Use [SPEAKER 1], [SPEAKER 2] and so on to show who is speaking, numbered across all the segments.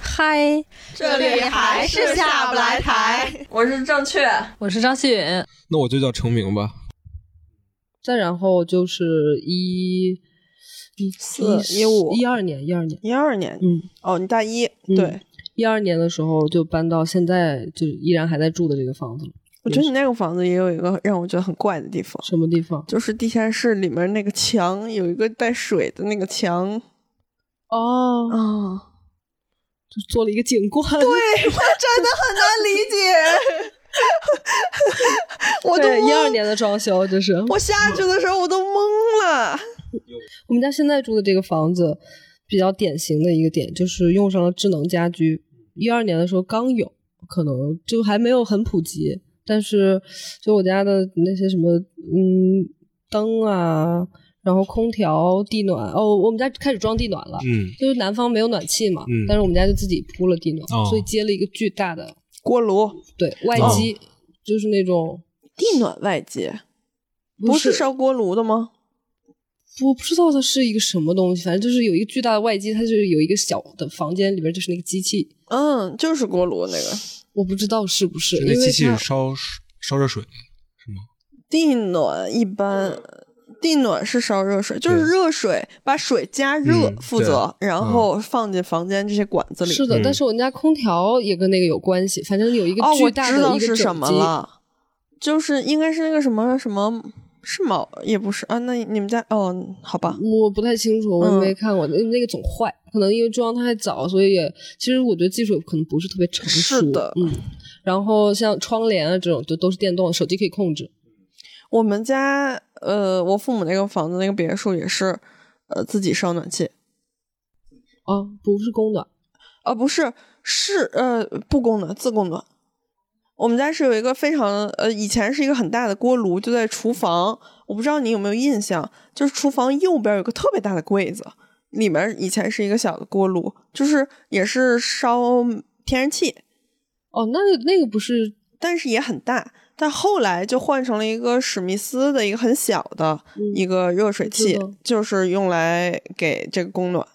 [SPEAKER 1] 嗨，
[SPEAKER 2] 这里还是下不来台。我是正确，
[SPEAKER 1] 我是张希允。
[SPEAKER 3] 那我就叫成名吧。
[SPEAKER 4] 再然后就是一一
[SPEAKER 5] 四一五
[SPEAKER 4] 一二年，一二年，
[SPEAKER 5] 一二年，
[SPEAKER 4] 嗯，
[SPEAKER 5] 哦，你大一，
[SPEAKER 4] 嗯
[SPEAKER 5] 对，
[SPEAKER 4] 一二年的时候就搬到现在就依然还在住的这个房子了。
[SPEAKER 5] 我觉得你那个房子也有一个让我觉得很怪的地方，
[SPEAKER 4] 什么地方？
[SPEAKER 5] 就是地下室里面那个墙有一个带水的那个墙
[SPEAKER 4] 哦，
[SPEAKER 5] 啊，
[SPEAKER 4] 就做了一个景观。对，
[SPEAKER 5] 我真的很难理解，我都
[SPEAKER 4] 对，一二
[SPEAKER 5] 懵，
[SPEAKER 4] 年的装修就是
[SPEAKER 5] 我下去的时候我都懵了，
[SPEAKER 4] 我们家现在住的这个房子比较典型的一个点就是用上了智能家居。一二年的时候刚有，可能就还没有很普及，但是就我家的那些什么嗯灯啊，然后空调、地暖哦，我们家开始装地暖了。
[SPEAKER 3] 嗯，
[SPEAKER 4] 就是南方没有暖气嘛，
[SPEAKER 3] 嗯
[SPEAKER 4] 但是我们家就自己铺了地暖，
[SPEAKER 3] 哦
[SPEAKER 4] 所以接了一个巨大的
[SPEAKER 5] 锅炉
[SPEAKER 4] 对外机，就是那种
[SPEAKER 5] 地暖外接，不
[SPEAKER 4] 是
[SPEAKER 5] 是烧锅炉的吗？
[SPEAKER 4] 我不知道它是一个什么东西，反正就是有一个巨大的外机，它就是有一个小的房间里边就是那个机器，
[SPEAKER 5] 嗯，就是锅炉那个
[SPEAKER 4] 我不知道是不是，
[SPEAKER 3] 就
[SPEAKER 4] 因
[SPEAKER 3] 那
[SPEAKER 4] 为
[SPEAKER 3] 机器
[SPEAKER 4] 它
[SPEAKER 3] 是烧烧热水，
[SPEAKER 5] 地暖一般。地暖是烧热水，就是
[SPEAKER 3] 对
[SPEAKER 5] 热水把水加热
[SPEAKER 3] 嗯
[SPEAKER 5] 负责，然后放进房间这些管子里。
[SPEAKER 4] 是的，
[SPEAKER 3] 嗯
[SPEAKER 4] 但是我们家空调也跟那个有关系，反正有一个
[SPEAKER 5] 哦，
[SPEAKER 4] 巨
[SPEAKER 5] 我
[SPEAKER 4] 大
[SPEAKER 5] 知
[SPEAKER 4] 的
[SPEAKER 5] 道
[SPEAKER 4] 一个
[SPEAKER 5] 是什
[SPEAKER 4] 整
[SPEAKER 5] 么
[SPEAKER 4] 机，
[SPEAKER 5] 了，就是应该是那个什么什么，是毛也不是啊。那你们家哦，好吧，
[SPEAKER 4] 我不太清楚，我
[SPEAKER 5] 嗯
[SPEAKER 4] 没看过，那那个总坏，可能因为装太早，所以也其实我觉得技术可能不是特别成熟。
[SPEAKER 5] 是的
[SPEAKER 4] 嗯。然后像窗帘啊这种，就都是电动的，手机可以控制。
[SPEAKER 5] 我们家呃，我父母那个房子那个别墅也是，呃，自己烧暖气
[SPEAKER 4] 啊，不是供暖，
[SPEAKER 5] 啊，不是是呃不供暖自供暖。我们家是有一个非常呃，以前是一个很大的锅炉，就在厨房。我不知道你有没有印象，就是厨房右边有个特别大的柜子，里面以前是一个小的锅炉，就是也是烧天然气。
[SPEAKER 4] 哦，那个那个不是，
[SPEAKER 5] 但是也很大。但后来就换成了一个史密斯的一个很小的
[SPEAKER 4] 嗯
[SPEAKER 5] 一个热水器，
[SPEAKER 4] 知道
[SPEAKER 5] 就是用来给这个供暖，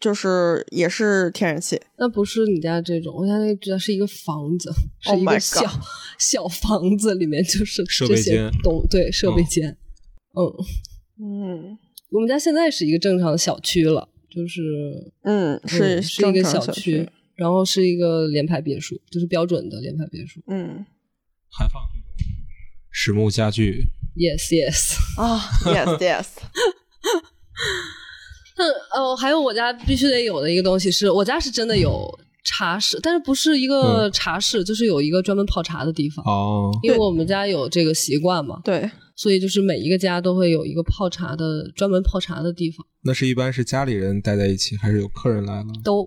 [SPEAKER 5] 就是也是天然气。
[SPEAKER 4] 那不是你家这种，我家那个主要是一个房子，是
[SPEAKER 5] Oh
[SPEAKER 4] 一
[SPEAKER 5] my
[SPEAKER 4] 个
[SPEAKER 5] god
[SPEAKER 4] 小、小房子，里面就是
[SPEAKER 3] 设
[SPEAKER 4] 这
[SPEAKER 3] 备
[SPEAKER 4] 些
[SPEAKER 3] 间
[SPEAKER 4] 东对设备
[SPEAKER 3] 嗯
[SPEAKER 4] 间。嗯，
[SPEAKER 5] 嗯
[SPEAKER 4] 我们家现在是一个正常的小区了，就是
[SPEAKER 5] 嗯，是、
[SPEAKER 4] 嗯是一个
[SPEAKER 5] 小
[SPEAKER 4] 小区，然后是一个联排别墅，就是标准的联排别墅。
[SPEAKER 5] 嗯
[SPEAKER 3] 还放这种实木家具。
[SPEAKER 4] Yes, yes。
[SPEAKER 5] 啊 ，yes yes，
[SPEAKER 4] 但哦，还有我家必须得有的一个东西是，我家是真的有茶室，但是不是一个茶室，就是有一个专门泡茶的地方。
[SPEAKER 3] 嗯哦，
[SPEAKER 4] 因为我们家有这个习惯嘛，
[SPEAKER 5] 对，
[SPEAKER 4] 所以就是每一个家都会有一个泡茶的专门泡茶的地方，
[SPEAKER 3] 那是一般是家里人待在一起，还是有客人来了？
[SPEAKER 4] 都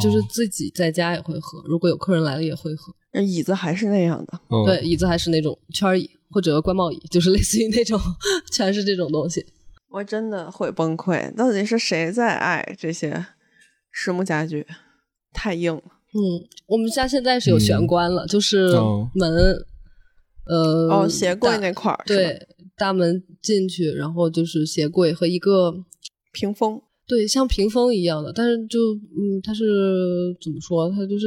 [SPEAKER 4] 就是
[SPEAKER 3] 哦
[SPEAKER 4] 自己在家也会喝，如果有客人来了也会喝。
[SPEAKER 5] 那椅子还是那样的。
[SPEAKER 3] 嗯
[SPEAKER 4] 对，椅子还是那种圈儿椅或者官帽椅，就是类似于那种， 全是这种东西。嗯
[SPEAKER 5] 我真的会崩溃，到底是谁在爱这些实木家具？太硬了。
[SPEAKER 4] 嗯，我们家现在是有玄关了，就是
[SPEAKER 3] 嗯哦
[SPEAKER 4] 门，呃，
[SPEAKER 5] 哦，鞋柜
[SPEAKER 4] 大
[SPEAKER 5] 那块儿是吧
[SPEAKER 4] 对，大门进去，然后就是鞋柜和一个
[SPEAKER 5] 屏风，
[SPEAKER 4] 对像屏风一样的，但是就嗯，它是怎么说？它就是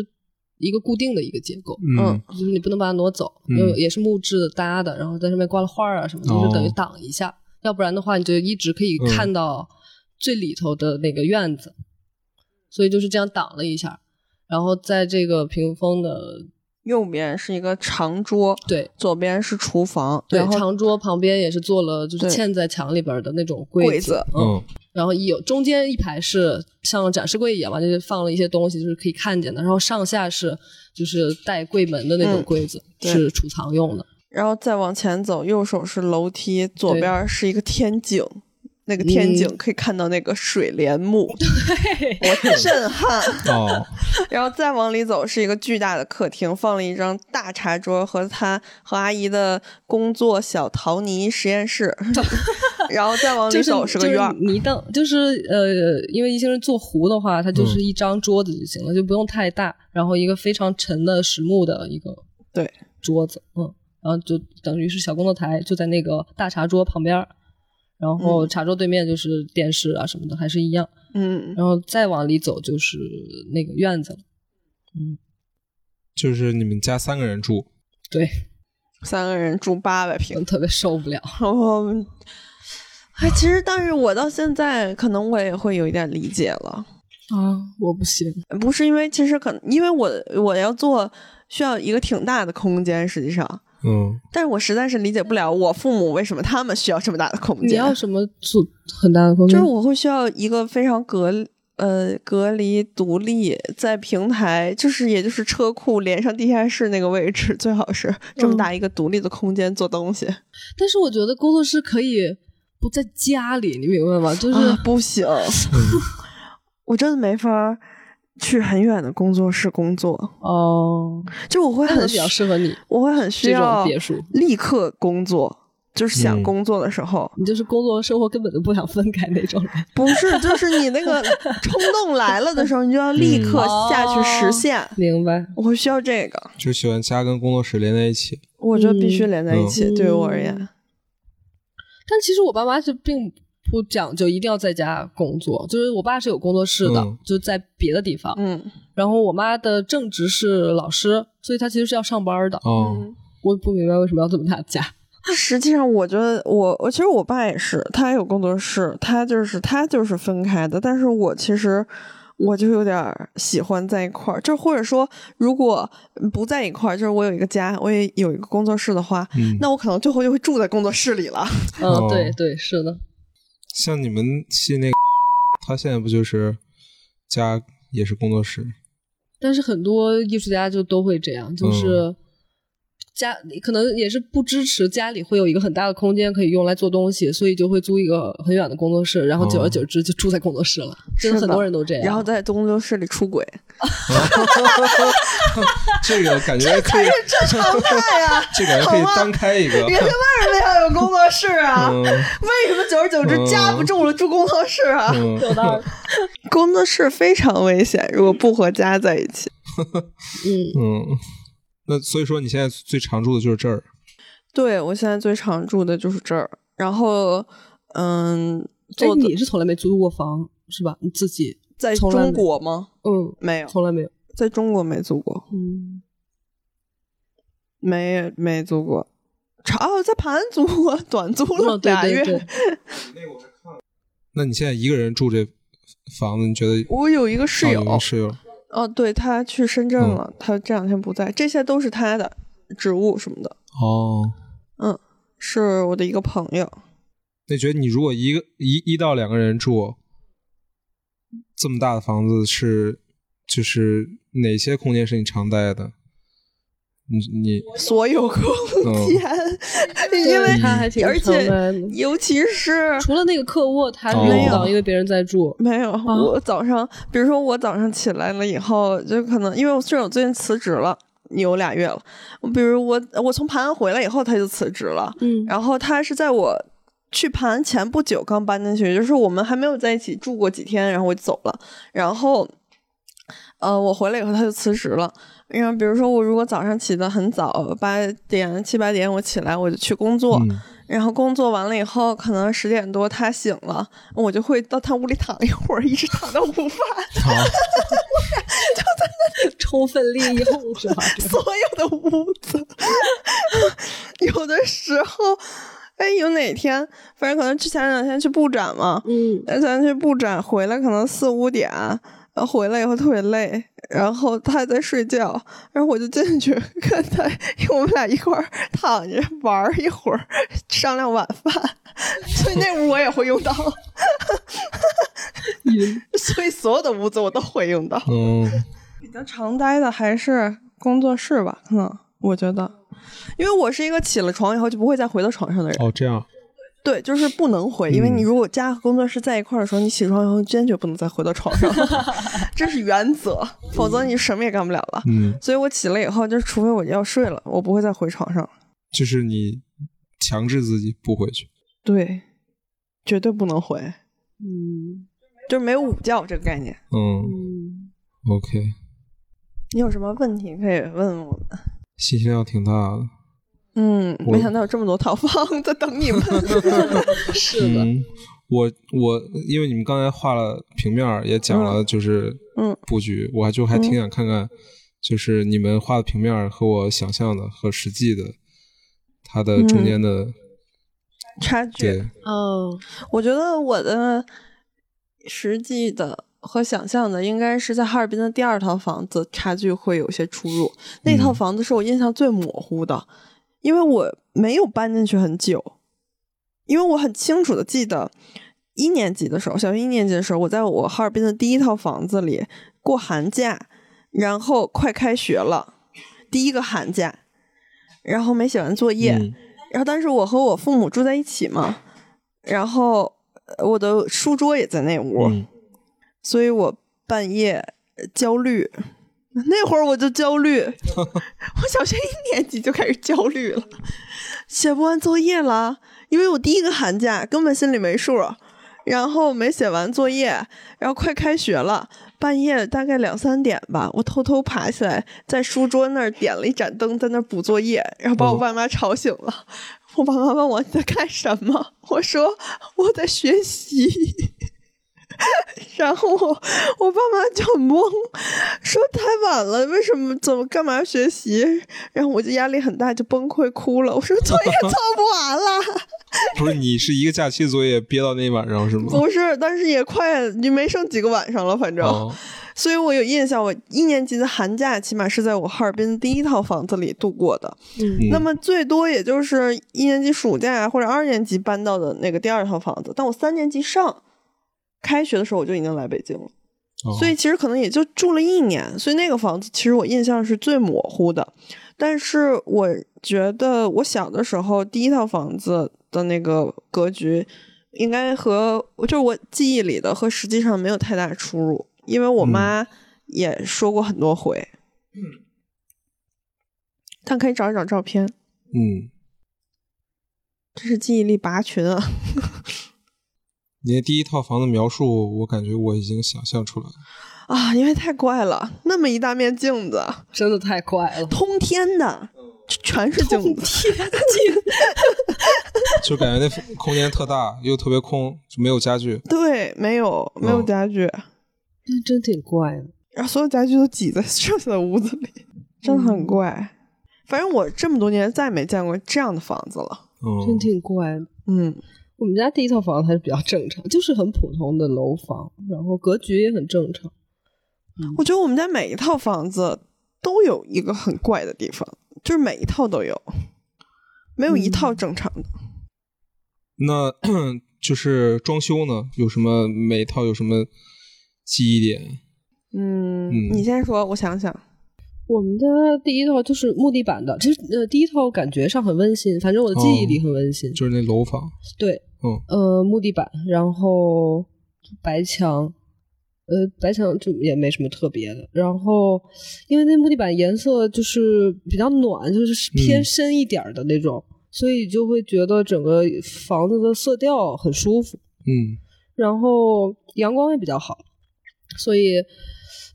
[SPEAKER 4] 一个固定的一个结构，
[SPEAKER 3] 嗯
[SPEAKER 5] 嗯，
[SPEAKER 4] 就是你不能把它挪走，
[SPEAKER 3] 嗯
[SPEAKER 4] 因为也是木质的搭的，然后在上面挂了花儿啊什么的，就是等于
[SPEAKER 3] 哦
[SPEAKER 4] 挡一下，要不然的话你就一直可以
[SPEAKER 3] 嗯
[SPEAKER 4] 看到最里头的那个院子，所以就是这样挡了一下，然后在这个屏风的
[SPEAKER 5] 右边是一个长桌，
[SPEAKER 4] 对
[SPEAKER 5] 左边是厨房，
[SPEAKER 4] 对
[SPEAKER 5] 然后
[SPEAKER 4] 长桌旁边也是做了就是
[SPEAKER 5] 对
[SPEAKER 4] 嵌在墙里边的那种
[SPEAKER 5] 柜
[SPEAKER 4] 子，
[SPEAKER 5] 子
[SPEAKER 4] 嗯，
[SPEAKER 3] 嗯
[SPEAKER 4] 然后一有中间一排是像展示柜一样吧，就是放了一些东西，就是可以看见的，然后上下是就是带柜门的那种
[SPEAKER 5] 嗯
[SPEAKER 4] 柜子，
[SPEAKER 5] 对
[SPEAKER 4] 是储藏用的。
[SPEAKER 5] 然后再往前走，右手是楼梯，左
[SPEAKER 4] 对
[SPEAKER 5] 边是一个天井，那个天井可以看到那个水 帘幕，我震撼。
[SPEAKER 3] 哦，
[SPEAKER 5] 然后再往里走是一个巨大的客厅，放了一张大茶 桌和他和阿姨的工作小陶泥实验室，然后再往
[SPEAKER 4] 就
[SPEAKER 5] 里
[SPEAKER 4] 是
[SPEAKER 5] 走
[SPEAKER 4] 就是
[SPEAKER 5] 个院儿。
[SPEAKER 4] 泥凳，就是呃，因为一些人做壶的话，它
[SPEAKER 5] 嗯
[SPEAKER 4] 就是一张桌子就行了，就不用太大，然后一个非常沉的实木的一个
[SPEAKER 5] 对
[SPEAKER 4] 桌子，嗯，然后就等于是小工作台，就在那个大茶桌旁边儿，然后
[SPEAKER 5] 嗯
[SPEAKER 4] 茶桌对面就是电视啊什么的，还是一样，
[SPEAKER 5] 嗯，
[SPEAKER 4] 然后再往里走就是那个院子了，
[SPEAKER 3] 就是你们家三个人住，
[SPEAKER 4] 对，
[SPEAKER 5] 三个人住八百平
[SPEAKER 4] 我，特别受 不了，
[SPEAKER 5] 然后，哎，其实但是我到现在可能我也会有一点理解了，
[SPEAKER 4] 啊，我不行，
[SPEAKER 5] 不是因为其实可能因为我我要做需要一个挺大的空间，实际上，
[SPEAKER 3] 嗯，
[SPEAKER 5] 但是我实在是理解不了我父母为什么他们需要这么大的空间。
[SPEAKER 4] 你要什嗯么做很大的空
[SPEAKER 5] 啊就
[SPEAKER 4] 间
[SPEAKER 5] 是？我会需要一个非常隔呃隔离独立，在平台就是也就是车库连上地下室那个位置，最好是这么
[SPEAKER 4] 嗯
[SPEAKER 5] 大一个独立的空间做东西。
[SPEAKER 4] 但是我觉得工作室可以不在家里，你明白吗？就是、
[SPEAKER 5] 啊、不 行，
[SPEAKER 3] 嗯
[SPEAKER 5] 我真的没法儿去很远的工作室工作，
[SPEAKER 4] 哦，
[SPEAKER 5] 就我会
[SPEAKER 4] 那可
[SPEAKER 5] 很
[SPEAKER 4] 能比较
[SPEAKER 5] 需
[SPEAKER 4] 适合你
[SPEAKER 5] 我会很需
[SPEAKER 4] 这种
[SPEAKER 5] 要
[SPEAKER 4] 别墅。
[SPEAKER 5] 立刻工作，就是想
[SPEAKER 3] 嗯
[SPEAKER 5] 工作的时候，
[SPEAKER 4] 你就是工作和生活根本就不想分开那种人，
[SPEAKER 5] 不是 就是你那个冲动来了的时候，你就要立
[SPEAKER 3] 嗯
[SPEAKER 5] 刻下去实
[SPEAKER 4] 哦
[SPEAKER 5] 现。
[SPEAKER 4] 明白？
[SPEAKER 5] 我会需要这个，
[SPEAKER 3] 就喜欢家跟工作室连在一起。
[SPEAKER 5] 我觉得必须连在一
[SPEAKER 3] 嗯
[SPEAKER 5] 起。对于我而言，
[SPEAKER 4] 嗯但其实我爸妈是并不讲究一定要在家工作，就是我爸是有工作室的，
[SPEAKER 3] 嗯
[SPEAKER 4] 就在别的地方。
[SPEAKER 5] 嗯
[SPEAKER 4] 然后我妈的正职是老师，所以她其实是要上班的。
[SPEAKER 3] 哦，，
[SPEAKER 4] 我不明白为什么要这么大的 家。
[SPEAKER 5] 但嗯实际上，我觉得我我其实我爸也是，他也有工作室，他就是他就是分开的。但是我其实我就有点儿喜欢在一块儿，就或者说如果不在一块儿，就是我有一个家，我也有一个工作室的话，
[SPEAKER 3] 嗯，
[SPEAKER 5] 那我可能最后就会住在工作室里了。
[SPEAKER 4] 嗯，
[SPEAKER 3] 哦
[SPEAKER 4] 对对，是的。
[SPEAKER 3] 像你们系那个，他现在不就是家也是工作室？
[SPEAKER 4] 但是很多艺术家就都会这样，就是
[SPEAKER 3] 嗯
[SPEAKER 4] 家、可能也是不支持家里会有一个很大的空间可以用来做东西，所以就会租一个很远的工作室，然后久而久之就住在工作室了。真的
[SPEAKER 5] 是
[SPEAKER 4] 很
[SPEAKER 5] 的
[SPEAKER 4] 多人都这样。
[SPEAKER 5] 然后在工作室里 出轨，
[SPEAKER 3] 这个感觉可以，。
[SPEAKER 5] 这常态呀、啊
[SPEAKER 3] 这感觉可以单开一个。
[SPEAKER 5] 人家为什么要有工作室啊？
[SPEAKER 3] 嗯
[SPEAKER 5] 为什么久而久
[SPEAKER 4] 嗯
[SPEAKER 5] 之家不住了，住工作室啊？
[SPEAKER 3] 嗯，
[SPEAKER 4] 有道理，
[SPEAKER 5] 工作室非常危险，如果不和家在一起。
[SPEAKER 4] 嗯，
[SPEAKER 3] 嗯，那所以说你现在最常住的就是这儿，
[SPEAKER 5] 对我现在最常住的就是这儿，然后嗯，
[SPEAKER 4] 哎
[SPEAKER 5] 做，的
[SPEAKER 4] 你是从来没租过房是吧？你自己，
[SPEAKER 5] 在
[SPEAKER 4] 从来没
[SPEAKER 5] 中国吗？
[SPEAKER 4] 嗯，
[SPEAKER 5] 没有，
[SPEAKER 4] 从来没有，
[SPEAKER 5] 在中国没租过，
[SPEAKER 4] 嗯，
[SPEAKER 5] 没没租过。哦，在盘租过，短租 了
[SPEAKER 4] 哦，对
[SPEAKER 5] 俩月。
[SPEAKER 4] 对对，
[SPEAKER 3] 那你现在一个人住这房子，你觉得
[SPEAKER 5] 我有一个室友
[SPEAKER 3] 哦有一个室友，
[SPEAKER 5] 哦，对他去深圳了，他这两天不在，这些都是他的植物什么的，
[SPEAKER 3] 哦，
[SPEAKER 5] 是我的一个朋友。
[SPEAKER 3] 那觉得你如果一个一一到两个人住，这么大的房子是就是哪些空间是你常待的？你你
[SPEAKER 5] 所有空
[SPEAKER 3] 嗯
[SPEAKER 5] 间，因为
[SPEAKER 4] 他还挺
[SPEAKER 5] 而
[SPEAKER 4] 常
[SPEAKER 5] 且
[SPEAKER 4] 来的
[SPEAKER 5] 尤其是
[SPEAKER 4] 除了那个客卧，他
[SPEAKER 3] 哦
[SPEAKER 4] 没有，因为别人在住。
[SPEAKER 5] 没有，我早上，比如说我早上起来了以后，就可能因为我室友最近辞职了，有俩月了。比如我我从盘安回来以后，他就辞职了，
[SPEAKER 4] 嗯，
[SPEAKER 5] 然后他是在我去盘安前不久刚搬进去，就是我们还没有在一起住过几天，然后我就走了，然后。呃，我回来以后他就辞职了。然后比如说我如果早上起得很早，八点七八点我起来我就去工作，
[SPEAKER 3] 嗯
[SPEAKER 5] 然后工作完了以后，可能十点多他醒了，我就会到他屋里躺一会儿，一直躺到 午饭。
[SPEAKER 3] 好，
[SPEAKER 5] 啊
[SPEAKER 4] 充分利用是吧？
[SPEAKER 5] 所有的屋子，有的时候，哎，有哪天，反正可能之前两天去布展嘛，
[SPEAKER 4] 嗯，
[SPEAKER 5] 那咱去布展回来可能四五点，然后回来以后特别累，然后他还在睡觉，然后我就进去跟他，因为我们俩一块儿躺着玩儿一会儿，商量晚饭，所以那屋我也会用到， 所以所有的屋子我都会用到。
[SPEAKER 3] 嗯，
[SPEAKER 5] 比较常待的还是工作室吧，可能我觉得，因为我是一个起了床以后就不会再回到床上的人，
[SPEAKER 3] 哦，这样，
[SPEAKER 5] 对，就是不能回，因为
[SPEAKER 3] 嗯
[SPEAKER 5] 你如果家和工作室在一块儿的时候，你起床以后坚决不能再回到床上， 这是原则，否则你什么也干不了了。
[SPEAKER 3] 嗯，
[SPEAKER 5] 所以我起了以后，就是除非我要睡了，我不会再回床上。
[SPEAKER 3] 就是你强制自己不回去，
[SPEAKER 5] 对，绝对不能回，
[SPEAKER 4] 嗯
[SPEAKER 5] 就是没有午觉这个概念。
[SPEAKER 3] 嗯
[SPEAKER 4] 嗯，
[SPEAKER 3] ，OK，
[SPEAKER 5] 你有什么问题可以问我们？
[SPEAKER 3] 信息量挺大的。
[SPEAKER 5] 嗯，
[SPEAKER 3] 我
[SPEAKER 5] 没想到有这么多套房 在等你们。
[SPEAKER 4] 是的，
[SPEAKER 3] 嗯，我我因为你们刚才画了平面儿，也讲了就是
[SPEAKER 5] 嗯
[SPEAKER 3] 布局，我还就还挺想看看，就是你们画的平面儿和我想象的和实际的，它的
[SPEAKER 5] 嗯
[SPEAKER 3] 中间的、
[SPEAKER 5] 差距，
[SPEAKER 3] 对，
[SPEAKER 4] 嗯
[SPEAKER 5] 我觉得我的实际的和想象的应该是在哈尔滨的第二套房子差距会有些出入。那套
[SPEAKER 3] 嗯
[SPEAKER 5] 房子是我印象最模糊的，因为我没有搬进去很久，因为我很清楚的记得一年级的时候，小学一年级的时候，我在我哈尔滨的第一套房子里过寒假，然后快开学了，第一个寒假，然后没写完作业。
[SPEAKER 3] 嗯
[SPEAKER 5] 然后当时我和我父母住在一起嘛，然后呃我的书桌也在那屋，
[SPEAKER 3] 嗯
[SPEAKER 5] 所以我半夜呃焦虑。那会儿我就焦虑，我小学一年级就开始焦虑了，写不完作业了，因为我第一个寒假根本心里没数，然后没写完作业，然后快开学了，半夜大概两三点吧，我偷偷爬起来，在书桌那儿点了一盏灯，在那儿补作业，然后把我
[SPEAKER 3] 哦
[SPEAKER 5] 爸妈吵醒了。 我爸妈问我你在干什么， 我说我在学习。然后我我爸妈就很懵，说太晚了，为什么怎么干嘛要学习？然后我就压力很大，就崩溃哭了。我说 作业做不完了，
[SPEAKER 3] 不是你是一个假期作业憋到那晚上是吗？
[SPEAKER 5] 不是，但是也快就没剩几个晚上了，反正。
[SPEAKER 3] 哦，
[SPEAKER 5] 所以我有印象，我一年级的寒假起码是在我哈尔滨第一套房子里度过的。
[SPEAKER 3] 嗯
[SPEAKER 5] 那么最多也就是一年级暑假或者二年级搬到的那个第二套房子，但我三年级上开学的时候我就已经来北京了，
[SPEAKER 3] 哦
[SPEAKER 5] 所以其实可能也就住了一年，所以那个房子其实我印象是最模糊的。但是我觉得我小的时候第一套房子的那个格局，应该和就是我记忆里的和实际上没有太大出入，因为我妈也说过很多回。但可以找一找照片，
[SPEAKER 3] 嗯，
[SPEAKER 5] 这是记忆力拔群啊！
[SPEAKER 3] 你的第一套房的描述，我感觉我已经想象出来了。
[SPEAKER 5] 啊，因为太怪了，那么一大面镜子，
[SPEAKER 4] 真的太快了，
[SPEAKER 5] 通天的，全是镜子。
[SPEAKER 3] 就感觉那空间特大，又特别空，就没有家具。
[SPEAKER 5] 对，没有没有
[SPEAKER 3] 嗯
[SPEAKER 5] 家具，
[SPEAKER 4] 但真挺怪的。
[SPEAKER 5] 然后所有家具都挤在 剩下的屋子里，真的
[SPEAKER 4] 嗯
[SPEAKER 5] 很怪。反正我这么多年再没见过这样的房子了。
[SPEAKER 4] 真
[SPEAKER 3] 嗯，
[SPEAKER 4] 挺怪的。
[SPEAKER 5] 嗯
[SPEAKER 4] 我们家第一套房子还是比较正常，就是很普通的楼房，然后格局也很正常。
[SPEAKER 5] 我觉得我们家每一套房子都有一个很怪的地方，就是每一套都有，没
[SPEAKER 4] 嗯
[SPEAKER 5] 有一套正常的。
[SPEAKER 3] 那 就是装修呢，有什么每一套有什么记忆点？
[SPEAKER 5] 嗯，
[SPEAKER 3] 嗯
[SPEAKER 5] 你先说，我想想。
[SPEAKER 4] 我们的第一套就是木地板的，其实呃第一套感觉上很温馨，反正我的记忆里很温馨。
[SPEAKER 3] 就是那楼房，
[SPEAKER 4] 对，
[SPEAKER 3] 嗯，
[SPEAKER 4] 呃，木地板，然后白墙，呃，白墙就也没什么特别的。然后因为那木地板颜色就是比较暖，就是偏
[SPEAKER 3] 嗯
[SPEAKER 4] 深一点儿的那种，所以就会觉得整个房子的色调很舒服。
[SPEAKER 3] 嗯
[SPEAKER 4] 然后阳光也比较好，所以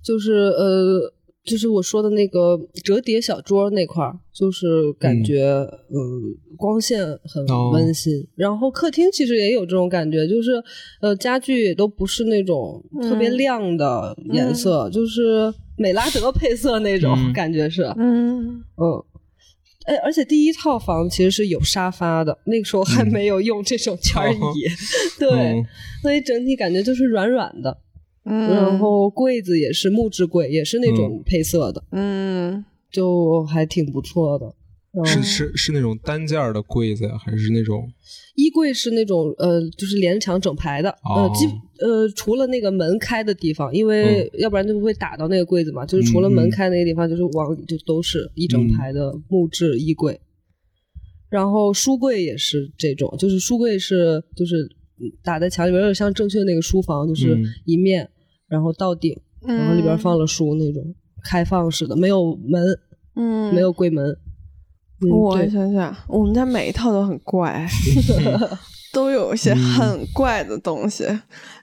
[SPEAKER 4] 就是呃，就是我说的那个折叠小桌那块儿，就是感觉嗯、呃光线很
[SPEAKER 3] 哦
[SPEAKER 4] 温馨。然后客厅其实也有这种感觉，就是呃家具也都不是那种特别
[SPEAKER 5] 嗯
[SPEAKER 4] 亮的颜色，就是美拉德配色那种、
[SPEAKER 3] 嗯
[SPEAKER 4] 感觉是，
[SPEAKER 5] 嗯，
[SPEAKER 4] 嗯，哎，而且第一套房其实是有沙发的，那个时候还
[SPEAKER 3] 嗯哦
[SPEAKER 4] 没有用这种圈儿椅， 对，
[SPEAKER 3] 嗯
[SPEAKER 4] 所以整体感觉就是软软的。
[SPEAKER 5] 嗯
[SPEAKER 4] 然后柜子也是木质柜，也是那种配色的，
[SPEAKER 5] 嗯，
[SPEAKER 4] 就还挺不错的。然
[SPEAKER 3] 是
[SPEAKER 4] 后
[SPEAKER 3] 是是那种单件儿的柜子呀，还是那种
[SPEAKER 4] 衣柜是那种呃，就是连墙整排的，
[SPEAKER 3] 哦
[SPEAKER 4] 呃，基呃除了那个门开的地方，因为
[SPEAKER 3] 嗯
[SPEAKER 4] 要不然就会打到那个柜子嘛，就是除了门开那个地方，就是往里就都是一
[SPEAKER 3] 嗯
[SPEAKER 4] 整排的木质衣柜。然后书柜也是这种，就是书柜是就是打在墙里边，有点像正确那个书房，就是
[SPEAKER 3] 嗯
[SPEAKER 4] 一面，然后到顶，然后里边
[SPEAKER 5] 嗯
[SPEAKER 4] 放了书那种开放式的，没有门，
[SPEAKER 5] 嗯
[SPEAKER 4] 没有柜门。嗯，
[SPEAKER 5] 我
[SPEAKER 4] 对
[SPEAKER 3] 嗯
[SPEAKER 5] 想想，我们家每一套都很怪， 都有一些很怪的东西。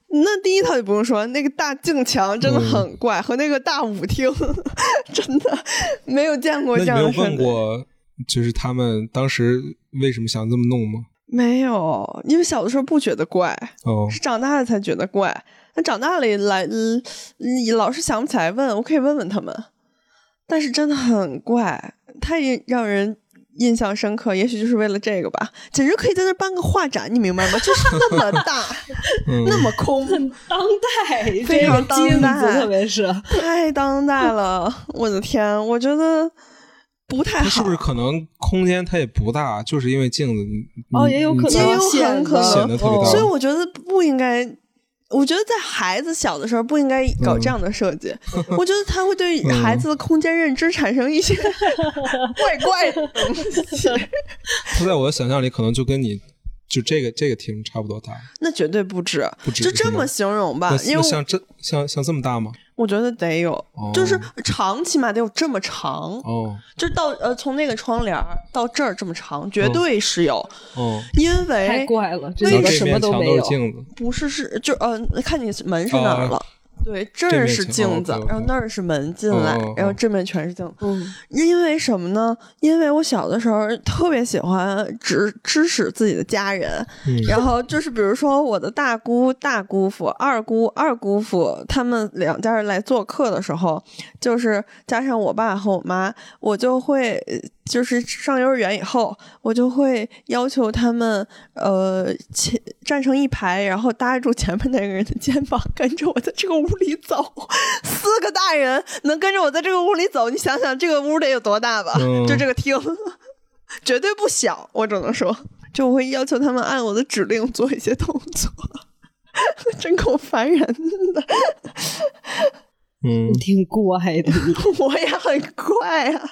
[SPEAKER 5] 那第一套就不用说，那个大镜墙真的
[SPEAKER 3] 嗯
[SPEAKER 5] 很怪，和那个大舞厅 真的没有见过
[SPEAKER 3] 那
[SPEAKER 5] 这
[SPEAKER 3] 你
[SPEAKER 5] 样
[SPEAKER 3] 没有
[SPEAKER 5] 的事
[SPEAKER 3] 问
[SPEAKER 5] 情。
[SPEAKER 3] 过，就是他们当时为什么想这么弄吗？
[SPEAKER 5] 没有，因为小的时候不觉得怪，
[SPEAKER 3] 哦，
[SPEAKER 5] 是长大了才觉得怪。那长大了也来，嗯你老是想不起来问，我可以问问他们。但是真的很怪，太让人印象深刻，也许就是为了这个吧，简直可以在那儿办个画展，你明白吗？就是那么大，
[SPEAKER 3] 嗯，
[SPEAKER 5] 那么空，
[SPEAKER 4] 当代这
[SPEAKER 5] 非
[SPEAKER 4] 个
[SPEAKER 5] 常哎当
[SPEAKER 4] 镜
[SPEAKER 5] 代
[SPEAKER 4] 子，特别是
[SPEAKER 5] 太当代了，我的天，我觉得不太
[SPEAKER 3] 它
[SPEAKER 5] 好，
[SPEAKER 3] 是不是可能空间它也不大，就是因为镜子，你
[SPEAKER 4] 哦，也有可能
[SPEAKER 5] 也有
[SPEAKER 4] 显
[SPEAKER 5] 很可
[SPEAKER 4] 得
[SPEAKER 5] 能
[SPEAKER 3] 显得特别大
[SPEAKER 4] 哦
[SPEAKER 5] 所以我觉得不应该。我觉得在孩子小的时候不应该搞这样的设计，我觉得他会对孩子的空间认知产生一些 怪怪的东西，
[SPEAKER 3] 它在我的想象里可能就跟你就这个这个厅差不多大，
[SPEAKER 5] 那绝对不止，
[SPEAKER 3] 不止
[SPEAKER 5] 就是这
[SPEAKER 3] 吗
[SPEAKER 5] 么形容吧
[SPEAKER 3] 那，
[SPEAKER 5] 啊因
[SPEAKER 3] 那
[SPEAKER 5] 为我
[SPEAKER 3] 像这像像这么大吗？
[SPEAKER 5] 我觉得得有，
[SPEAKER 3] 哦
[SPEAKER 5] 就是长起码得有这么长，
[SPEAKER 3] 哦
[SPEAKER 5] 就是到呃从那个窗帘儿到这儿这么长，绝对是有，
[SPEAKER 3] 哦，
[SPEAKER 5] 因为
[SPEAKER 4] 太怪了，这
[SPEAKER 5] 为
[SPEAKER 3] 然
[SPEAKER 4] 里
[SPEAKER 3] 后这
[SPEAKER 4] 边什么
[SPEAKER 3] 面墙
[SPEAKER 4] 没
[SPEAKER 3] 是
[SPEAKER 4] 有。
[SPEAKER 3] 镜子，
[SPEAKER 5] 不是是就呃，看你门是哪儿了。对，这
[SPEAKER 3] 哦这
[SPEAKER 5] 儿
[SPEAKER 3] 面
[SPEAKER 5] 是
[SPEAKER 3] 墙
[SPEAKER 5] 镜
[SPEAKER 3] 哦
[SPEAKER 5] 子，
[SPEAKER 3] ，OK，OK
[SPEAKER 5] 然后那儿是门进来，
[SPEAKER 3] 哦哦哦
[SPEAKER 5] 然后这面全是镜子。
[SPEAKER 4] 嗯，
[SPEAKER 5] 因为什么呢？因为我小的时候特别喜欢指指使自己的家人，
[SPEAKER 3] 嗯
[SPEAKER 5] 然后就是比如说我的大姑、大姑父、二姑、二姑父，他们两家人来做客的时候，就是加上我爸和我妈，我就会呃就是上幼儿园以后，我就会要求他们呃前站成一排，然后搭住前面那个人的肩膀，跟着我在这个屋里走。四个大人能跟着我在这个屋里走，你想想这个屋得有多大吧？
[SPEAKER 3] 嗯
[SPEAKER 5] 就这个厅， 绝对不小，我只能说，就我会要求他们按我的指令做一些动作， 真够烦人的。
[SPEAKER 3] 嗯，
[SPEAKER 4] 挺怪的。
[SPEAKER 5] 我也很怪啊。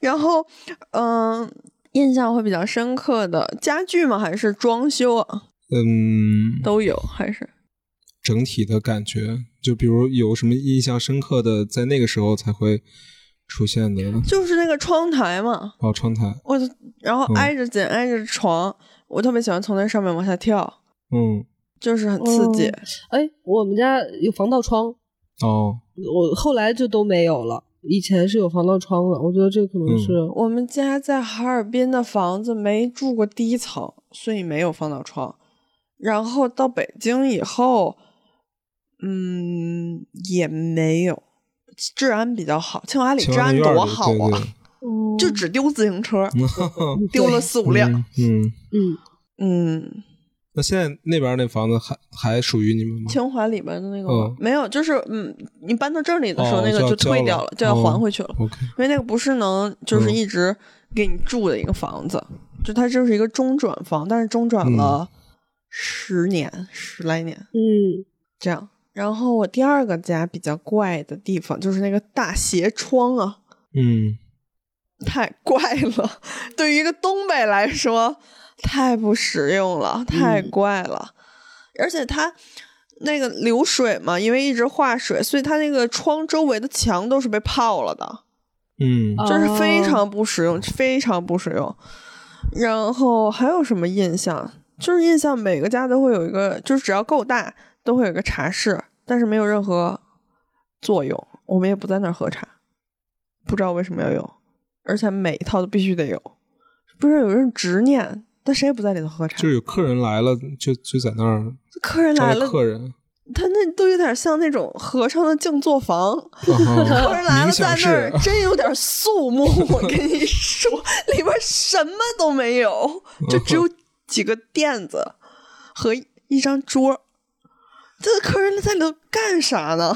[SPEAKER 5] 然后，嗯、印象会比较深刻的家具吗？还是装修啊？
[SPEAKER 3] 嗯，
[SPEAKER 5] 都有，还是
[SPEAKER 3] 整体的感觉，就比如有什么印象深刻的，在那个时候才会出现的，
[SPEAKER 5] 就是那个窗台嘛，
[SPEAKER 3] 哦，窗台，
[SPEAKER 5] 我然后
[SPEAKER 3] 嗯
[SPEAKER 5] 挨着紧挨着床，我特别喜欢从那上面往下跳，
[SPEAKER 3] 嗯，
[SPEAKER 5] 就是很刺激。
[SPEAKER 4] 哎，我们家有防盗窗，
[SPEAKER 3] 哦，
[SPEAKER 4] 我后来就都没有了。以前是有防盗窗的，我觉得这可能
[SPEAKER 3] 嗯
[SPEAKER 4] 是、
[SPEAKER 5] 我们家在哈尔滨的房子没住过低层，所以没有防盗窗。然后到北京以后，嗯，也没有，治安比较好。清华里
[SPEAKER 3] 青
[SPEAKER 5] 治
[SPEAKER 3] 蛙
[SPEAKER 5] 安
[SPEAKER 3] 那院儿
[SPEAKER 5] 多
[SPEAKER 3] 里
[SPEAKER 5] 好啊，
[SPEAKER 4] 嗯
[SPEAKER 5] 就只丢自行车，
[SPEAKER 3] 对对，
[SPEAKER 5] 丢了四五辆。
[SPEAKER 3] 嗯，嗯，
[SPEAKER 4] 嗯，
[SPEAKER 5] 嗯，
[SPEAKER 3] 那现在那边那房子还还属于你们吗？
[SPEAKER 5] 清华里边的那个、
[SPEAKER 3] 嗯
[SPEAKER 5] 没有，就是嗯，你搬到这里的时候，
[SPEAKER 3] 哦
[SPEAKER 5] 那个
[SPEAKER 3] 就要
[SPEAKER 5] 就退
[SPEAKER 3] 交
[SPEAKER 5] 掉
[SPEAKER 3] 了
[SPEAKER 5] 了，就要还
[SPEAKER 3] 哦
[SPEAKER 5] 回去了。
[SPEAKER 3] OK，
[SPEAKER 5] 因为那个不是能就是
[SPEAKER 3] 嗯
[SPEAKER 5] 一直给你住的一个房子，就它就是一个中转房，但是中转
[SPEAKER 3] 嗯
[SPEAKER 5] 了十年、十来年
[SPEAKER 4] 嗯，
[SPEAKER 5] 这样。然后我第二个家比较怪的地方就是那个大斜窗啊，
[SPEAKER 3] 嗯，
[SPEAKER 5] 太怪了，对于一个东北来说太不实用了，太怪了，而且它。那个流水嘛，因为一直化水，所以它那个窗周围的墙都是被泡了的。
[SPEAKER 3] 嗯，
[SPEAKER 4] 啊
[SPEAKER 5] 就是非常不实用，非常不实用。然后还有什么印象？就是印象每个家都会有一个，就是只要够大，都会有一个茶室，但是没有任何作用。我们也不在那儿喝茶，不知道为什么要有，而且每一套都必须得有。不是有人执念，但谁也不在里头喝茶。
[SPEAKER 3] 就是有客人来了，就就在那儿
[SPEAKER 5] 客人
[SPEAKER 3] 招
[SPEAKER 5] 来
[SPEAKER 3] 待
[SPEAKER 5] 了，
[SPEAKER 3] 客人，
[SPEAKER 5] 他那都有点像那种和尚的静坐房。
[SPEAKER 3] 啊
[SPEAKER 5] 客人来
[SPEAKER 3] 嗯冥
[SPEAKER 5] 了，在
[SPEAKER 3] 想
[SPEAKER 5] 那儿
[SPEAKER 3] 室，
[SPEAKER 5] 真有点肃穆。我跟你说，里边什么都没有，就只有几个垫子和一张桌。这客人在里头干啥呢？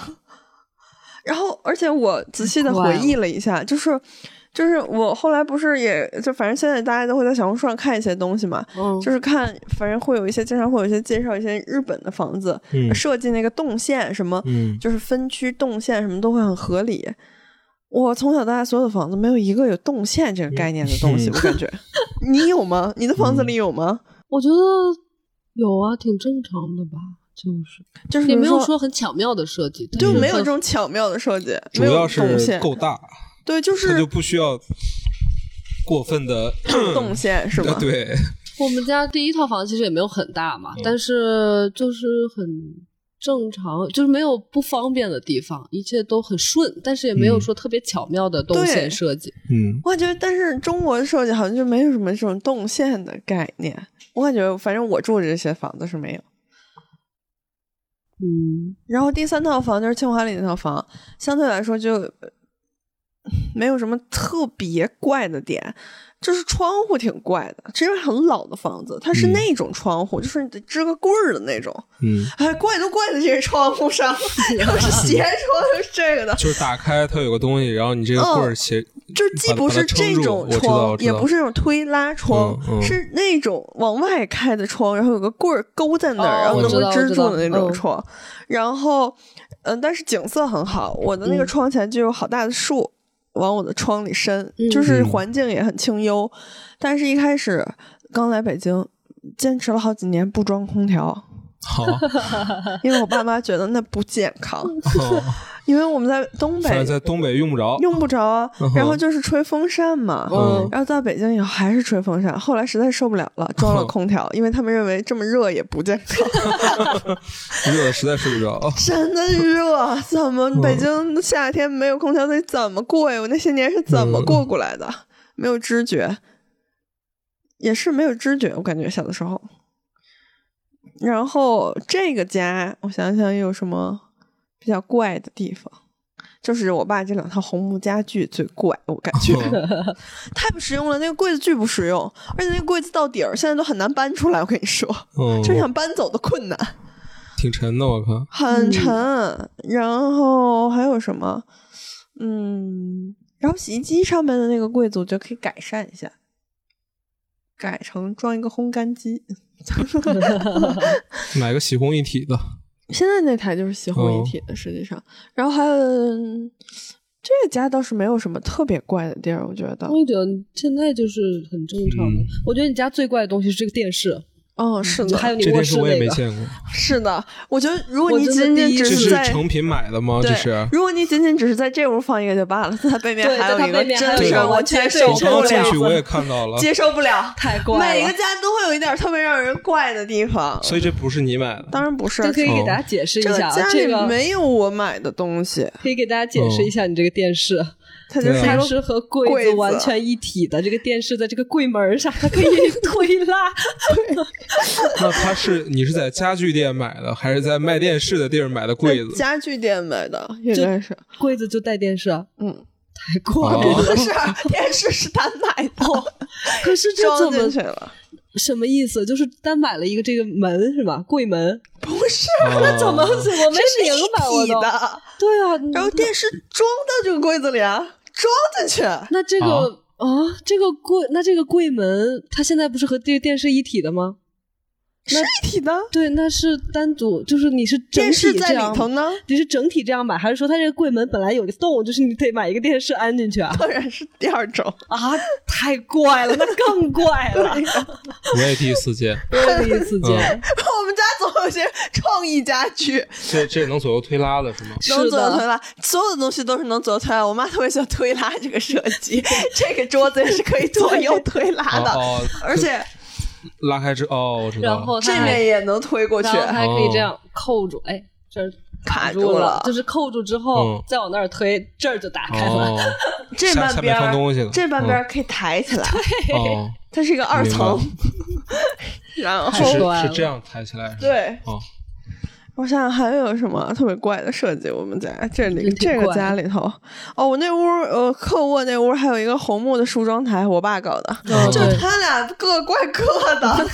[SPEAKER 5] 然后，而且我仔细的回忆了一下，就是，就是我后来不是也就反正现在大家都会在小红书上看一些东西嘛，
[SPEAKER 4] 嗯
[SPEAKER 5] 就是看反正会有一些经常会有一些介绍一些日本的房子、
[SPEAKER 3] 嗯
[SPEAKER 5] 设计那个动线什么，
[SPEAKER 3] 嗯，
[SPEAKER 5] 就是分区动线什么都会很合理。我从小到大所有的房子没有一个有动线这个概念的东西，
[SPEAKER 3] 嗯
[SPEAKER 5] 我感 觉你有吗？你的房子里有吗？
[SPEAKER 4] 我觉得有啊，挺正常的吧，就是
[SPEAKER 5] 就是比
[SPEAKER 4] 也
[SPEAKER 5] 如
[SPEAKER 4] 没有说嗯很巧妙的设计，
[SPEAKER 5] 就
[SPEAKER 4] 但
[SPEAKER 5] 没有
[SPEAKER 4] 是
[SPEAKER 5] 这种巧妙的设计，
[SPEAKER 3] 主
[SPEAKER 5] 没有
[SPEAKER 3] 要是
[SPEAKER 5] 动线，
[SPEAKER 3] 够大，
[SPEAKER 5] 对，就
[SPEAKER 3] 它
[SPEAKER 5] 是
[SPEAKER 3] 就不需要过分的
[SPEAKER 5] 动线是吗？
[SPEAKER 3] 对，
[SPEAKER 4] 我们家第一套房其实也没有很大嘛，
[SPEAKER 5] 嗯
[SPEAKER 4] 但是就是很正常，就是没有不方便的地方，一切都很顺，但是也没有
[SPEAKER 3] 嗯
[SPEAKER 4] 说特别巧妙的动
[SPEAKER 5] 对
[SPEAKER 4] 线设计。
[SPEAKER 3] 嗯，
[SPEAKER 5] 我感觉，但是中国的设计好像就没有什么这种动线的概念。我感觉，反正我住的这些房子是没有。
[SPEAKER 4] 嗯，
[SPEAKER 5] 然后第三套房就是清华里那套房，相对来说就呃没有什么特别怪的点，就是窗户挺怪的，这是很老的房子，它是
[SPEAKER 3] 嗯
[SPEAKER 5] 那种窗户，就是你得支个棍儿的那种，
[SPEAKER 3] 嗯，
[SPEAKER 5] 哎，怪都怪在这窗户上，又是斜窗，又是这个的，
[SPEAKER 3] 就是打开它有个东西，然后你这个棍儿斜，
[SPEAKER 5] 哦就是既不是这种
[SPEAKER 3] 把它把它撑住我知道
[SPEAKER 5] 窗
[SPEAKER 3] 我，知道
[SPEAKER 5] 也不是那种推拉窗，
[SPEAKER 3] 嗯嗯
[SPEAKER 5] 是那种往外开的窗，然后有个棍儿勾在那儿，
[SPEAKER 4] 哦
[SPEAKER 5] 然后
[SPEAKER 4] 我
[SPEAKER 5] 能
[SPEAKER 4] 知
[SPEAKER 5] 够
[SPEAKER 4] 道
[SPEAKER 5] 支
[SPEAKER 4] 我知
[SPEAKER 5] 住
[SPEAKER 4] 道
[SPEAKER 5] 的那种
[SPEAKER 4] 嗯
[SPEAKER 5] 窗。然后，嗯、但是景色很好，我的那个
[SPEAKER 4] 嗯
[SPEAKER 5] 窗前就有好大的树。往我的窗里伸，就是
[SPEAKER 3] 嗯
[SPEAKER 5] 环境也很清幽，但是一开始刚来北京，坚持了好几年不装空调，
[SPEAKER 3] 好，
[SPEAKER 5] 因为我爸妈觉得那不健康，
[SPEAKER 3] 哦
[SPEAKER 5] 因为我们在东
[SPEAKER 3] 反
[SPEAKER 5] 北
[SPEAKER 3] 正在东北用不着，
[SPEAKER 5] 用不着啊
[SPEAKER 3] 嗯，哼
[SPEAKER 5] 然后就是吹风扇嘛，
[SPEAKER 3] 嗯
[SPEAKER 5] 然后到北京以后还是吹风扇，后来实在受不了了，装
[SPEAKER 3] 嗯
[SPEAKER 5] 了空调，因为他们认为这么热也不健康，
[SPEAKER 3] 热的实在睡不着。
[SPEAKER 5] 真的热，怎么
[SPEAKER 3] 嗯
[SPEAKER 5] 北京的夏天没有空调得怎么过呀？我那些年是怎
[SPEAKER 3] 嗯
[SPEAKER 5] 么过过来的？没有知觉，也是没有知觉，我感觉小的时候。然后这个家，我想想有什么比较怪的地方，就是我爸这两套红木家具最怪，我感
[SPEAKER 3] 嗯
[SPEAKER 5] 觉。太不实用了，那个柜子巨不实用，而且那个柜子到底儿，现在都很难搬出来。我跟你说，
[SPEAKER 3] 嗯，
[SPEAKER 5] 就是想搬走的困难，
[SPEAKER 3] 挺沉的，我看。
[SPEAKER 5] 很沉。然后还有什么？嗯，然后洗衣机上面的那个柜子，我觉得可以改善一下，改成装一个烘干机。
[SPEAKER 3] 买个洗烘一体的，
[SPEAKER 5] 现在那台就是洗烘一体的，实际上。然后还有嗯这个家倒是没有什么特别怪的地儿，我觉得。
[SPEAKER 4] 我觉得现在就是很正常的。
[SPEAKER 3] 嗯
[SPEAKER 4] 我觉得你家最怪的东西是这个电视，
[SPEAKER 5] 嗯，是
[SPEAKER 4] 就
[SPEAKER 5] 的，
[SPEAKER 4] 还有你
[SPEAKER 3] 这
[SPEAKER 4] 卧
[SPEAKER 3] 电视
[SPEAKER 4] 室
[SPEAKER 3] 我也
[SPEAKER 4] 那
[SPEAKER 3] 没
[SPEAKER 4] 个。
[SPEAKER 3] 见过。
[SPEAKER 5] 是的。我觉得如果
[SPEAKER 4] 我
[SPEAKER 5] 你
[SPEAKER 4] 真的
[SPEAKER 5] 仅
[SPEAKER 4] 第
[SPEAKER 5] 仅
[SPEAKER 4] 一
[SPEAKER 5] 只
[SPEAKER 3] 这
[SPEAKER 4] 次
[SPEAKER 3] 是
[SPEAKER 5] 在
[SPEAKER 3] 成品买的吗？
[SPEAKER 5] 对，
[SPEAKER 3] 这是。
[SPEAKER 5] 如果你仅仅只是在这屋放一个就罢了，在它背面
[SPEAKER 4] 对
[SPEAKER 5] 还有
[SPEAKER 4] 在它
[SPEAKER 5] 一个
[SPEAKER 4] 背，面还有
[SPEAKER 5] 真
[SPEAKER 4] 一
[SPEAKER 5] 是
[SPEAKER 4] 个
[SPEAKER 5] 我
[SPEAKER 4] 完全
[SPEAKER 5] 接
[SPEAKER 4] 对
[SPEAKER 5] 受
[SPEAKER 3] 我
[SPEAKER 5] 不
[SPEAKER 3] 刚进去
[SPEAKER 5] 了，
[SPEAKER 3] 我也看到了，
[SPEAKER 5] 接受不
[SPEAKER 3] 哦
[SPEAKER 5] 了。
[SPEAKER 4] 太怪了，
[SPEAKER 5] 每个家都会有一点特别让人怪的地方，
[SPEAKER 3] 所以这不是你买 的。
[SPEAKER 5] 当然不是
[SPEAKER 4] 这。可以
[SPEAKER 3] 哦
[SPEAKER 4] 给大家解释一
[SPEAKER 5] 这个
[SPEAKER 4] 下，啊
[SPEAKER 5] 家
[SPEAKER 4] 这
[SPEAKER 5] 里
[SPEAKER 4] 个
[SPEAKER 5] 没有我买的东西，
[SPEAKER 4] 可以给大家解释一下你这个电视。
[SPEAKER 5] 它就
[SPEAKER 3] 对
[SPEAKER 5] 是
[SPEAKER 3] 啊
[SPEAKER 5] 一
[SPEAKER 4] 它
[SPEAKER 5] 个
[SPEAKER 4] 是和
[SPEAKER 5] 柜
[SPEAKER 4] 柜
[SPEAKER 5] 子
[SPEAKER 4] 子完全一体的，这个电视在这个柜门儿上，它可以推 拉。
[SPEAKER 3] 那它是你是在家具店买的，还是在卖电视的地儿买的柜
[SPEAKER 5] 在
[SPEAKER 3] 子？
[SPEAKER 5] 家具店买的，应该是
[SPEAKER 4] 柜子就带电视啊，
[SPEAKER 5] 嗯，
[SPEAKER 4] 太怪了。
[SPEAKER 3] 哦
[SPEAKER 5] 不是电视是他买 的，
[SPEAKER 4] 可是这怎
[SPEAKER 5] 装进
[SPEAKER 4] 么
[SPEAKER 5] 去了，
[SPEAKER 4] 什么意思？就是单买了一个这个门是吧？柜门，
[SPEAKER 5] 不是，
[SPEAKER 3] 那
[SPEAKER 4] 怎么怎么没
[SPEAKER 5] 哦这是
[SPEAKER 4] 明白？我
[SPEAKER 5] 一体
[SPEAKER 4] 都
[SPEAKER 5] 的，
[SPEAKER 4] 对啊，
[SPEAKER 5] 然后电视装到这个柜子里啊，装进去，
[SPEAKER 4] 那这
[SPEAKER 3] 啊
[SPEAKER 4] 个啊，这个柜那这个柜门，它现在不是和这个电视一体的吗？
[SPEAKER 5] 是一体的，
[SPEAKER 4] 对，那是单独，就是你是整
[SPEAKER 5] 电视
[SPEAKER 4] 体
[SPEAKER 5] 在
[SPEAKER 4] 这样
[SPEAKER 5] 里头呢。
[SPEAKER 4] 你是整体这样买，还是说它这个柜门本来有一个洞，就是你得买一个电视安进去啊？
[SPEAKER 5] 当然是第二种，
[SPEAKER 4] 啊，太怪了，那更怪了，
[SPEAKER 3] 我也第一次 见，
[SPEAKER 4] 我第一次见，
[SPEAKER 5] 我们家总有些创意家具，
[SPEAKER 3] 这这能左右推拉的是吗？
[SPEAKER 4] 是
[SPEAKER 5] 能左右推
[SPEAKER 4] 的，
[SPEAKER 5] 拉，所有的东西都是能左右推拉。我妈特别喜欢推拉这个设计，这个桌子也是可以左右推拉的，
[SPEAKER 3] 哦哦，
[SPEAKER 5] 而且
[SPEAKER 3] 拉开之哦，我知道了。
[SPEAKER 4] 然后它
[SPEAKER 5] 这
[SPEAKER 4] 还
[SPEAKER 5] 面也能推过去
[SPEAKER 4] 然，后它还可以这样扣住，哎，这儿
[SPEAKER 5] 卡
[SPEAKER 4] 住
[SPEAKER 5] 住了。
[SPEAKER 4] 就是扣住之后
[SPEAKER 3] 嗯
[SPEAKER 4] 再往那儿推，这儿就打开 了。
[SPEAKER 3] 哦，
[SPEAKER 5] 这
[SPEAKER 3] 下
[SPEAKER 5] 半
[SPEAKER 3] 下
[SPEAKER 5] 边
[SPEAKER 3] 面放
[SPEAKER 5] 儿，
[SPEAKER 3] 东西了，哦
[SPEAKER 5] 这半边儿可以抬起来，
[SPEAKER 3] 嗯哦，
[SPEAKER 5] 它是一个二层，然
[SPEAKER 3] 就
[SPEAKER 5] 后
[SPEAKER 4] 太怪
[SPEAKER 3] 是
[SPEAKER 4] 了
[SPEAKER 3] 是这样抬起来。是吧，
[SPEAKER 5] 对。
[SPEAKER 3] 哦，
[SPEAKER 5] 我想想还有什么特别怪的设计？我们家这里
[SPEAKER 4] 真挺
[SPEAKER 5] 这个
[SPEAKER 4] 怪
[SPEAKER 5] 家里头，哦，我那屋呃客卧那屋还有一个红木的梳妆台，我爸搞的，
[SPEAKER 3] 嗯
[SPEAKER 5] 就他俩各怪各 的，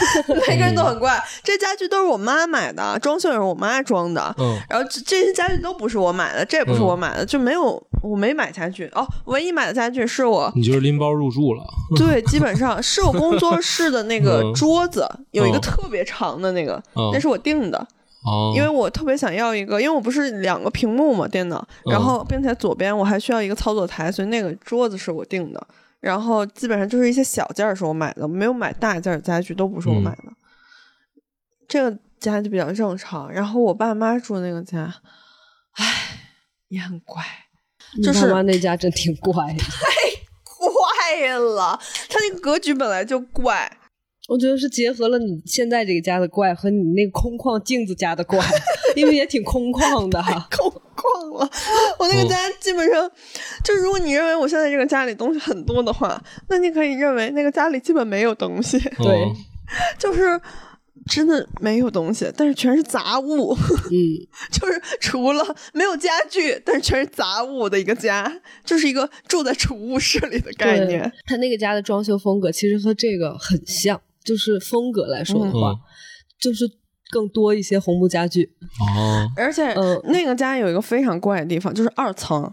[SPEAKER 5] 每个人都很怪。这家具都是我妈买的，装修也是我妈装的。
[SPEAKER 3] 嗯，
[SPEAKER 5] 然后这这些家具都不是我买的，这也不是
[SPEAKER 3] 嗯
[SPEAKER 5] 我买的，就没有我没买家具哦。唯一买的家具是我
[SPEAKER 3] 你就是拎包入住了。
[SPEAKER 5] 对，基本上是我工作室的那个
[SPEAKER 3] 嗯
[SPEAKER 5] 桌子，有一个
[SPEAKER 3] 嗯
[SPEAKER 5] 特别长的那个，
[SPEAKER 3] 嗯
[SPEAKER 5] 那是我定的。
[SPEAKER 3] 哦，
[SPEAKER 5] 因为我特别想要一个，因为我不是两个屏幕嘛，电脑，
[SPEAKER 3] 嗯
[SPEAKER 5] 然后并且左边我还需要一个操作台，所以那个桌子是我定的。然后基本上就是一些小件儿是我买的，没有买大件儿家具都不是我买的。这个家就比较正常。然后我爸妈住那个家，唉，也很怪，
[SPEAKER 4] 你
[SPEAKER 5] 就是
[SPEAKER 4] 爸妈那家真挺怪的，
[SPEAKER 5] 怪了。它那个格局本来就怪，
[SPEAKER 4] 我觉得是结合了你现在这个家的怪和你那个空旷镜子家的怪， 因为也挺空旷的。
[SPEAKER 5] 空旷了。我那个家基本上，就如果你认为我现在这个家里东西很多的话，那你可以认为那个家里基本没有东西，
[SPEAKER 4] 对
[SPEAKER 3] 嗯
[SPEAKER 5] 就是真的没有东西，但是全是杂物，
[SPEAKER 4] 嗯，
[SPEAKER 5] 就是除了没有家具，但是全是杂物的一个家，就是一个住在储物室里的概念。
[SPEAKER 4] 他那个家的装修风格其实和这个很像，就是风格来说的话，
[SPEAKER 3] 嗯
[SPEAKER 4] 就是更多一些红木家具。
[SPEAKER 3] 哦，
[SPEAKER 5] 而且、
[SPEAKER 4] 嗯
[SPEAKER 5] 那个家有一个非常怪的地方，就是二层，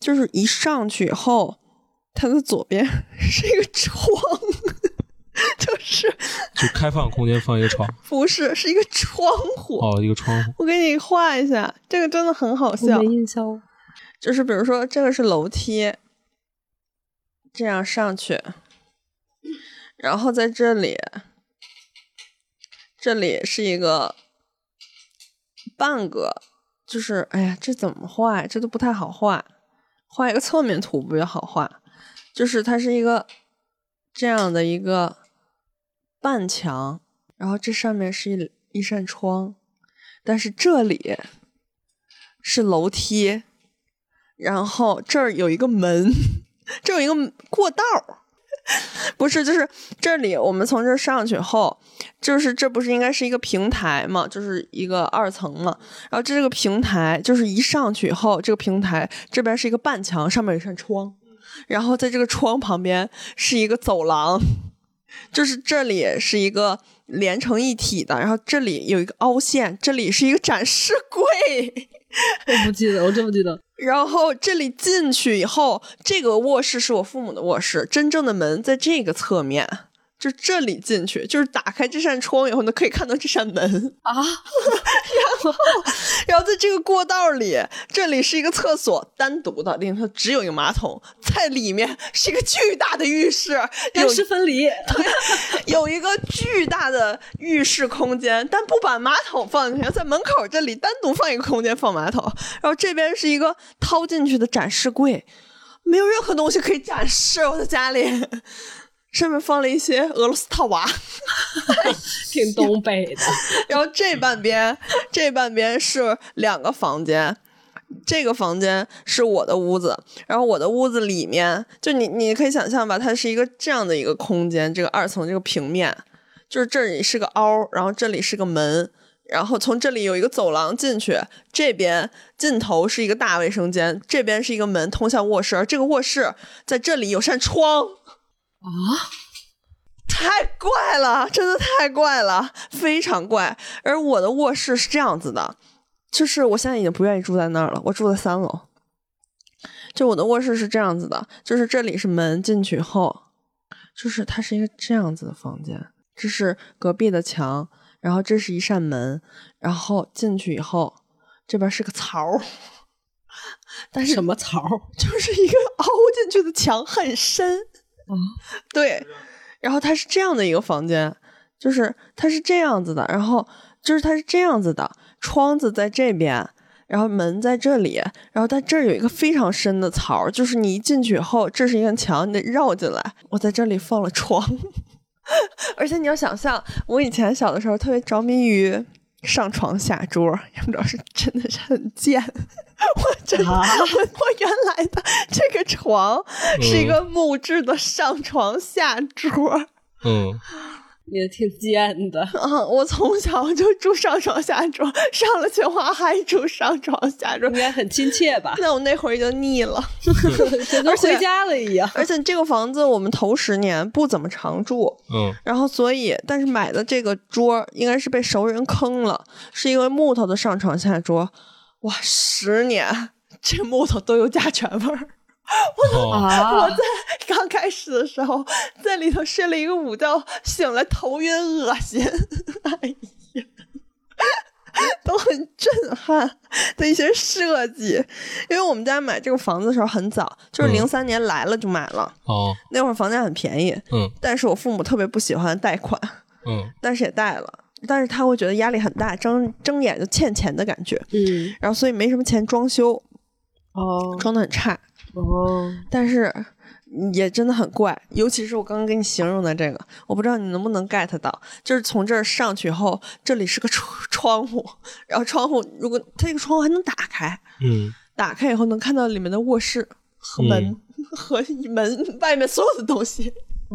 [SPEAKER 5] 就是一上去以后，它的左边 是一个窗，就是
[SPEAKER 3] 就开放空间放一个床，
[SPEAKER 5] 不是是一个窗户。
[SPEAKER 3] 哦，一个窗户，
[SPEAKER 5] 我给你画一下，这个真的很好
[SPEAKER 4] 我
[SPEAKER 5] 笑
[SPEAKER 4] 没。印象了，
[SPEAKER 5] 就是比如说，这个是楼梯，这样上去，然后在这里，这里是一个半个，就是哎呀，这怎么画呀？这都不太好画，画一个侧面图比较好画。就是它是一个这样的一个半墙，然后这上面是一一扇窗，但是这里是楼梯，然后这儿有一个门，这儿有一个过道儿。 不是，就是这里，我们从这儿上去后，就是这不是应该是一个平台嘛，就是一个二层嘛。然后这个平台，就是一上去以后，这个平台这边是一个半墙，上面有一扇窗，然后在这个窗旁边是一个走廊，就是这里是一个连成一体的，然后这里有一个凹陷，这里是一个展示柜。
[SPEAKER 4] 我不记得，我真不记得。
[SPEAKER 5] 然后这里进去以后，这个卧室是我父母的卧室，真正的门在这个侧面，就这里进去，就是打开这扇窗以后呢，可以看到这扇门 啊。然后，然后在这个过道里，这里是一个厕所，单独的，里头只有一个马桶，在里面是一个巨大的浴室，有
[SPEAKER 4] 干湿分离，
[SPEAKER 5] 有一个巨大的浴室空间，但不把马桶放进去，在门口这里单独放一个空间放马桶，然后这边是一个掏进去的展示柜，没有任何东西可以展示。我的家里 上面放了一些俄罗斯套娃，
[SPEAKER 4] 挺东北的。
[SPEAKER 5] 然后这半边这半边是两个房间。这个房间是我的屋子，然后我的屋子里面，就你你可以想象吧，它是一个这样的一个空间，这个二层这个平面，就是这里是个凹，然后这里是个门，然后从这里有一个走廊进去，这边尽头是一个大卫生间，这边是一个门通向卧室，而这个卧室在这里有扇窗
[SPEAKER 4] 啊，
[SPEAKER 5] 太怪了，真的太怪了，非常怪。而我的卧室是这样子的，就是我现在已经不愿意住在那儿了，我住在三楼。就我的卧室是这样子的，就是这里是门，进去后，就是它是一个这样子的房间，这是隔壁的墙，然后这是一扇门，然后进去以后，这边是个槽儿， 但是
[SPEAKER 4] 什么槽儿？
[SPEAKER 5] 就是一个凹进去的墙，很深。
[SPEAKER 4] 啊，
[SPEAKER 5] 对，然后它是这样的一个房间，就是它是这样子的，然后就是它是这样子的，窗子在这边，然后门在这里，然后它这儿有一个非常深的槽儿，就是你一进去以后，这是一面墙，你得绕进来。我在这里放了床， 而且你要想象，我以前小的时候特别着迷于。上床下桌，也不知道是真的是很贱。 我真的，我我原来的这个床是一个木质的上床下桌儿。
[SPEAKER 3] 嗯，
[SPEAKER 4] 也挺贱的。
[SPEAKER 5] 啊，我从小就住上床下桌，上了清华还住上床下桌，
[SPEAKER 4] 应。该很亲切吧
[SPEAKER 5] 那我那会儿就腻了，
[SPEAKER 4] 就跟回家了一样。
[SPEAKER 5] 而且这个房子我们头十年不怎么常住，
[SPEAKER 3] 嗯，
[SPEAKER 5] 然后所以，但是买的这个桌儿应该是被熟人坑了，是因为木头的上床下桌，哇，十年这木头都有甲醛味儿。
[SPEAKER 3] 哦，
[SPEAKER 5] 我
[SPEAKER 4] 啊，
[SPEAKER 5] 在刚开始的时候在里头睡了一个午觉，醒来头晕恶心，哎呀，都很震撼的一些设计。因为我们家买这个房子的时候很早，就是
[SPEAKER 3] 嗯
[SPEAKER 5] 零三年来了就买了，
[SPEAKER 3] 哦，
[SPEAKER 5] 那会儿房价很便宜，
[SPEAKER 3] 嗯
[SPEAKER 5] 但是我父母特别不喜欢贷款，
[SPEAKER 3] 嗯，
[SPEAKER 5] 但是也贷了。但是他会觉得压力很大，睁睁眼就欠钱的感觉，
[SPEAKER 4] 嗯，
[SPEAKER 5] 然后所以没什么钱装修，
[SPEAKER 4] 哦，
[SPEAKER 5] 装的很差。
[SPEAKER 4] 哦，
[SPEAKER 5] 但是也真的很怪，尤其是我刚刚给你形容的这个，我不知道你能不能 get 到，就是从这儿上去以后，这里是个窗窗户，然后窗户如果它这个窗户还能打开，
[SPEAKER 3] 嗯，
[SPEAKER 5] 打开以后能看到里面的卧室和门、和门外面所有的东西。
[SPEAKER 4] 哦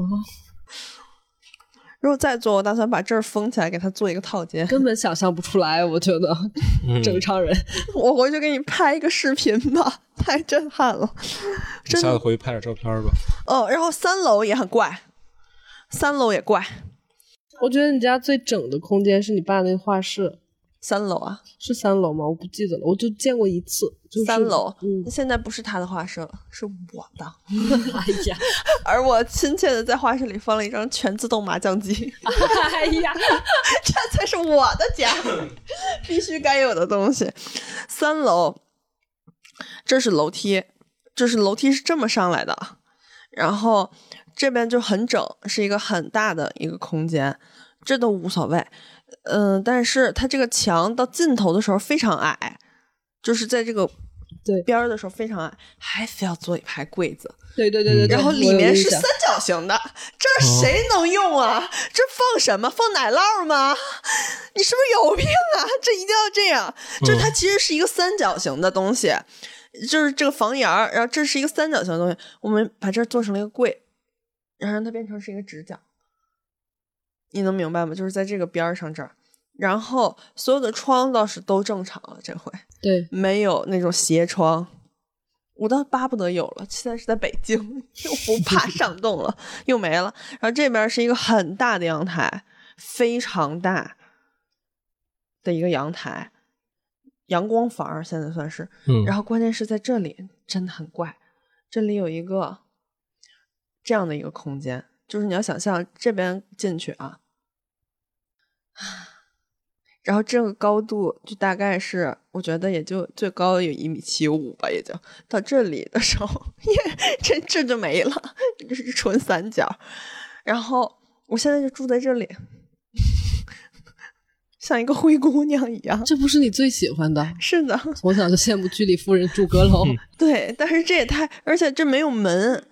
[SPEAKER 5] 如果再做，我打算把这儿封起来，给它做一个套间。
[SPEAKER 4] 根本想象不出来，我觉得
[SPEAKER 3] 嗯
[SPEAKER 4] 正常人。
[SPEAKER 5] 我回去给你拍一个视频吧，太震撼了。
[SPEAKER 3] 下次回去拍点照片吧。
[SPEAKER 5] 哦，然后三楼也很怪，三楼也怪，
[SPEAKER 4] 我觉得你家最整的空间是你爸那个画室，
[SPEAKER 5] 三楼啊，
[SPEAKER 4] 是三楼吗？我不记得了，我就见过一次，就是
[SPEAKER 5] 三楼。
[SPEAKER 4] 嗯，
[SPEAKER 5] 现在不是他的画室了，是我的。
[SPEAKER 4] 哎呀，
[SPEAKER 5] 而我亲切的在画室里放了一张全自动麻将机，
[SPEAKER 4] 哎呀，
[SPEAKER 5] 这才是我的 家，必须该有的东西。三楼，这是楼梯，这是楼梯是这么上来的，然后这边就很整，是一个很大的一个空间，这都无所谓。嗯、但是它这个墙到尽头的时候非常矮，就是在这个
[SPEAKER 4] 对
[SPEAKER 5] 边儿的时候非常矮，还非要做一排柜子。
[SPEAKER 4] 对对对对对，
[SPEAKER 5] 然后里
[SPEAKER 4] 我有
[SPEAKER 5] 面
[SPEAKER 4] 印
[SPEAKER 5] 是
[SPEAKER 4] 象
[SPEAKER 5] 三角形的，这谁能用啊？这放什么？放奶酪吗？你是不是有病啊？这一定要这样？就是它其实是一个三角形的东西，就是这个房檐儿，然后这是一个三角形的东西，我们把这儿做成了一个柜，然后让它变成是一个直角，你能明白吗？就是在这个边儿上这儿，然后所有的窗倒是都正常了，这回。
[SPEAKER 4] 对，
[SPEAKER 5] 没有那种斜窗，我倒巴不得有了。现在是在北京，又不怕上冻了，又没了。然后这边是一个很大的阳台，非常大的一个阳台，阳光房儿现在算是。
[SPEAKER 3] 嗯，
[SPEAKER 5] 然
[SPEAKER 3] 后
[SPEAKER 5] 后关键是在这里真的很怪，这里有一个这样的一个空间，就是你要想象这边进去啊， 然后这个高度就大概是我觉得也就最高有一米七五吧，也就到这里的时候，耶，这这就没了，这是纯三角。然后我现在就住在这里， 像一个灰姑娘一样。
[SPEAKER 4] 这不是你最喜欢的，
[SPEAKER 5] 是的，
[SPEAKER 4] 从小就羡慕居里夫人住阁楼，
[SPEAKER 5] 对，但是这也太，而且这没有门，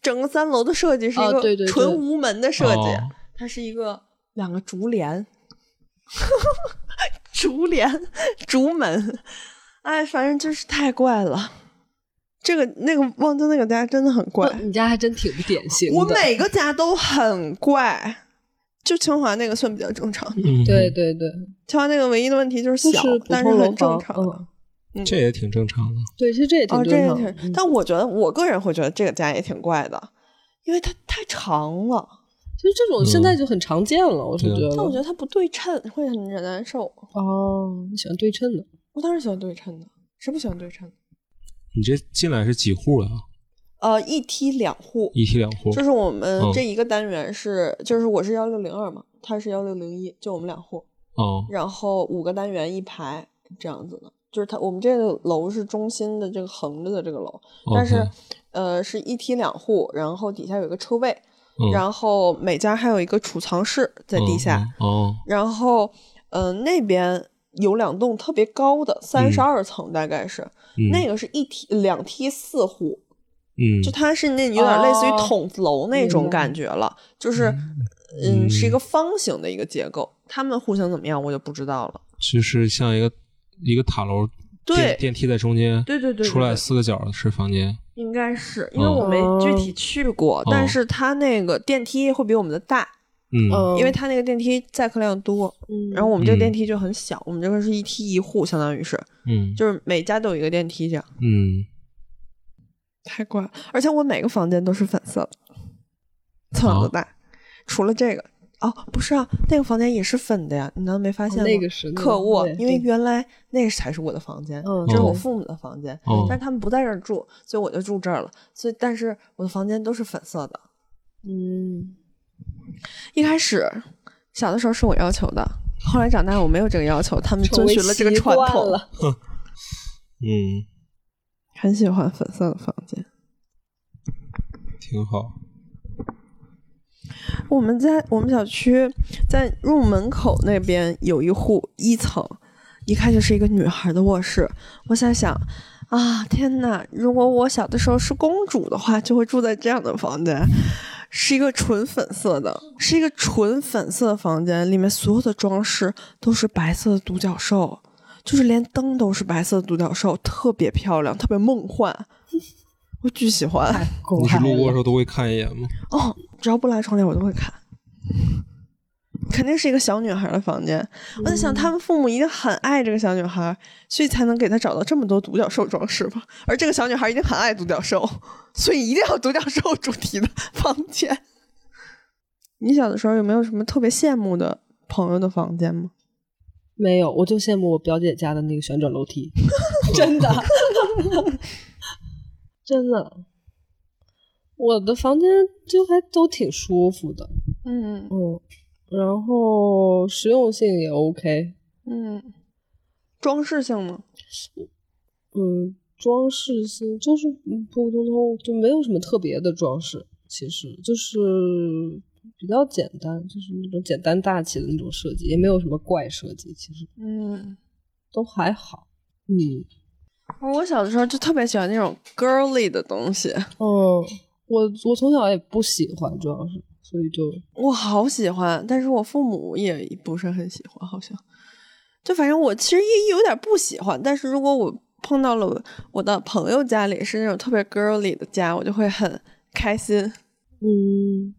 [SPEAKER 5] 整个三楼的设计是一
[SPEAKER 4] 哦对对
[SPEAKER 5] 个
[SPEAKER 4] 对
[SPEAKER 5] 纯无门的设计，
[SPEAKER 3] 哦
[SPEAKER 5] 它是一个两个竹帘， 竹帘竹门，哎，反正就是太怪了。这个那个望京那个家真的很怪，
[SPEAKER 4] 你家还真挺不典型的。
[SPEAKER 5] 我每个家都很怪，就清华那个算比较正常。
[SPEAKER 3] 嗯
[SPEAKER 4] 对，对对，
[SPEAKER 5] 清华那个唯一的问题就是
[SPEAKER 4] 就
[SPEAKER 5] 小，
[SPEAKER 4] 是普
[SPEAKER 5] 但是
[SPEAKER 4] 通楼
[SPEAKER 5] 很
[SPEAKER 4] 房
[SPEAKER 5] 正，常。
[SPEAKER 4] 嗯，
[SPEAKER 3] 这也挺正常的。
[SPEAKER 4] 对，其实这也挺
[SPEAKER 5] 哦，这
[SPEAKER 4] 正
[SPEAKER 5] 也
[SPEAKER 4] 常
[SPEAKER 5] 挺
[SPEAKER 4] 的。嗯
[SPEAKER 5] 但我觉得我个人会觉得这个家也挺怪的，因为它太长了，嗯
[SPEAKER 4] 其实这种现在就很常见了，我
[SPEAKER 3] 嗯
[SPEAKER 4] 是
[SPEAKER 3] 对
[SPEAKER 4] 觉得。
[SPEAKER 5] 但我觉得它不对称会很难受。
[SPEAKER 4] 哦，你喜欢对称的，
[SPEAKER 5] 我当然喜欢对称的，谁不喜欢对称的？
[SPEAKER 3] 你这进来是几户呀？啊
[SPEAKER 5] 呃，一梯两户，
[SPEAKER 3] 一梯两户
[SPEAKER 5] 就。是我们
[SPEAKER 3] 嗯
[SPEAKER 5] 这一个单元是，就是我是幺六零二嘛，他是幺六零一，就我们两户，
[SPEAKER 3] 哦，
[SPEAKER 5] 然后五个单元一排这样子的。就是它，我们这个楼是中心的这个横着的这个楼，但是
[SPEAKER 3] 哦 OK，
[SPEAKER 5] 呃是一梯两户，然后底下有一个车位，
[SPEAKER 3] 嗯
[SPEAKER 5] 然后每家还有一个储藏室在地下，
[SPEAKER 3] 嗯嗯哦，
[SPEAKER 5] 然后嗯、呃那边有两栋特别高的，三十二层大概是，
[SPEAKER 3] 嗯
[SPEAKER 5] 那个是一梯两梯四户，
[SPEAKER 3] 嗯
[SPEAKER 5] 就它是那有点类似于
[SPEAKER 4] 哦
[SPEAKER 5] 筒子楼那种
[SPEAKER 4] 明白
[SPEAKER 5] 感觉了，就是嗯是一个方形的一个结构，他们户型怎么样我就不知道了。
[SPEAKER 3] 就是像一个一个塔楼，
[SPEAKER 5] 对
[SPEAKER 3] 电电梯在中间，
[SPEAKER 5] 对对对对
[SPEAKER 3] 出来
[SPEAKER 5] 对
[SPEAKER 3] 四个角的是房间。
[SPEAKER 5] 应该是因为
[SPEAKER 3] 哦
[SPEAKER 5] 我没具体去过，但
[SPEAKER 3] 哦
[SPEAKER 5] 是它那个电梯会比我们的大，
[SPEAKER 3] 嗯
[SPEAKER 4] 嗯，
[SPEAKER 5] 因为它那个电梯载客量多，
[SPEAKER 4] 嗯
[SPEAKER 5] 然后我们这
[SPEAKER 3] 嗯
[SPEAKER 5] 个电梯就很小，我们这个是一梯一户，相当于是，
[SPEAKER 3] 嗯
[SPEAKER 5] 就是每家都有一个电梯，这样
[SPEAKER 3] 嗯，
[SPEAKER 5] 太怪了。而且我每个房间都是粉色的，从
[SPEAKER 3] 啊
[SPEAKER 5] 小到大，除了这个哦，不是啊，那个房间也是粉的呀，你难道没发现吗？
[SPEAKER 4] 哦那个是那个
[SPEAKER 5] 客卧，
[SPEAKER 4] 对
[SPEAKER 5] 因为
[SPEAKER 4] 对
[SPEAKER 5] 原来那个才是我的房间，
[SPEAKER 4] 嗯
[SPEAKER 5] 这是我
[SPEAKER 3] 嗯
[SPEAKER 5] 父母的房间，
[SPEAKER 3] 哦
[SPEAKER 5] 但是他们不在这儿住，所以我就住这儿了。所以，但是我的房间都是粉色的。
[SPEAKER 4] 嗯，
[SPEAKER 5] 一开始小的时候是我要求的，后来长大我没有这个要求，他们 遵循了这个传
[SPEAKER 4] 成为习惯
[SPEAKER 5] 统，
[SPEAKER 4] 了。
[SPEAKER 3] 嗯，
[SPEAKER 5] 很喜欢粉色的房间。
[SPEAKER 3] 挺好。
[SPEAKER 5] 我们在我们小区在入门口那边有一户一层，一看就是一个女孩的卧室。我在想啊，天呐，如果我小的时候是公主的话，就会住在这样的房间，是一个纯粉色的，是一个纯粉色的房间，里面所有的装饰都是白色的独角兽，就是连灯都是白色的独角兽，特别漂亮，特别梦幻，我巨喜欢。
[SPEAKER 3] 你是路过的时候都会看一眼吗？
[SPEAKER 5] 哦，只要不拉窗帘，我都会看。肯定是一个小女孩的房间，我在想，他们父母一定很爱这个小女孩，所以才能给她找到这么多独角兽装饰吧。而这个小女孩一定很爱独角兽，所以一定要独角兽 主题的房间。你小的时候有没有什么特别羡慕的朋友的房间吗？
[SPEAKER 4] 没有，我就羡慕我表姐家的那个旋转楼 梯，真的，真的。我的房间就还都挺舒服的，
[SPEAKER 5] 嗯
[SPEAKER 4] 嗯，然后实用性也 OK，
[SPEAKER 5] 嗯，装饰性吗？
[SPEAKER 4] 嗯，装饰性就是嗯普普通通，就没有什么特别的装饰，其实就是比较简单，就是那种简单大气的那种设计，也没有什么怪设计，其实
[SPEAKER 5] 嗯，
[SPEAKER 4] 都还好。嗯，
[SPEAKER 5] 我小的时候就特别喜欢那种 girly 的东西，
[SPEAKER 4] 哦，我我从小也不喜欢，主要是，所以就
[SPEAKER 5] 我好喜欢，但是我父母也不是很喜欢，好像。就反正我其实也有点不喜欢，但是如果我碰到了我的朋友家里是那种特别 girly 的家，我就会很开心。
[SPEAKER 4] 嗯，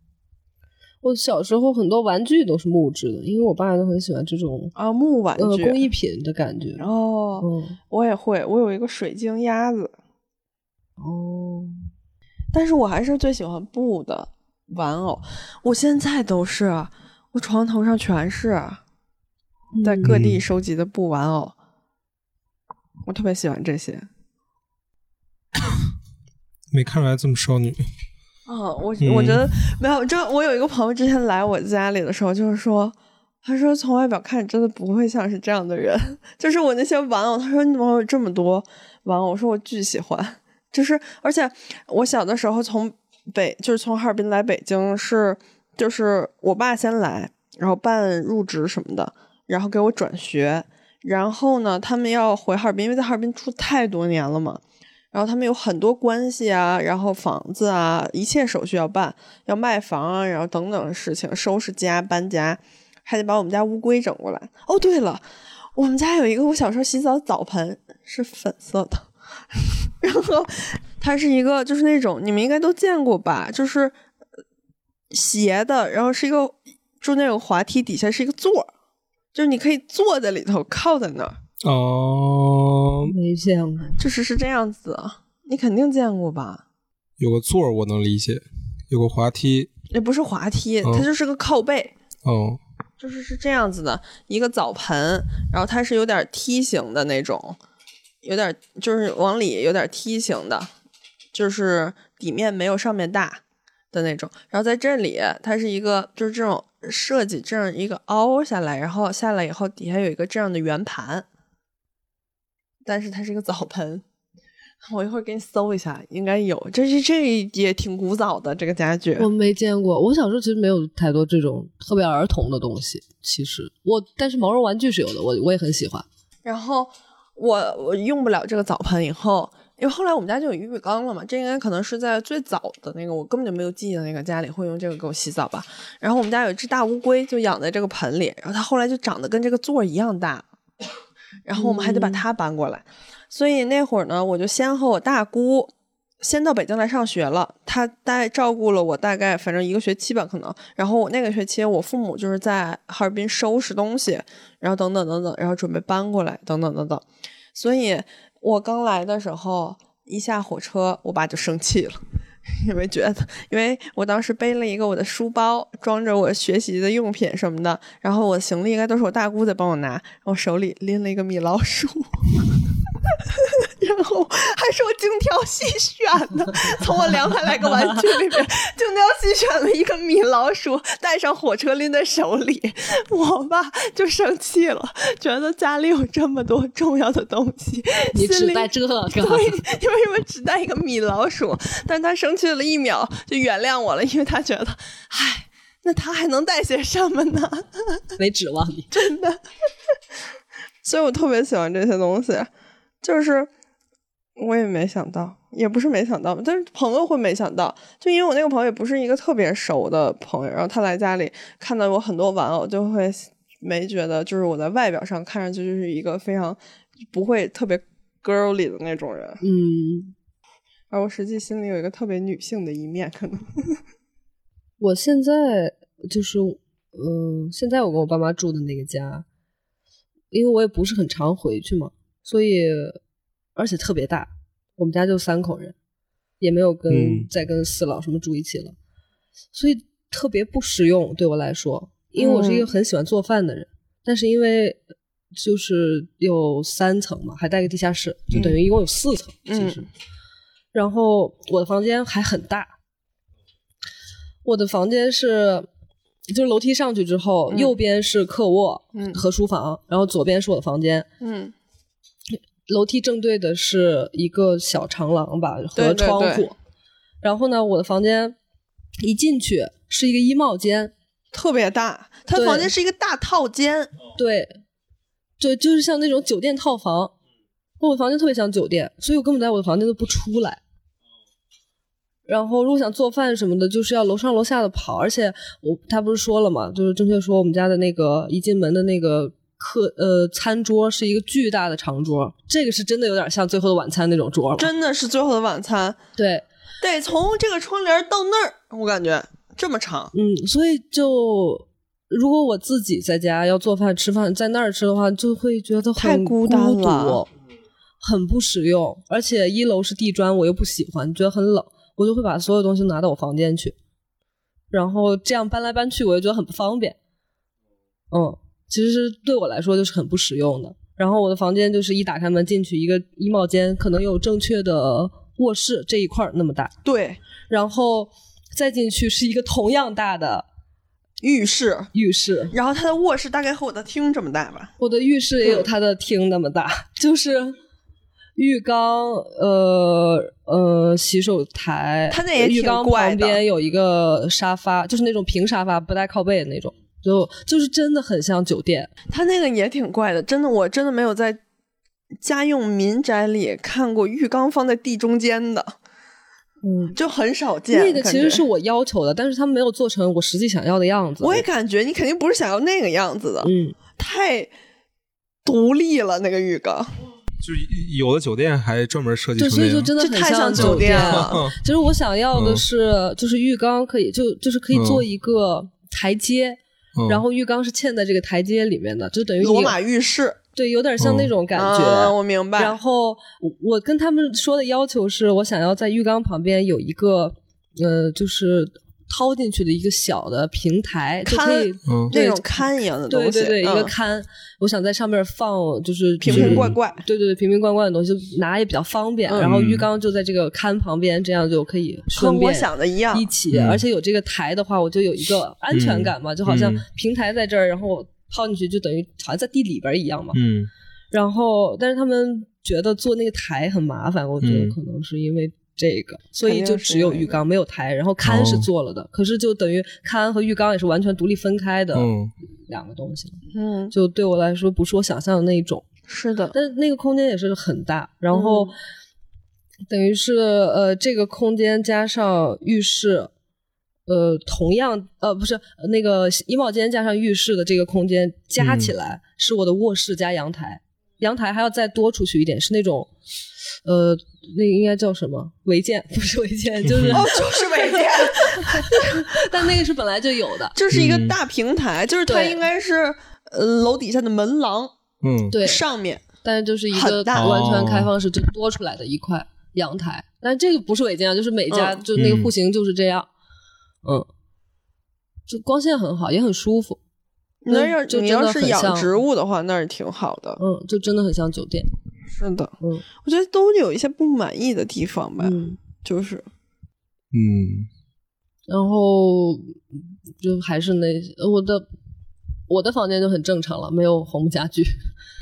[SPEAKER 4] 我小时候很多玩具都是木质的，因为我爸就很喜欢这种
[SPEAKER 5] 啊木玩
[SPEAKER 4] 呃
[SPEAKER 5] 具
[SPEAKER 4] 工艺品的感觉。
[SPEAKER 5] 然后
[SPEAKER 4] 嗯，
[SPEAKER 5] 我也会，我有一个水晶鸭子，
[SPEAKER 4] 哦，
[SPEAKER 5] 但是我还是最喜欢布的玩偶。我现在都是，我床头上全是在各地
[SPEAKER 3] 嗯
[SPEAKER 5] 收集的布玩偶，我特别喜欢这些。
[SPEAKER 3] 没看出来这么少女。
[SPEAKER 5] 嗯，我我觉得没有，这我有一个朋友之前来我家里的时候，就是说，他说从外表看真的不会像是这样的人， 就是我那些玩偶，他说你怎么会有这么多玩偶？我说我巨喜欢，就是而且我小的时候从北就是从哈尔滨来北京是就是我爸先来，然后办入职什么的，然后给我转学，然后呢，他们要回哈尔滨，因为在哈尔滨住太多年了嘛。然后他们有很多关系啊，然后房子啊，一切手续要办，要卖房啊，然后等等的事情，收拾家、搬家，还得把我们家乌龟整过来。哦，对了，我们家有一个我小时候洗澡的澡盆是粉色的， 然后它是一个就是那种你们应该都见过吧，就是呃斜的，然后是一个中间有个滑梯，底下是一个座儿，就是你可以坐在里头，靠在那儿。
[SPEAKER 3] 哦、
[SPEAKER 4] 没见过。
[SPEAKER 5] 就是是这样子，啊你肯定见过吧？
[SPEAKER 3] 有个座儿我能理解，有个滑梯，
[SPEAKER 5] 也不是滑梯，
[SPEAKER 3] 嗯
[SPEAKER 5] 它就是个靠背，
[SPEAKER 3] 哦、
[SPEAKER 5] 就是是这样子的一个澡盆，然后它是有点梯形的那种，有点就是往里有点梯形的，就是底面没有上面大的那种。然后在这里，它是一个就是这种设计，这样一个凹下来，然后下来以后底下有一个这样的圆盘，但是它是一个澡盆。 我一会儿给你搜一下，应该有。这是这也挺古早的这个家具。
[SPEAKER 4] 我没见过，我小时候其实没有太多这种特别儿童的东西。其实我，但是毛绒玩具是有的，我我也很喜欢。
[SPEAKER 5] 然后我我用不了这个澡盆以后，因为后来我们家就有浴缸了嘛，这应该可能是在最早的那个我根本就没有记忆的那个家里会用这个给我洗澡吧。然后我们家有一只大乌龟就养在这个盆里，然后它后来就长得跟这个座儿一样大，然后我们还得把它搬过来。所以那会儿呢，我就先和我大姑先到北京来上学了，她带照顾了我大概反正一个学期吧，可能。然后我那个学期，我父母就是在哈尔滨收拾东西，然后等等等等，然后准备搬过来，等等等等。所以我刚来的时候，一下火车，我爸就生气了。 因为觉得，因为我当时背了一个我的书包，装着我学习的用品什么的，然后我的行李应该都是我大姑在帮我拿，然后手里拎了一个米老鼠， 然后还是我精挑细选的，从我两百来个玩具里边精挑细选了一个米老鼠，带上火车拎在手里，我爸就生气了，觉得家里有这么多重要的东西，
[SPEAKER 4] 你
[SPEAKER 5] 心
[SPEAKER 4] 只
[SPEAKER 5] 里
[SPEAKER 4] 带 这个，
[SPEAKER 5] 对，你为什么只带一个米老鼠？但是他生气了一秒，就原谅我了，因为他觉得，唉，那他还能带些什么呢？
[SPEAKER 4] 没指望你。
[SPEAKER 5] 所以我特别喜欢这些东西，就是我也没想到，也不是没想到，但是朋友会没想到，就因为我那个朋友也不是一个特别熟的朋友，然后他来家里看到有很多玩偶，就会没觉得就是我在外表上看上去就是一个非常不会特别 girly 的那种人，
[SPEAKER 4] 嗯，
[SPEAKER 5] 而我实际心里有一个特别女性的一面，可能。
[SPEAKER 4] 我现在就是，嗯、现在我跟我爸妈住的那个家，因为我也不是很常回去嘛，所以而且特别大，我们家就三口人，也没有跟、
[SPEAKER 3] 嗯
[SPEAKER 4] 再跟四老什么住一起了，所以特别不实用对我来说，因为我是一个
[SPEAKER 5] 嗯
[SPEAKER 4] 很喜欢做饭的人，但是因为就是有三层嘛，还带个地下室，就等于一共有四层，其实。
[SPEAKER 5] 嗯
[SPEAKER 4] 然后我的房间还很大，我的房间是，就是楼梯上去之后，
[SPEAKER 5] 嗯
[SPEAKER 4] 右边是客卧
[SPEAKER 5] 嗯
[SPEAKER 4] 和书房，然后左边是我的房间。
[SPEAKER 5] 嗯
[SPEAKER 4] 楼梯正对的是一个小长廊吧和
[SPEAKER 5] 对对
[SPEAKER 4] 窗户。
[SPEAKER 5] 对
[SPEAKER 4] 然后呢，我的房间一进去是一个衣帽间，
[SPEAKER 5] 特别大，他
[SPEAKER 4] 对
[SPEAKER 5] 房间是一个大套间，
[SPEAKER 4] 对，就就是像那种酒店套房。我的房间特别像酒店，所以我根本在我的房间都不出来。然后如果想做饭什么的，就是要楼上楼下的跑。而且我他不是说了嘛，就是正确说我们家的那个一进门的那个客呃餐桌是一个巨大的长桌，这个是真的有点像《最后的晚餐》那种桌了。
[SPEAKER 5] 真的是最后的晚餐，
[SPEAKER 4] 对，
[SPEAKER 5] 得从这个窗帘到那儿，我感觉这么长。
[SPEAKER 4] 嗯，所以就如果我自己在家要做饭吃饭，在那儿吃的话，就会觉得
[SPEAKER 5] 太
[SPEAKER 4] 很
[SPEAKER 5] 孤
[SPEAKER 4] 孤
[SPEAKER 5] 单了
[SPEAKER 4] 独，很不实用。而且一楼是地砖，我又不喜欢，觉得很冷，我就会把所有东西拿到我房间去，然后这样搬来搬去，我就觉得很不方便。嗯，其实对我来说就是很不实用的。然后我的房间就是一打开门进去一个衣帽间，可能有正确的卧室这一块儿那么大，
[SPEAKER 5] 对，
[SPEAKER 4] 然后再进去是一个同样大的
[SPEAKER 5] 浴室，
[SPEAKER 4] 浴室，
[SPEAKER 5] 然后他的卧室大概和我的厅这么大吧。
[SPEAKER 4] 我的浴室也有它的厅那么大， 就是浴缸，呃呃，洗手台，
[SPEAKER 5] 它那也挺
[SPEAKER 4] 浴缸
[SPEAKER 5] 怪的
[SPEAKER 4] 旁边有一个沙发，就是那种平沙发，不带靠背的那种，就就是真的很像酒店。
[SPEAKER 5] 他那个也挺怪的，真的，我真的没有在家用民宅里看过浴缸放在地中间的，
[SPEAKER 4] 嗯，
[SPEAKER 5] 就很少见。
[SPEAKER 4] 那个
[SPEAKER 5] 感
[SPEAKER 4] 其
[SPEAKER 5] 觉
[SPEAKER 4] 实是我要求的，但是他们没有做成我实际想要的样子。
[SPEAKER 5] 我也感觉你肯定不是想要那个样子的，
[SPEAKER 4] 嗯，
[SPEAKER 5] 太独立了那个浴缸，
[SPEAKER 3] 就是有的酒店还专门设计
[SPEAKER 4] 对，
[SPEAKER 3] 成
[SPEAKER 4] 所
[SPEAKER 3] 那
[SPEAKER 4] 以就
[SPEAKER 3] 样。
[SPEAKER 4] 真的
[SPEAKER 5] 这
[SPEAKER 4] 很
[SPEAKER 5] 太像
[SPEAKER 4] 酒
[SPEAKER 5] 酒店了。
[SPEAKER 3] 嗯
[SPEAKER 4] 其实我想要的
[SPEAKER 3] 嗯
[SPEAKER 4] 是，就是浴缸可以就就是可以
[SPEAKER 3] 嗯
[SPEAKER 4] 做一个台阶，
[SPEAKER 3] 嗯
[SPEAKER 4] 然后浴缸是嵌在这个台阶里面的，就等于
[SPEAKER 5] 罗
[SPEAKER 4] 有
[SPEAKER 5] 马浴室
[SPEAKER 4] 对，有点
[SPEAKER 3] 嗯
[SPEAKER 4] 像那种感觉。
[SPEAKER 5] 啊我明白。
[SPEAKER 4] 然后我我跟他们说的要求是，我想要在浴缸旁边有一个呃，就是掏进去的一个小的平台，就
[SPEAKER 5] 龛
[SPEAKER 4] 可以
[SPEAKER 3] 嗯
[SPEAKER 5] 那
[SPEAKER 4] 对
[SPEAKER 5] 种龛一样的
[SPEAKER 4] 对
[SPEAKER 5] 东西，
[SPEAKER 4] 对对，一个
[SPEAKER 5] 嗯
[SPEAKER 4] 龛，我想在上面放就是
[SPEAKER 5] 瓶
[SPEAKER 4] 就是
[SPEAKER 5] 瓶罐罐。
[SPEAKER 4] 对对对，瓶瓶罐罐的东西就拿也比较方便，
[SPEAKER 5] 嗯
[SPEAKER 4] 然后浴缸就在这个龛旁边，这样就可以
[SPEAKER 5] 和
[SPEAKER 4] 顺便
[SPEAKER 5] 我想的一样
[SPEAKER 4] 一，起，
[SPEAKER 3] 嗯
[SPEAKER 4] 而且有这个台的话，我就有一个安全感嘛，就好像
[SPEAKER 3] 嗯
[SPEAKER 4] 平台在这儿，然后我泡进去就等于好像在地里边儿一样嘛。
[SPEAKER 3] 嗯，
[SPEAKER 4] 然后，但是他们觉得做那个台很麻烦，我觉得
[SPEAKER 3] 嗯
[SPEAKER 4] 可能是因为这个，所以
[SPEAKER 5] 肯定
[SPEAKER 4] 就是只有
[SPEAKER 5] 因为
[SPEAKER 4] 浴缸没有台，然后龛是
[SPEAKER 3] 哦
[SPEAKER 4] 做了的，可是就等于龛和浴缸也是完全独立分开的
[SPEAKER 3] 嗯
[SPEAKER 4] 两个东西了，
[SPEAKER 5] 嗯，
[SPEAKER 4] 就对我来说不是我想象的那一种。
[SPEAKER 5] 是的，
[SPEAKER 4] 但那个空间也是很大，然后
[SPEAKER 5] 嗯
[SPEAKER 4] 等于是呃，这个空间加上浴室，呃，同样呃不是呃那个衣帽间加上浴室的这个空间加起来是我的卧室加阳台，阳台还要再多出去一点，是那种呃那应该叫什么违建？不是违建，就是
[SPEAKER 5] 哦，就是违建，
[SPEAKER 4] 但那个是本来就有的，
[SPEAKER 5] 这是一个
[SPEAKER 3] 嗯
[SPEAKER 5] 大平台，就是它
[SPEAKER 4] 对
[SPEAKER 5] 应该是呃楼底下的门廊
[SPEAKER 3] 嗯，
[SPEAKER 4] 对，
[SPEAKER 5] 上面，
[SPEAKER 4] 但是就是一
[SPEAKER 5] 很
[SPEAKER 4] 个
[SPEAKER 5] 大
[SPEAKER 4] 完全开放式，就多出来的一块阳台。但这个不是违建啊，就是每家、
[SPEAKER 5] 嗯
[SPEAKER 4] 就那个户型就是这样，嗯，就光线很好，也很舒服，嗯
[SPEAKER 5] 那要
[SPEAKER 4] 就
[SPEAKER 5] 你
[SPEAKER 4] 真的
[SPEAKER 5] 要是
[SPEAKER 4] 很
[SPEAKER 5] 养
[SPEAKER 4] 像
[SPEAKER 5] 植物的话，那是挺好的。
[SPEAKER 4] 嗯，就真的很像酒店，
[SPEAKER 5] 是的，
[SPEAKER 4] 嗯
[SPEAKER 5] 我觉得都有一些不满意的地方吧，
[SPEAKER 4] 嗯。
[SPEAKER 5] 就是
[SPEAKER 3] 嗯
[SPEAKER 4] 然后就还是那呃我的我的房间就很正常了，没有红木家具。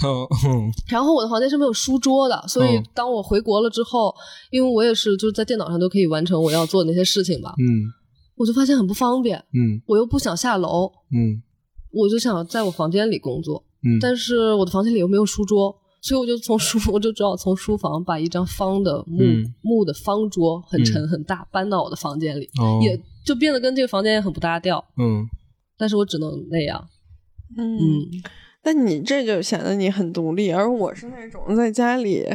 [SPEAKER 3] 嗯嗯
[SPEAKER 4] 然后我的房间是没有书桌的，所以
[SPEAKER 3] 嗯
[SPEAKER 4] 当我回国了之后，因为我也是就是在电脑上都可以完成我要做的那些事情吧，
[SPEAKER 3] 嗯
[SPEAKER 4] 我就发现很不方便，
[SPEAKER 3] 嗯
[SPEAKER 4] 我又不想下楼，
[SPEAKER 3] 嗯
[SPEAKER 4] 我就想在我房间里工作，
[SPEAKER 3] 嗯，
[SPEAKER 4] 但是我的房间里又没有书桌，所以我就从书，我就只好从书房把一张方的木、
[SPEAKER 3] 嗯
[SPEAKER 4] 木的方桌，很沉
[SPEAKER 3] 嗯
[SPEAKER 4] 很大，搬到我的房间里，
[SPEAKER 3] 哦，
[SPEAKER 4] 也就变得跟这个房间也很不搭调。
[SPEAKER 3] 嗯，
[SPEAKER 4] 但是我只能那样，
[SPEAKER 5] 嗯，
[SPEAKER 4] 嗯，
[SPEAKER 5] 那你这就显得你很独立，而我是那种在家里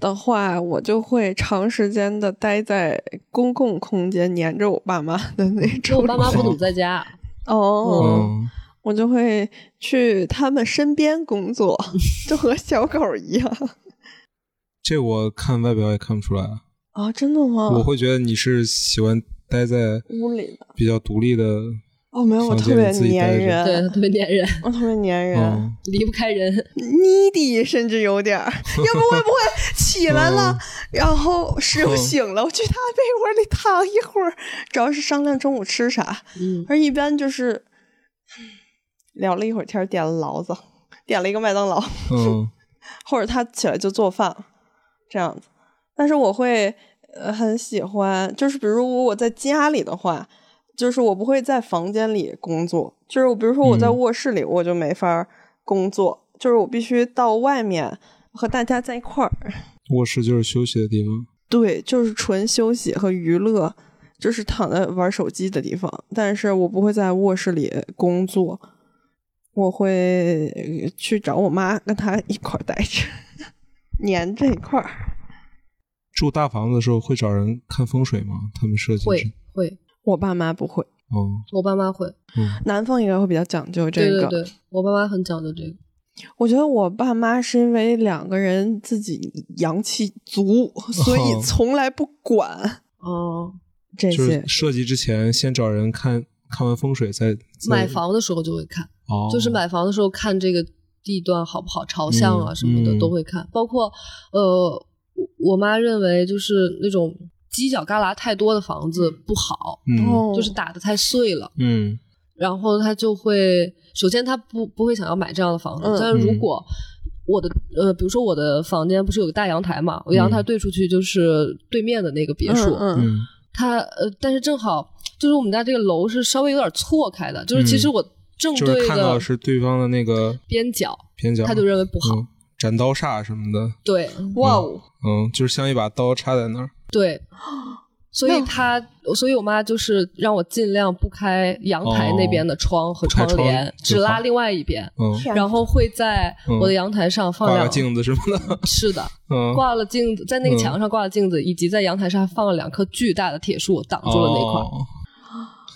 [SPEAKER 5] 的话，我就会长时间的待在公共空间，黏着我爸妈的那
[SPEAKER 4] 因为
[SPEAKER 5] 种。
[SPEAKER 4] 嗯我爸妈嗯不怎么在家，
[SPEAKER 5] 哦，
[SPEAKER 3] 哦，
[SPEAKER 5] 我就会去他们身边工 作，就和小狗一样
[SPEAKER 3] 这我看外表也看不出来啊。
[SPEAKER 4] 哦
[SPEAKER 5] 啊！真的吗？
[SPEAKER 3] 我会觉得你是喜欢待在
[SPEAKER 5] 屋里的
[SPEAKER 3] 比较独立的，
[SPEAKER 5] 哦，没有，我
[SPEAKER 3] 房
[SPEAKER 5] 特
[SPEAKER 3] 间
[SPEAKER 5] 别
[SPEAKER 3] 里自己待
[SPEAKER 5] 粘
[SPEAKER 3] 着
[SPEAKER 5] 人，
[SPEAKER 4] 对，特别粘人，
[SPEAKER 5] 我特别粘人、
[SPEAKER 3] 嗯，
[SPEAKER 4] 离不开人。
[SPEAKER 5] n e 甚至有点儿，要不会不会起来了，然后师傅
[SPEAKER 3] 嗯
[SPEAKER 5] 醒了，我去他被窝里躺一会儿，主要是商量中午吃啥，
[SPEAKER 4] 嗯，
[SPEAKER 5] 而一般就是聊了一会儿天儿，点了醪糟，点了一个麦当劳，
[SPEAKER 3] 嗯，
[SPEAKER 5] 或者他起来就做饭，这样子。但是我会呃很喜欢，就是比如如果我在家里的话，就是我不会在房间里工作，就是我比如说我在
[SPEAKER 3] 嗯
[SPEAKER 5] 卧室里，我就没法儿工作，就是我必须到外面和大家在一块儿。
[SPEAKER 3] 卧室就是休息的地方。
[SPEAKER 5] 对，就是纯休息和娱乐，就是躺在玩手机的地方。但是我不会在卧室里工作，我会呃去找我妈，跟她一块儿待着， 粘在一块儿。
[SPEAKER 3] 住大房子的时候会找人看风水吗？他们设计
[SPEAKER 4] 会
[SPEAKER 3] 师
[SPEAKER 4] 会，
[SPEAKER 5] 我爸妈不会，
[SPEAKER 3] 哦，
[SPEAKER 4] 我爸妈会，
[SPEAKER 3] 嗯，
[SPEAKER 5] 南方应该会比较讲究这
[SPEAKER 4] 对
[SPEAKER 5] 个。
[SPEAKER 4] 对对，我爸妈很讲究这个。
[SPEAKER 5] 我觉得我爸妈是因为两个人自己阳气足，所以
[SPEAKER 3] 哦
[SPEAKER 5] 从来不管
[SPEAKER 4] 哦，
[SPEAKER 5] 这
[SPEAKER 3] 就
[SPEAKER 5] 些
[SPEAKER 3] 是。设计之前先找人看看完风水再再
[SPEAKER 4] 买房的时候就会看，
[SPEAKER 3] 哦，
[SPEAKER 4] 就是买房的时候看这个地段好不好，朝向啊
[SPEAKER 3] 嗯
[SPEAKER 4] 什么的
[SPEAKER 3] 嗯
[SPEAKER 4] 都会看，包括呃，我我妈认为就是那种犄角旮旯太多的房子不好，
[SPEAKER 3] 嗯
[SPEAKER 5] 哦
[SPEAKER 4] 就是打的太碎了，
[SPEAKER 3] 嗯
[SPEAKER 4] 然后她就会首先她不不会想要买这样的房子，
[SPEAKER 5] 嗯
[SPEAKER 4] 但是如果我的呃，比如说我的房间不是有个大阳台嘛？我阳台
[SPEAKER 3] 嗯
[SPEAKER 4] 对出去就是对面的那个别墅，
[SPEAKER 5] 嗯嗯
[SPEAKER 3] 嗯
[SPEAKER 4] 它呃，但是正好就是我们家这个楼是稍微有点错开的，就是其实
[SPEAKER 3] 嗯
[SPEAKER 4] 我正
[SPEAKER 3] 就
[SPEAKER 4] 对
[SPEAKER 3] 是看到
[SPEAKER 4] 的
[SPEAKER 3] 是对方的那个
[SPEAKER 4] 边角，
[SPEAKER 3] 边角，
[SPEAKER 4] 他就认为不好。
[SPEAKER 3] 嗯斩刀煞什么的，
[SPEAKER 4] 对
[SPEAKER 5] 哇哦，
[SPEAKER 3] 嗯，就是像一把刀插在那儿，
[SPEAKER 4] 对，所
[SPEAKER 5] 那
[SPEAKER 4] 以他，所以我妈就是让我尽量不开阳台那边的窗和
[SPEAKER 3] 哦不开
[SPEAKER 4] 窗
[SPEAKER 3] 窗
[SPEAKER 4] 帘，
[SPEAKER 3] 就
[SPEAKER 4] 只拉
[SPEAKER 3] 好
[SPEAKER 4] 另外一边。
[SPEAKER 3] 嗯，
[SPEAKER 5] 天
[SPEAKER 4] 然后会在我的
[SPEAKER 3] 嗯
[SPEAKER 4] 阳台上放
[SPEAKER 3] 挂
[SPEAKER 4] 两、
[SPEAKER 3] 个镜子什么的，
[SPEAKER 4] 是的，
[SPEAKER 3] 嗯，
[SPEAKER 4] 挂了镜子，在那个
[SPEAKER 3] 嗯
[SPEAKER 4] 墙上挂了镜子，以及在阳台上放了两棵巨大的铁树，挡住了那块。
[SPEAKER 3] 哦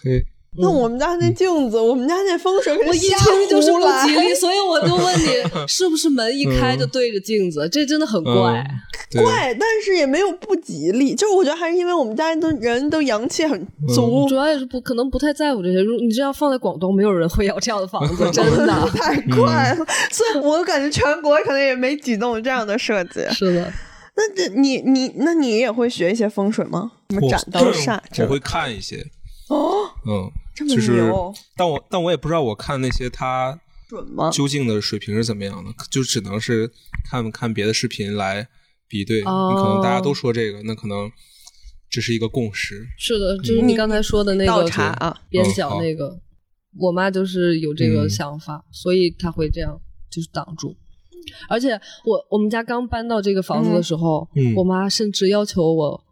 [SPEAKER 3] 嘿，
[SPEAKER 5] 那我们家那镜子，我们家那风水可
[SPEAKER 4] 我一
[SPEAKER 5] 瞎
[SPEAKER 4] 听就是
[SPEAKER 5] 胡
[SPEAKER 4] 不
[SPEAKER 5] 来。
[SPEAKER 4] 吉利，所以我就问 你，是不是门一开就对着镜子？这真的很怪。
[SPEAKER 3] 嗯对，
[SPEAKER 5] 怪，但是也没有不吉利。就是我觉得还是因为我们家都人都阳气很足，
[SPEAKER 4] 主要也是不可能不太在乎这些。如你这样放在广东，没有人会要这样的房 子，真
[SPEAKER 3] 嗯
[SPEAKER 4] 的。
[SPEAKER 5] 太怪了。所以我感觉全国可能也没几栋这样的 设计。
[SPEAKER 4] 是的，
[SPEAKER 5] 那这你你那你也会学一些风水吗？什么斩刀煞之
[SPEAKER 3] 嗯我
[SPEAKER 5] 类
[SPEAKER 3] 会
[SPEAKER 5] 的？
[SPEAKER 3] 看一些，
[SPEAKER 5] 哦，
[SPEAKER 3] 嗯，
[SPEAKER 5] 这么
[SPEAKER 3] 就是
[SPEAKER 5] 牛，
[SPEAKER 3] 但我但我也不知道我看那些他
[SPEAKER 5] 准吗？
[SPEAKER 3] 究竟的水平是怎么样的，就只能是看看别的视频来比对。
[SPEAKER 4] 哦
[SPEAKER 3] 你可能大家都说这个，那可能这是一个共识。
[SPEAKER 4] 是的，就是你刚才说的那
[SPEAKER 5] 倒
[SPEAKER 4] 个
[SPEAKER 5] 茶啊，
[SPEAKER 4] 边角那个，我妈就是有这个想法，所以她会这样就是挡住。而且我我们家刚搬到这个房子的时候，
[SPEAKER 3] 嗯嗯
[SPEAKER 4] 我妈甚至要求我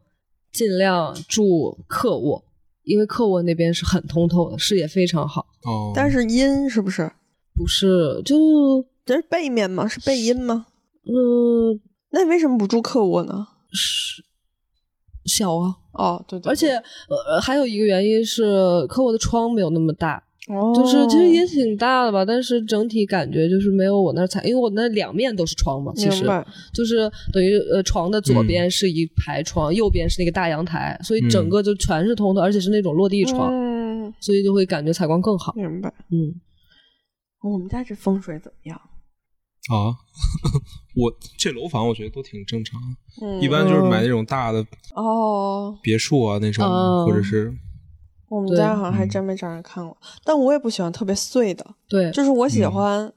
[SPEAKER 4] 尽量住客卧，因为客卧那边是很通透的，视野非常好。
[SPEAKER 3] 哦，
[SPEAKER 5] 但是阴是不是？
[SPEAKER 4] 不是，就
[SPEAKER 5] 这是背面吗？是背阴吗？
[SPEAKER 4] 嗯、
[SPEAKER 5] 那你为什么不住客卧呢？
[SPEAKER 4] 是小啊，
[SPEAKER 5] 哦，对对，
[SPEAKER 4] 而且呃还有一个原因是客卧的窗没有那么大，
[SPEAKER 5] 哦
[SPEAKER 4] 就是其实也挺大的吧，但是整体感觉就是没有我那儿彩，因为我那两面都是窗嘛，其
[SPEAKER 5] 明
[SPEAKER 4] 实
[SPEAKER 5] 白。
[SPEAKER 4] 就是等于呃床的左
[SPEAKER 3] 嗯
[SPEAKER 4] 边是一排床，右边是那个大阳台，所以
[SPEAKER 3] 嗯
[SPEAKER 4] 整个就全是通透，而且是那种落地窗，
[SPEAKER 5] 嗯，
[SPEAKER 4] 所以就会感觉采光更好。
[SPEAKER 5] 明白。哦
[SPEAKER 4] 嗯，
[SPEAKER 5] 我们家这风水怎么样？
[SPEAKER 3] 啊，我这楼房我觉得都挺正常，
[SPEAKER 5] 嗯
[SPEAKER 3] 一般就是买那种大的
[SPEAKER 5] 哦，
[SPEAKER 3] 别墅啊那种的，
[SPEAKER 5] 嗯
[SPEAKER 4] 哦
[SPEAKER 3] 或者是
[SPEAKER 5] 我们
[SPEAKER 4] 对
[SPEAKER 5] 家好像还
[SPEAKER 3] 嗯
[SPEAKER 5] 真没找人看过，但我也不喜欢特别碎的，
[SPEAKER 4] 对，
[SPEAKER 5] 就是我
[SPEAKER 4] 嗯
[SPEAKER 5] 喜欢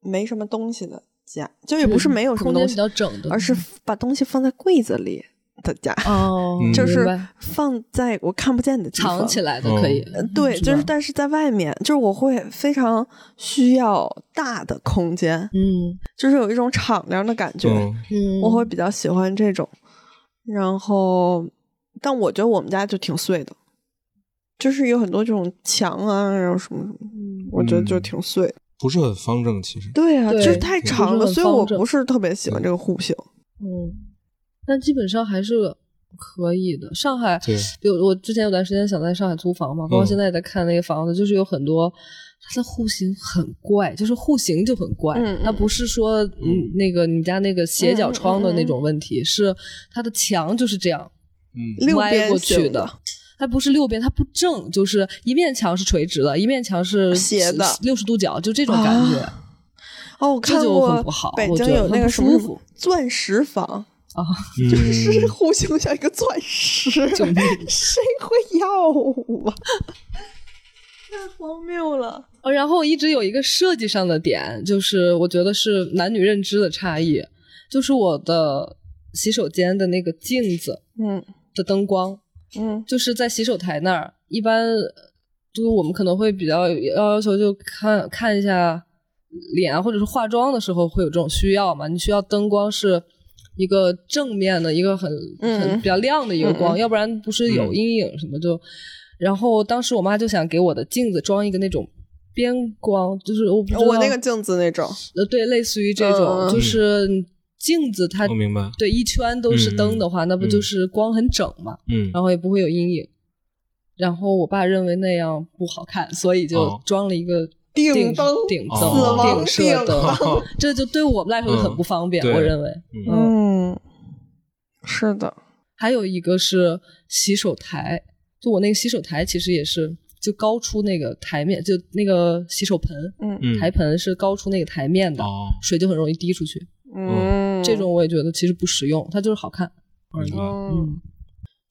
[SPEAKER 5] 没什么东西的家，就也不是没有什么
[SPEAKER 4] 空间
[SPEAKER 5] 东
[SPEAKER 4] 比
[SPEAKER 5] 西，
[SPEAKER 4] 较整的，嗯
[SPEAKER 5] 而是把东西放在柜子里。的家，
[SPEAKER 4] 哦
[SPEAKER 3] 嗯
[SPEAKER 5] 就是
[SPEAKER 4] 明白
[SPEAKER 5] 放在我看不见的地方
[SPEAKER 4] 藏起来
[SPEAKER 3] 哦
[SPEAKER 4] 的可以嗯
[SPEAKER 5] 呃。对，
[SPEAKER 4] 是
[SPEAKER 5] 就是
[SPEAKER 4] 吧
[SPEAKER 5] 但是在外面，就是我会非常需要大的空间，
[SPEAKER 4] 嗯
[SPEAKER 5] 就是有一种敞亮的感觉，
[SPEAKER 3] 嗯
[SPEAKER 4] 嗯，
[SPEAKER 5] 我会比较喜欢这种。然后，但我觉得我们家就挺碎的，就是有很多这种墙啊，然后什么什么，我觉得就
[SPEAKER 3] 嗯
[SPEAKER 5] 挺碎。
[SPEAKER 3] 不是很方正，其实。
[SPEAKER 5] 对啊，就
[SPEAKER 4] 对
[SPEAKER 5] 是太
[SPEAKER 3] 对
[SPEAKER 5] 长
[SPEAKER 4] 不是
[SPEAKER 5] 了，
[SPEAKER 4] 很
[SPEAKER 5] 所以我
[SPEAKER 4] 方正
[SPEAKER 5] 不是特别喜欢这个户型。
[SPEAKER 4] 嗯，但基本上还是可以的。上海
[SPEAKER 3] 对，
[SPEAKER 4] 比如我之前有段时间想在上海租房嘛，包括现在也在看那个房子，就是有很多它的户型很怪，就是户型就很怪，
[SPEAKER 5] 嗯嗯
[SPEAKER 4] 它不是说嗯那个你家那个斜角窗的那种问题，是它的墙就是这样
[SPEAKER 3] 嗯
[SPEAKER 5] 六
[SPEAKER 4] 歪
[SPEAKER 5] 边
[SPEAKER 4] 过
[SPEAKER 5] 形
[SPEAKER 4] 去
[SPEAKER 5] 的
[SPEAKER 4] 的。它不是六边，它不正，就是一面墙是垂直的，一面墙是
[SPEAKER 5] 斜的
[SPEAKER 4] 六十度角，就这种感觉
[SPEAKER 5] 啊哦，我
[SPEAKER 4] 这
[SPEAKER 5] 看
[SPEAKER 4] 就
[SPEAKER 5] 过
[SPEAKER 4] 很不好
[SPEAKER 5] 北
[SPEAKER 4] 我
[SPEAKER 5] 京
[SPEAKER 4] 觉得
[SPEAKER 5] 有
[SPEAKER 4] 很
[SPEAKER 5] 那个
[SPEAKER 4] 不
[SPEAKER 5] 什么
[SPEAKER 4] 舒
[SPEAKER 5] 什么
[SPEAKER 4] 服
[SPEAKER 5] 钻石房，
[SPEAKER 3] 嗯
[SPEAKER 5] 就是户型像一个钻石，
[SPEAKER 4] 救命
[SPEAKER 5] 谁会要啊？太荒谬了！
[SPEAKER 4] 呃然后一直有一个设计上的点，就是我觉得是男女认知的差异，就是我的洗手间的那个镜子
[SPEAKER 5] 嗯
[SPEAKER 4] 的灯光，
[SPEAKER 5] 嗯
[SPEAKER 4] 就是在洗手台那儿，一般呃就是我们可能会比较要要求就看看一下脸啊，或者是化妆的时候会有这种需要嘛，你需要灯光是。一个正面的一个很
[SPEAKER 5] 嗯
[SPEAKER 4] 很比较亮的一个光，
[SPEAKER 5] 嗯嗯
[SPEAKER 4] 要不然不是有
[SPEAKER 3] 嗯
[SPEAKER 4] 阴影什么就。然后当时我妈就想给我的镜子装一个那种边光，就是我不知道
[SPEAKER 5] 哦我那个镜子那种，
[SPEAKER 4] 呃对，类似于这种，
[SPEAKER 5] 嗯嗯
[SPEAKER 4] 就是镜子它
[SPEAKER 3] 我明白。
[SPEAKER 4] 对一圈都是灯的话，那不
[SPEAKER 3] 嗯
[SPEAKER 4] 就是光很整嘛？
[SPEAKER 3] 嗯
[SPEAKER 5] 哦
[SPEAKER 4] 然后也不会有阴影。然后我爸认为那样不好看，所以就
[SPEAKER 3] 哦
[SPEAKER 4] 装了一个
[SPEAKER 5] 顶灯
[SPEAKER 4] 顶灯、
[SPEAKER 3] 死亡
[SPEAKER 4] 顶射灯
[SPEAKER 3] 灯，
[SPEAKER 4] 这就对我们来说就很不方便。
[SPEAKER 3] 嗯对
[SPEAKER 4] 我认为，
[SPEAKER 3] 嗯
[SPEAKER 5] 嗯，是的，
[SPEAKER 4] 还有一个是洗手台，就我那个洗手台其实也是就高出那个台面，就那个洗手盆、
[SPEAKER 5] 嗯
[SPEAKER 3] 嗯
[SPEAKER 4] 台盆是高出那个台面的，
[SPEAKER 3] 哦，
[SPEAKER 4] 水就很容易滴出去。
[SPEAKER 5] 嗯，
[SPEAKER 4] 这种我也觉得其实不实用，它就是好看而已
[SPEAKER 3] 明。白。
[SPEAKER 5] 嗯，
[SPEAKER 4] 嗯，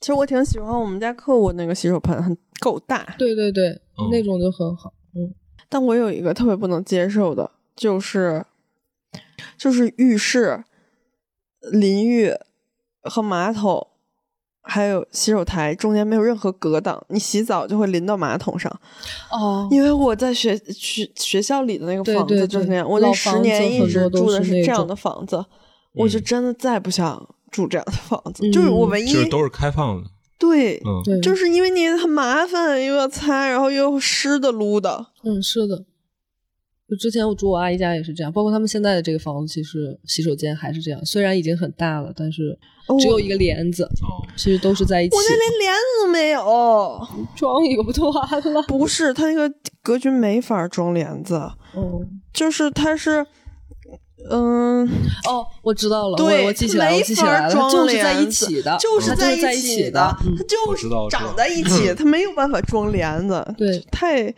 [SPEAKER 5] 其实我挺喜欢我们家客户那个洗手盆，很够大，
[SPEAKER 4] 对对对，
[SPEAKER 3] 嗯
[SPEAKER 4] 那种就很好。嗯，
[SPEAKER 5] 但我有一个特别不能接受的，就是就是浴室、淋浴和马桶，还有洗手台中间没有任何隔挡，你洗澡就会淋到马桶上。
[SPEAKER 4] 哦
[SPEAKER 5] 因为我在学学学校里的那个
[SPEAKER 4] 对
[SPEAKER 5] 房
[SPEAKER 4] 对
[SPEAKER 5] 子就是
[SPEAKER 4] 对
[SPEAKER 5] 那样，我
[SPEAKER 4] 老
[SPEAKER 5] 那十
[SPEAKER 4] 房
[SPEAKER 5] 年
[SPEAKER 4] 子
[SPEAKER 5] 一
[SPEAKER 4] 很
[SPEAKER 5] 直
[SPEAKER 4] 多都
[SPEAKER 5] 住的
[SPEAKER 4] 是
[SPEAKER 5] 是
[SPEAKER 4] 那
[SPEAKER 5] 这样
[SPEAKER 4] 种
[SPEAKER 5] 的房子，我就
[SPEAKER 3] 嗯
[SPEAKER 5] 真的再不想住这样的房子。就是我
[SPEAKER 4] 嗯
[SPEAKER 5] 唯一
[SPEAKER 3] 就是都是开放的。
[SPEAKER 5] 对，
[SPEAKER 3] 嗯
[SPEAKER 4] 对，
[SPEAKER 5] 就是因为你很麻烦，又要擦，然后又湿的撸的。
[SPEAKER 4] 嗯，是的。就之前我住我阿姨家也是这样，包括他们现在的这个房子，其实洗手间还是这样，虽然已经很大了，但是
[SPEAKER 5] 哦
[SPEAKER 4] 只有一个帘子，
[SPEAKER 3] 哦，
[SPEAKER 4] 其实都是在一起
[SPEAKER 5] 我那连帘子都没有，
[SPEAKER 4] 装一个不就完了？
[SPEAKER 5] 不是，它那个格局没法装帘子，
[SPEAKER 4] 嗯，
[SPEAKER 5] 就是它是，嗯，
[SPEAKER 4] 哦，我知道了，
[SPEAKER 5] 对，
[SPEAKER 4] 我我记起来，
[SPEAKER 5] 没
[SPEAKER 4] 我记起来
[SPEAKER 5] 法
[SPEAKER 4] 了，它
[SPEAKER 5] 装
[SPEAKER 4] 就是在一
[SPEAKER 5] 帘子
[SPEAKER 4] 起的，
[SPEAKER 5] 就是
[SPEAKER 4] 它
[SPEAKER 5] 在
[SPEAKER 4] 在一
[SPEAKER 5] 起
[SPEAKER 4] 的，嗯
[SPEAKER 5] 它就
[SPEAKER 3] 我
[SPEAKER 5] 是
[SPEAKER 3] 知道我知
[SPEAKER 5] 长
[SPEAKER 3] 道
[SPEAKER 5] 在一 起，它没有办法装帘子，
[SPEAKER 4] 对
[SPEAKER 5] 太，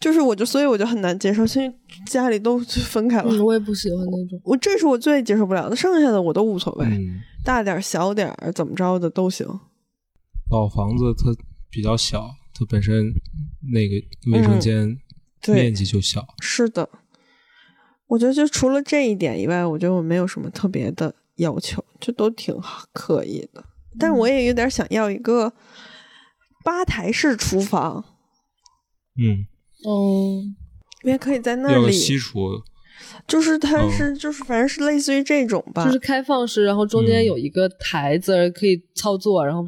[SPEAKER 5] 就是我就所以我就很难接受，所以家里都分开了。
[SPEAKER 4] 嗯，我也不喜欢那种。
[SPEAKER 5] 我这是我最接受不了的，剩下的我都无所谓，
[SPEAKER 3] 嗯，
[SPEAKER 5] 大点儿小点儿怎么着的都行。
[SPEAKER 3] 老房子它比较小，它本身那个卫生间
[SPEAKER 5] 嗯对
[SPEAKER 3] 面积就小。
[SPEAKER 5] 是的，我觉得就除了这一点以外，我觉得我没有什么特别的要求，就都挺好可以的。但
[SPEAKER 3] 嗯
[SPEAKER 5] 我也有点想要一个吧台式厨房，
[SPEAKER 3] 嗯，
[SPEAKER 4] 嗯，
[SPEAKER 5] 因为可以在那
[SPEAKER 3] 要个
[SPEAKER 5] 里，
[SPEAKER 3] 西厨。
[SPEAKER 5] 就是它
[SPEAKER 3] 嗯
[SPEAKER 5] 是、就是反正是类似于这种吧，
[SPEAKER 4] 就是开放式，然后中间
[SPEAKER 3] 嗯
[SPEAKER 4] 有一个台子可以操作，然后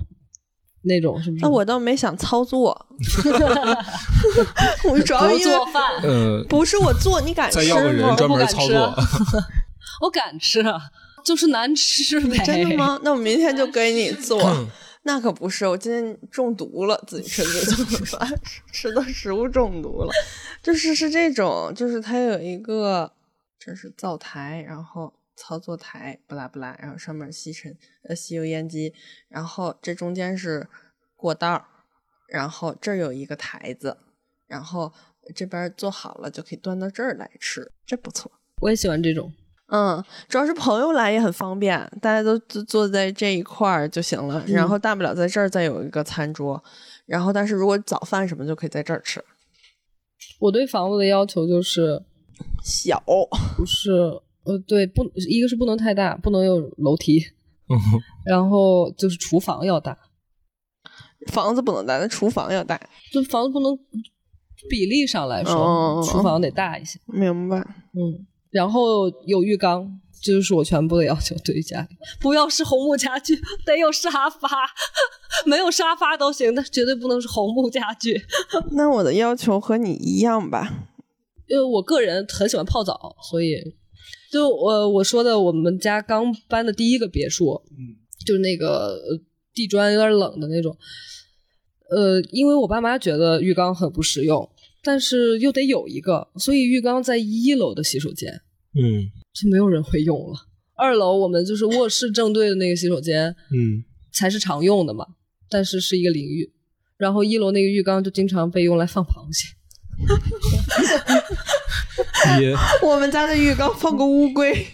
[SPEAKER 4] 那种是不是？
[SPEAKER 5] 那啊我倒没想 操作，我主哦要因为
[SPEAKER 4] 饭，
[SPEAKER 3] 呃，
[SPEAKER 5] 不是我做，你敢吃
[SPEAKER 3] 再要个人
[SPEAKER 5] 吗？
[SPEAKER 3] 专门操
[SPEAKER 5] 啊
[SPEAKER 3] 作。
[SPEAKER 4] 我敢吃，啊就是难吃呗。
[SPEAKER 5] 真的？吗？那我明天就给你做。 那可不是，我今天中毒了，自己吃自己做的饭， 吃的食物中毒了。就是是这种，就是它有一个，这是灶台，然后操作台，不拉不拉，然后上面吸尘呃吸油烟机，然后这中间是过道儿，然后这儿有一个台子，然后这边儿做好了就可以端到这儿来吃，这不错。
[SPEAKER 4] 我也喜欢这种。
[SPEAKER 5] 嗯，主要是朋友来也很方便，大家都坐坐在这一块儿就行了。然后大不了在这儿再有一个餐桌，然后但是如果早饭什么就可以在这儿吃。
[SPEAKER 4] 我对房子的要求就是
[SPEAKER 5] 小，
[SPEAKER 4] 不是呃，对，不，一个是不能太大，不能有楼梯，
[SPEAKER 3] 嗯哼
[SPEAKER 4] 然后就是厨房要大，
[SPEAKER 5] 房子不能大，但厨房要大。
[SPEAKER 4] 就房子不能比例上来说，嗯
[SPEAKER 5] 哦
[SPEAKER 4] 厨房得大一些。
[SPEAKER 5] 明白？
[SPEAKER 4] 嗯，然后有浴缸，这就是我全部的要求。对于家里，不要是红木家具，得有沙发， 没有沙发都行，但是绝对不能是红木家具。
[SPEAKER 5] 那我的要求和你一样吧。
[SPEAKER 4] 因为我个人很喜欢泡澡，所以就我我说的，我们家刚搬的第一个别墅，
[SPEAKER 3] 嗯，
[SPEAKER 4] 就是那个呃地砖有点冷的那种。呃，因为我爸妈觉得浴缸很不实用，但是又得有一个，所以浴缸在一楼的洗手间。
[SPEAKER 3] 嗯
[SPEAKER 4] 就没有人会用了。二楼我们就是卧室正对的那个洗手间
[SPEAKER 3] 嗯
[SPEAKER 4] 才是常用的嘛，但是是一个淋浴。然后一楼那个浴缸就经常被用来放螃蟹，
[SPEAKER 3] 也
[SPEAKER 5] 我们家的浴缸放个乌龟，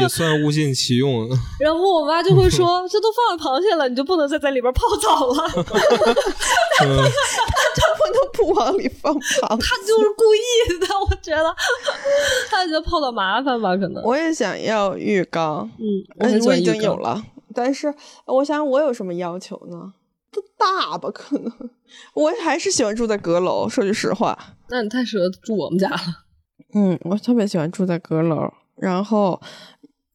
[SPEAKER 3] 也算物尽其用。
[SPEAKER 4] 然后我妈就会说：“这都放了螃蟹了，你就不能再在里边泡澡了。”
[SPEAKER 3] 嗯，
[SPEAKER 5] 不能不往里放螃
[SPEAKER 4] 她就是故意的，我觉得，她觉得泡澡麻烦吧，可能。
[SPEAKER 5] 我也想要浴缸，
[SPEAKER 4] 嗯，我
[SPEAKER 5] 嗯
[SPEAKER 4] 很喜
[SPEAKER 5] 我
[SPEAKER 4] 欢
[SPEAKER 5] 已
[SPEAKER 4] 浴
[SPEAKER 5] 经
[SPEAKER 4] 缸
[SPEAKER 5] 有，了，但是我想想我有什么要求呢？不大吧，可能我还是喜欢住在阁楼。说句实话，
[SPEAKER 4] 那你太适合住我们家了。
[SPEAKER 5] 嗯，我特别喜欢住在阁楼，然后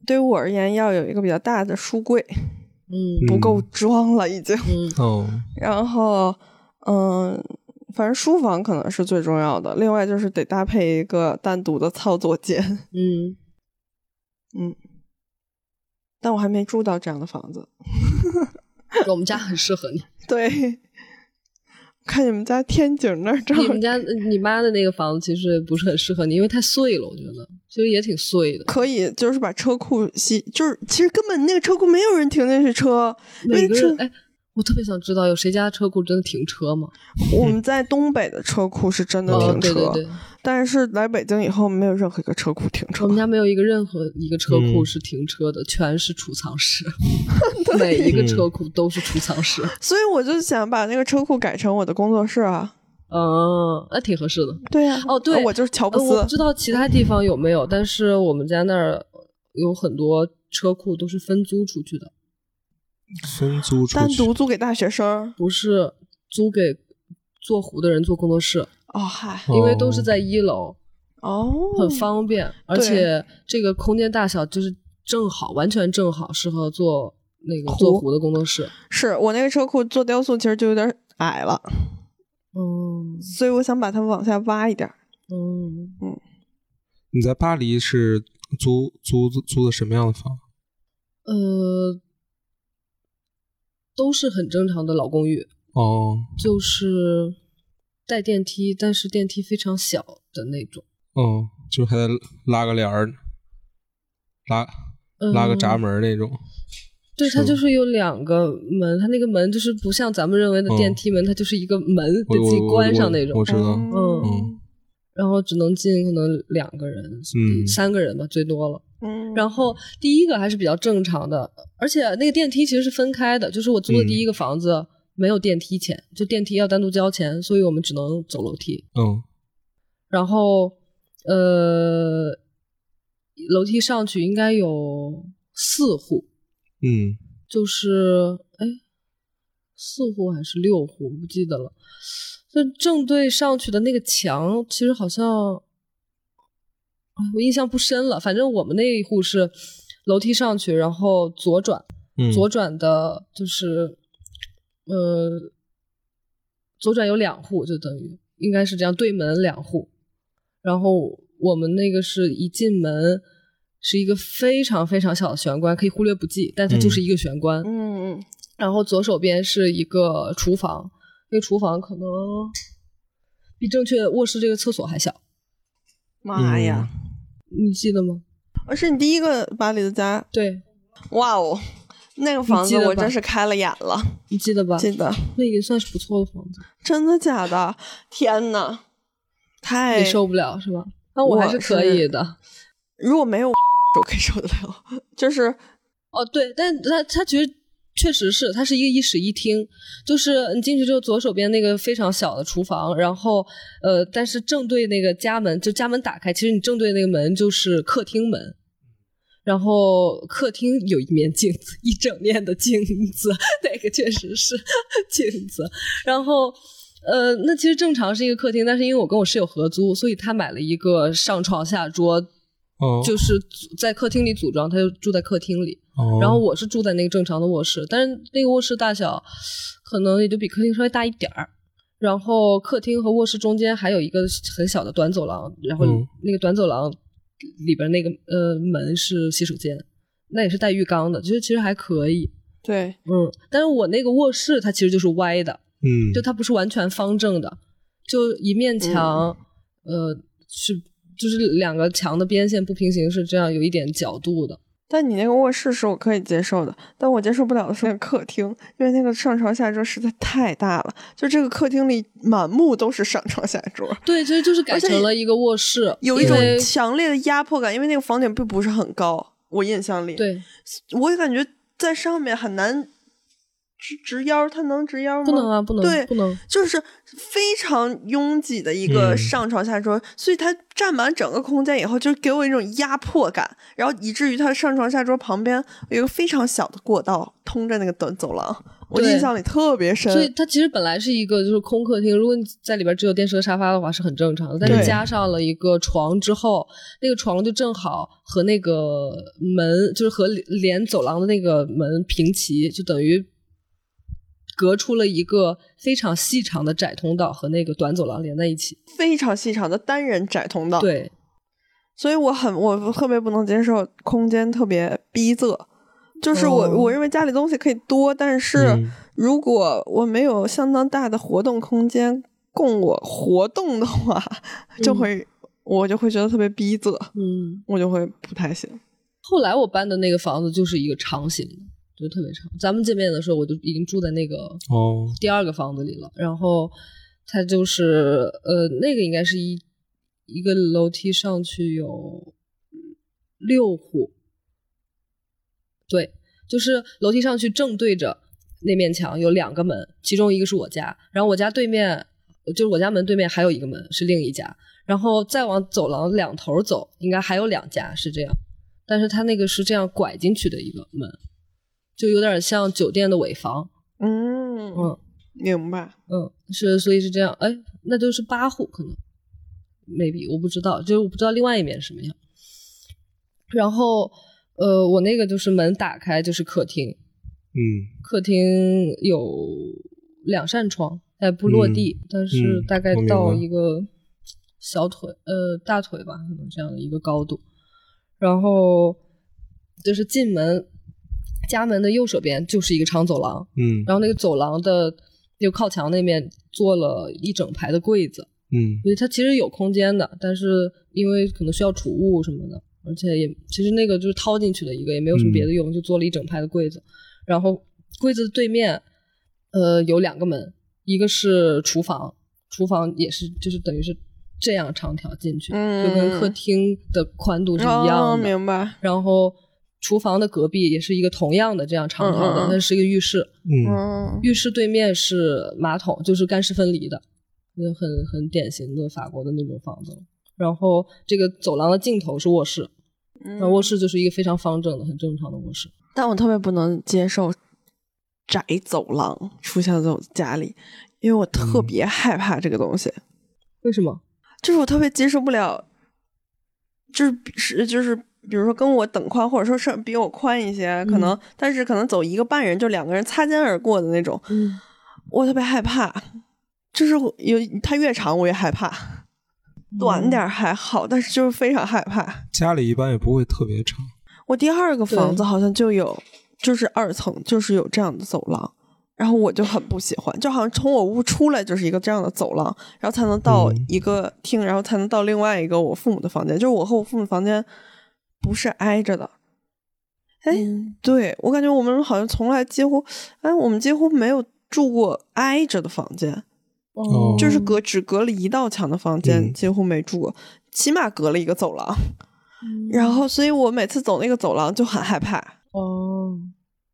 [SPEAKER 5] 对于我而言，要有一个比较大的书柜，
[SPEAKER 4] 嗯
[SPEAKER 5] 不够装了已经。
[SPEAKER 4] 嗯
[SPEAKER 3] 哦，
[SPEAKER 5] 然后，嗯，反正书房可能是最重要的，另外就是得搭配一个单独的操作间。
[SPEAKER 4] 嗯，
[SPEAKER 5] 但我还没住到这样的房子。
[SPEAKER 4] 我们家很适合你。
[SPEAKER 5] 对，看你们家天井那儿 正
[SPEAKER 4] 你们家你妈的那个房子其实不是很适合你，因为太碎了，我觉得其实也挺碎的。
[SPEAKER 5] 可以，就是把车库吸，就是其实根本那个车库没有人停进去车，因
[SPEAKER 4] 每
[SPEAKER 5] 为
[SPEAKER 4] 个
[SPEAKER 5] 车
[SPEAKER 4] 人哎，我特别想知道有谁家车库真的停车吗？
[SPEAKER 5] 我们在东北的车库是真的
[SPEAKER 4] 哦，
[SPEAKER 5] 停
[SPEAKER 4] 对
[SPEAKER 5] 车，
[SPEAKER 4] 对对，
[SPEAKER 5] 但是来北京以后没有任何一个车库停车
[SPEAKER 4] 我。们家没有一个任何一个车库
[SPEAKER 3] 嗯
[SPEAKER 4] 是停车的，全是储藏 室，每一个车库都是储藏 室。
[SPEAKER 5] 所以我就想把那个车库改成我的工作室啊。
[SPEAKER 4] 嗯，那挺合适的。
[SPEAKER 5] 对呀、
[SPEAKER 4] 哦对
[SPEAKER 5] 我就是乔布
[SPEAKER 4] 呃我不
[SPEAKER 5] 斯。
[SPEAKER 4] 知道其他地方有没有，但是我们家那儿有很多车库都是分租出去的，
[SPEAKER 3] 分租出
[SPEAKER 5] 单
[SPEAKER 3] 去。
[SPEAKER 5] 独租给大学生
[SPEAKER 4] 不是租给做湖的人做工作室，
[SPEAKER 5] 哦，嗨，
[SPEAKER 4] 因为都是
[SPEAKER 3] 哦
[SPEAKER 4] 在一楼。
[SPEAKER 5] 哦，
[SPEAKER 4] 很方便，而
[SPEAKER 5] 对
[SPEAKER 4] 且这个空间大小就是正好，完全正好适合做那个
[SPEAKER 5] 壶
[SPEAKER 4] 做壶的工作室。
[SPEAKER 5] 是我那个车库做雕塑其实就有点矮了，
[SPEAKER 4] 嗯
[SPEAKER 5] 所以我想把它往下挖一点儿。
[SPEAKER 4] 嗯，
[SPEAKER 3] 你在巴黎是租租租的什么样的房？
[SPEAKER 4] 呃，都是很正常的老公寓，
[SPEAKER 3] 哦
[SPEAKER 4] 就是带电梯，但是电梯非常小的那种。
[SPEAKER 3] 哦，就是还得拉个帘儿，拉
[SPEAKER 4] 嗯
[SPEAKER 3] 拉个闸，门儿那种。
[SPEAKER 4] 对，它
[SPEAKER 3] 是
[SPEAKER 4] 就是有两个门，它那个门就是不像咱们认为的
[SPEAKER 3] 嗯
[SPEAKER 4] 电梯门，它就是一个门
[SPEAKER 3] 我
[SPEAKER 4] 得自己
[SPEAKER 3] 我
[SPEAKER 4] 关
[SPEAKER 3] 我
[SPEAKER 4] 上那种
[SPEAKER 3] 我。知道。
[SPEAKER 4] 嗯然后只能进可能两个人，
[SPEAKER 3] 嗯
[SPEAKER 4] 三个人吧，最多了。
[SPEAKER 5] 嗯，
[SPEAKER 4] 然后第一个还是比较正常的，而且那个电梯其实是分开的，就是我租的
[SPEAKER 3] 嗯
[SPEAKER 4] 第一个房子、没有电梯钱，就电梯要单独交钱，所以我们只能走楼梯。
[SPEAKER 3] 嗯
[SPEAKER 4] 然后呃，楼梯上去应该有四户，
[SPEAKER 3] 嗯
[SPEAKER 4] 就是哎，四户还是六户，我不记得了。就正对上去的那个墙，其实好像，哎，我印象不深了。反正我们那一户是楼梯上去，然后左转，
[SPEAKER 3] 嗯，
[SPEAKER 4] 左转的就是，呃，左转有两户，就等于应该是这样，对门两户。然后我们那个是一进门是一个非常非常小的玄关，可以忽略不计，但它就是一个玄关。
[SPEAKER 5] 嗯嗯
[SPEAKER 4] 然后左手边是一个厨房，那个厨房可能比正确卧室这个厕所还小，
[SPEAKER 3] 嗯
[SPEAKER 4] 啊
[SPEAKER 5] 妈呀！
[SPEAKER 4] 你记得吗？
[SPEAKER 5] 而是你第一个巴黎的家，
[SPEAKER 4] 对，
[SPEAKER 5] 哇哦，那个房子
[SPEAKER 4] 记得吧
[SPEAKER 5] 我真是开了眼了，
[SPEAKER 4] 你记得吧？
[SPEAKER 5] 记得。
[SPEAKER 4] 那已经算是不错的房子，
[SPEAKER 5] 真的假的？天呐，太
[SPEAKER 4] 你受不了是吧？哎那我还是
[SPEAKER 5] 我
[SPEAKER 4] 可
[SPEAKER 5] 是
[SPEAKER 4] 以的。
[SPEAKER 5] 如果没有，我可以受得了。就是
[SPEAKER 4] 哦，对，但它它其实确实是，它是一个一室一厅，就是你进去之后，左手边那个非常小的厨房，然后呃，但是正对那个家门，就家门打开，其实你正对那个门就是客厅门，然后客厅有一面镜子，一整面的镜子， 那个确实是镜子。然后，呃，那其实正常是一个客厅，但是因为我跟我室友合租，所以他买了一个上床下桌，
[SPEAKER 3] 哦，
[SPEAKER 4] 就是组在客厅里组装，他就住在客厅里。
[SPEAKER 3] 哦
[SPEAKER 4] 然后我是住在那个正常的卧室，但是那个卧室大小可能也就比客厅稍微大一点儿。然后客厅和卧室中间还有一个很小的短走廊，然后
[SPEAKER 3] 嗯
[SPEAKER 4] 那个短走廊里边那个呃门是洗手间，那也是带浴缸的，就是其实还可以。
[SPEAKER 5] 对，
[SPEAKER 4] 嗯，但是我那个卧室它其实就是歪的，
[SPEAKER 3] 嗯，
[SPEAKER 4] 就它不是完全方正的，就一
[SPEAKER 5] 嗯
[SPEAKER 4] 面墙，呃，是就是两个墙的边线不平行，是这样有一点角度的。
[SPEAKER 5] 但你那个卧室是我可以接受的，但我接受不了的是那个客厅，因为那个上床下桌实在太大了，就这个客厅里满目都是上床下桌，
[SPEAKER 4] 对，其实就是改
[SPEAKER 5] 而且
[SPEAKER 4] 成了一个卧室，
[SPEAKER 5] 有一种
[SPEAKER 4] 因为
[SPEAKER 5] 强烈的压迫感，因为那个房顶并不是很高，我印象里，，
[SPEAKER 4] 对，
[SPEAKER 5] 我也感觉在上面很难直直腰，它能直腰吗？
[SPEAKER 4] 不能啊，不能，
[SPEAKER 5] 对
[SPEAKER 4] 不能，
[SPEAKER 5] 就是非常拥挤的一个
[SPEAKER 3] 嗯
[SPEAKER 5] 上床下桌，所以它占满整个空间以后，就是给我一种压迫感，然后以至于它上床下桌旁边有一个非常小的过道通着那个短走廊，我
[SPEAKER 4] 对
[SPEAKER 5] 印象里特别深
[SPEAKER 4] 所。以它其实本来是一个就是空客厅，如果你在里边只有电视和沙发的话是很正常的，但
[SPEAKER 5] 对
[SPEAKER 4] 是加上了一个床之后，那个床就正好和那个门就是和连走廊的那个门平齐，就等于隔出了一个非常细长的窄通道和那个短走廊连在一起。
[SPEAKER 5] 非常细长的单人窄通道，，
[SPEAKER 4] 对，
[SPEAKER 5] 所以我很我特别不能接受空间特别逼仄，就是我、
[SPEAKER 4] 哦
[SPEAKER 5] 我认为家里东西可以多，但是、
[SPEAKER 3] 嗯
[SPEAKER 5] 如果我没有相当大的活动空间供我活动的话，就会、我就会觉得特别逼仄，
[SPEAKER 4] 嗯。
[SPEAKER 5] 我就会不太行。
[SPEAKER 4] 后来我搬的那个房子就是一个长形的，就特别长。咱们见面的时候，我就已经住在那个
[SPEAKER 3] 哦，
[SPEAKER 4] 第二个房子里了。然后它就是呃，那个应该是一一个楼梯上去有六户，对，就是楼梯上去正对着那面墙有两个门，其中一个是我家，然后我家对面就是我家门对面还有一个门是另一家，然后再往走廊两头走，应该还有两家是这样，但是它那个是这样拐进去的一个门，就有点像酒店的尾房，
[SPEAKER 5] 嗯
[SPEAKER 4] 嗯，
[SPEAKER 5] 明白。
[SPEAKER 4] 嗯，是，所以是这样。哎，那就是八户可能，maybe 我不知道，就是我不知道另外一面是什么样。然后，呃，我那个就是门打开就是客厅，
[SPEAKER 3] 嗯，
[SPEAKER 4] 客厅有两扇窗，哎，不落地，但是
[SPEAKER 3] 嗯
[SPEAKER 4] 大概
[SPEAKER 3] 我明
[SPEAKER 4] 到
[SPEAKER 3] 白
[SPEAKER 4] 一个小腿，呃，大腿吧，可能这样的一个高度。然后就是进门，家门的右手边就是一个长走廊，
[SPEAKER 3] 嗯，
[SPEAKER 4] 然后那个走廊的那个靠墙那面做了一整排的柜子，
[SPEAKER 3] 嗯，
[SPEAKER 4] 所以它其实有空间的，但是因为可能需要储物什么的，而且也其实那个就是掏进去的一个，也没有什么别的用，就做了一整排的柜子。然后柜子对面，呃，有两个门，一个是厨房，厨房也是就是等于是这样长条进去，就跟客
[SPEAKER 5] 嗯
[SPEAKER 4] 厅的宽度是一
[SPEAKER 5] 哦，
[SPEAKER 4] 样的。
[SPEAKER 5] 明白。
[SPEAKER 4] 然后厨房的隔壁也是一个同样的这样长条
[SPEAKER 5] 嗯嗯
[SPEAKER 4] 的，
[SPEAKER 5] 嗯
[SPEAKER 4] 它是一个浴室。
[SPEAKER 3] 嗯，
[SPEAKER 5] 嗯，
[SPEAKER 4] 浴室对面是马桶，就是干湿分离的，就很很典型的法国的那种房子了。然后这个走廊的尽头是卧室，然后卧室就是一个非常方正的、很正常的卧室。
[SPEAKER 5] 但我特别不能接受窄走廊出现在我家里，因为我特
[SPEAKER 3] 嗯
[SPEAKER 5] 别害怕这个东西。
[SPEAKER 4] 为什么？
[SPEAKER 5] 就是我特别接受不了，就是比是就是，比如说跟我等宽，或者说是比我宽一些，可能、但是可能走一个半人，就两个人擦肩而过的那种，
[SPEAKER 4] 嗯，
[SPEAKER 5] 我特别害怕。就是我有它越长我越害怕，短点儿还好，但是就是非常害怕。
[SPEAKER 3] 家里一般也不会特别长，
[SPEAKER 5] 我第二个房
[SPEAKER 4] 对
[SPEAKER 5] 子好像就有，就是二层就是有这样的走廊。然后我就很不喜欢，就好像从我屋出来就是一个这样的走廊，然后才能到
[SPEAKER 3] 嗯
[SPEAKER 5] 一个厅，然后才能到另外一个我父母的房间。就是我和我父母房间不是挨着的。哎，
[SPEAKER 4] 嗯
[SPEAKER 5] 对我感觉我们好像从来几乎，哎，我们几乎没有住过挨着的房间，
[SPEAKER 4] 嗯
[SPEAKER 3] 哦
[SPEAKER 5] 就是隔只隔了一道墙的房间，
[SPEAKER 3] 嗯
[SPEAKER 5] 几乎没住过，起码隔了一个走廊。然后，所以我每次走那个走廊就很害怕。
[SPEAKER 4] 哦，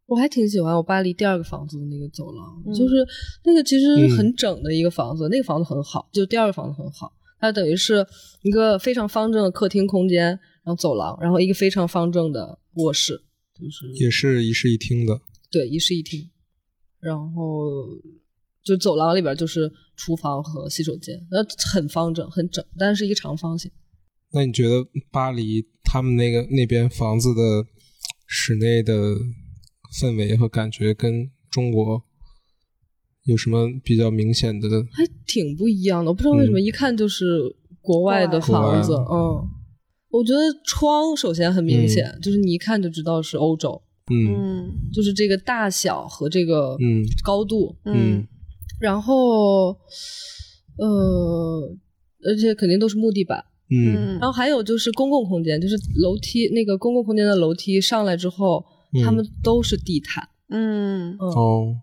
[SPEAKER 4] 我还挺喜欢我巴黎第二个房子的那个走廊，
[SPEAKER 5] 嗯
[SPEAKER 4] 就是那个其实
[SPEAKER 3] 嗯
[SPEAKER 4] 很整的一个房子，那个房子很好，就第二个房子很好，它等于是一个非常方正的客厅空间，然后走廊，然后一个非常方正的卧室，就是
[SPEAKER 3] 也是一室一厅的，
[SPEAKER 4] 对一室一厅，然后就走廊里边就是厨房和洗手间，那很方正很整，但是一个长方形。
[SPEAKER 3] 那你觉得巴黎他们那个那边房子的室内的氛围和感觉跟中国有什么比较明显的？
[SPEAKER 4] 还挺不一样的。我不知道为什么，
[SPEAKER 3] 嗯
[SPEAKER 4] 一看就是国外的房子，
[SPEAKER 3] 国外
[SPEAKER 4] 嗯。我觉得窗首先很明显，就是你一看就知道是欧洲，
[SPEAKER 3] 嗯
[SPEAKER 5] 嗯
[SPEAKER 4] 就是这个大小和这个
[SPEAKER 3] 嗯
[SPEAKER 4] 高度，
[SPEAKER 5] 嗯，
[SPEAKER 4] 然后，呃，而且肯定都是木地板，
[SPEAKER 3] 嗯
[SPEAKER 4] 然后还有就是公共空间，就是楼梯那个公共空间的楼梯上来之后，
[SPEAKER 3] 嗯
[SPEAKER 4] 他们都是地毯，
[SPEAKER 5] 嗯，
[SPEAKER 4] 嗯，
[SPEAKER 3] 哦，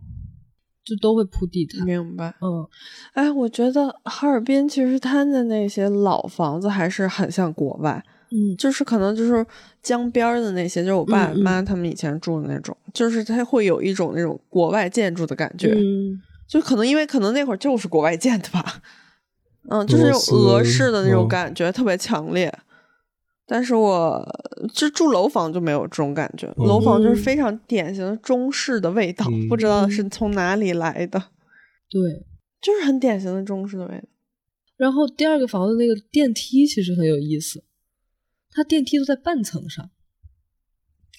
[SPEAKER 4] 就都会铺地毯，
[SPEAKER 5] 明白。
[SPEAKER 4] 嗯，
[SPEAKER 5] 哎，我觉得哈尔滨其实它的那些老房子还是很像国外，
[SPEAKER 4] 嗯
[SPEAKER 5] 就是可能就是江边儿的那些，就是我爸
[SPEAKER 4] 嗯嗯
[SPEAKER 5] 妈他们以前住的那种，就是它会有一种那种国外建筑的感觉，
[SPEAKER 4] 嗯
[SPEAKER 5] 就可能因为可能那会儿就是国外建的吧，嗯，就是那
[SPEAKER 3] 俄罗斯
[SPEAKER 5] 种俄式的那种
[SPEAKER 3] 嗯
[SPEAKER 5] 感觉、特别强烈。但是我就住楼房就没有这种感觉，
[SPEAKER 3] 嗯
[SPEAKER 5] 楼房就是非常典型的中式的味道，
[SPEAKER 3] 嗯
[SPEAKER 5] 不知道是从哪里来的，
[SPEAKER 4] 对。
[SPEAKER 5] 就是很典型的中式的味道。
[SPEAKER 4] 然后第二个房子那个电梯其实很有意思，它电梯都在半层上。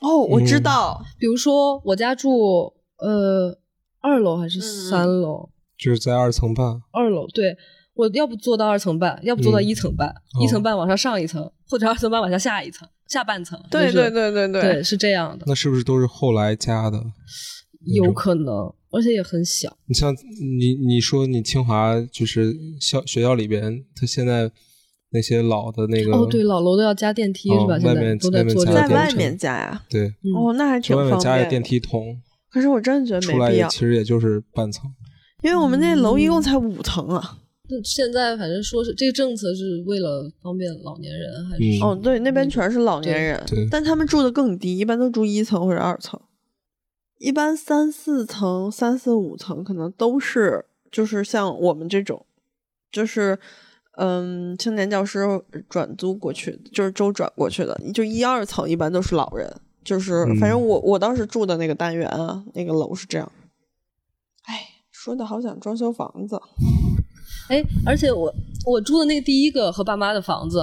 [SPEAKER 5] 哦，我知
[SPEAKER 3] 嗯
[SPEAKER 5] 道，
[SPEAKER 4] 比如说我家住呃二楼还
[SPEAKER 5] 嗯
[SPEAKER 4] 是三楼？
[SPEAKER 3] 就是在二层半，
[SPEAKER 4] 二楼对，我要不做到二层半，要不做到
[SPEAKER 3] 嗯
[SPEAKER 4] 一层半，
[SPEAKER 3] 哦
[SPEAKER 4] 一层半往上上一层，或者二层半往下下一层，下半层。
[SPEAKER 5] 对
[SPEAKER 4] 就是
[SPEAKER 5] 对对对对，
[SPEAKER 4] 是这样的，
[SPEAKER 3] 那是不是都是后来加的？
[SPEAKER 4] 有可能，而且也很小。
[SPEAKER 3] 你像你你说你清华就是校学校里边，它现在那些老的那个
[SPEAKER 4] 哦，对，老楼都要加电梯、
[SPEAKER 3] 嗯哦
[SPEAKER 4] 是吧？
[SPEAKER 3] 外
[SPEAKER 4] 现在
[SPEAKER 3] 面
[SPEAKER 4] 都在
[SPEAKER 3] 外面
[SPEAKER 4] 做这
[SPEAKER 3] 加电
[SPEAKER 4] 个
[SPEAKER 5] 在
[SPEAKER 3] 梯
[SPEAKER 5] 外
[SPEAKER 4] 工程
[SPEAKER 5] 面加呀，
[SPEAKER 3] 对，
[SPEAKER 4] 嗯
[SPEAKER 5] 哦，那还
[SPEAKER 3] 去
[SPEAKER 5] 挺
[SPEAKER 3] 外
[SPEAKER 5] 方
[SPEAKER 3] 面
[SPEAKER 5] 便。
[SPEAKER 3] 加点电，梯筒，
[SPEAKER 5] 可是我真的觉得
[SPEAKER 3] 出
[SPEAKER 5] 没
[SPEAKER 3] 来
[SPEAKER 5] 必
[SPEAKER 3] 也
[SPEAKER 5] 要，
[SPEAKER 3] 其实也就是半层。
[SPEAKER 5] 因为我们那楼一共才五层啊。
[SPEAKER 4] 那现在反正说是这个政策是为了方便老年人，还是
[SPEAKER 3] 嗯
[SPEAKER 5] 哦，对，那边
[SPEAKER 4] 嗯
[SPEAKER 5] 全是老年
[SPEAKER 4] 对
[SPEAKER 5] 人
[SPEAKER 3] 对，
[SPEAKER 5] 但他们住的更低，一般都住一层或者二层，一般三四层、三四五层可能都是就是像我们这种，就是嗯，青年教师转租过去，就是周转过去的，就一二层一般都是老人，就是反正
[SPEAKER 3] 嗯
[SPEAKER 5] 我我当时住的那个单元啊，那个楼是这样。哎，说的好想装修房子，
[SPEAKER 4] 哎，而且我我住的那个第一个和爸妈的房子，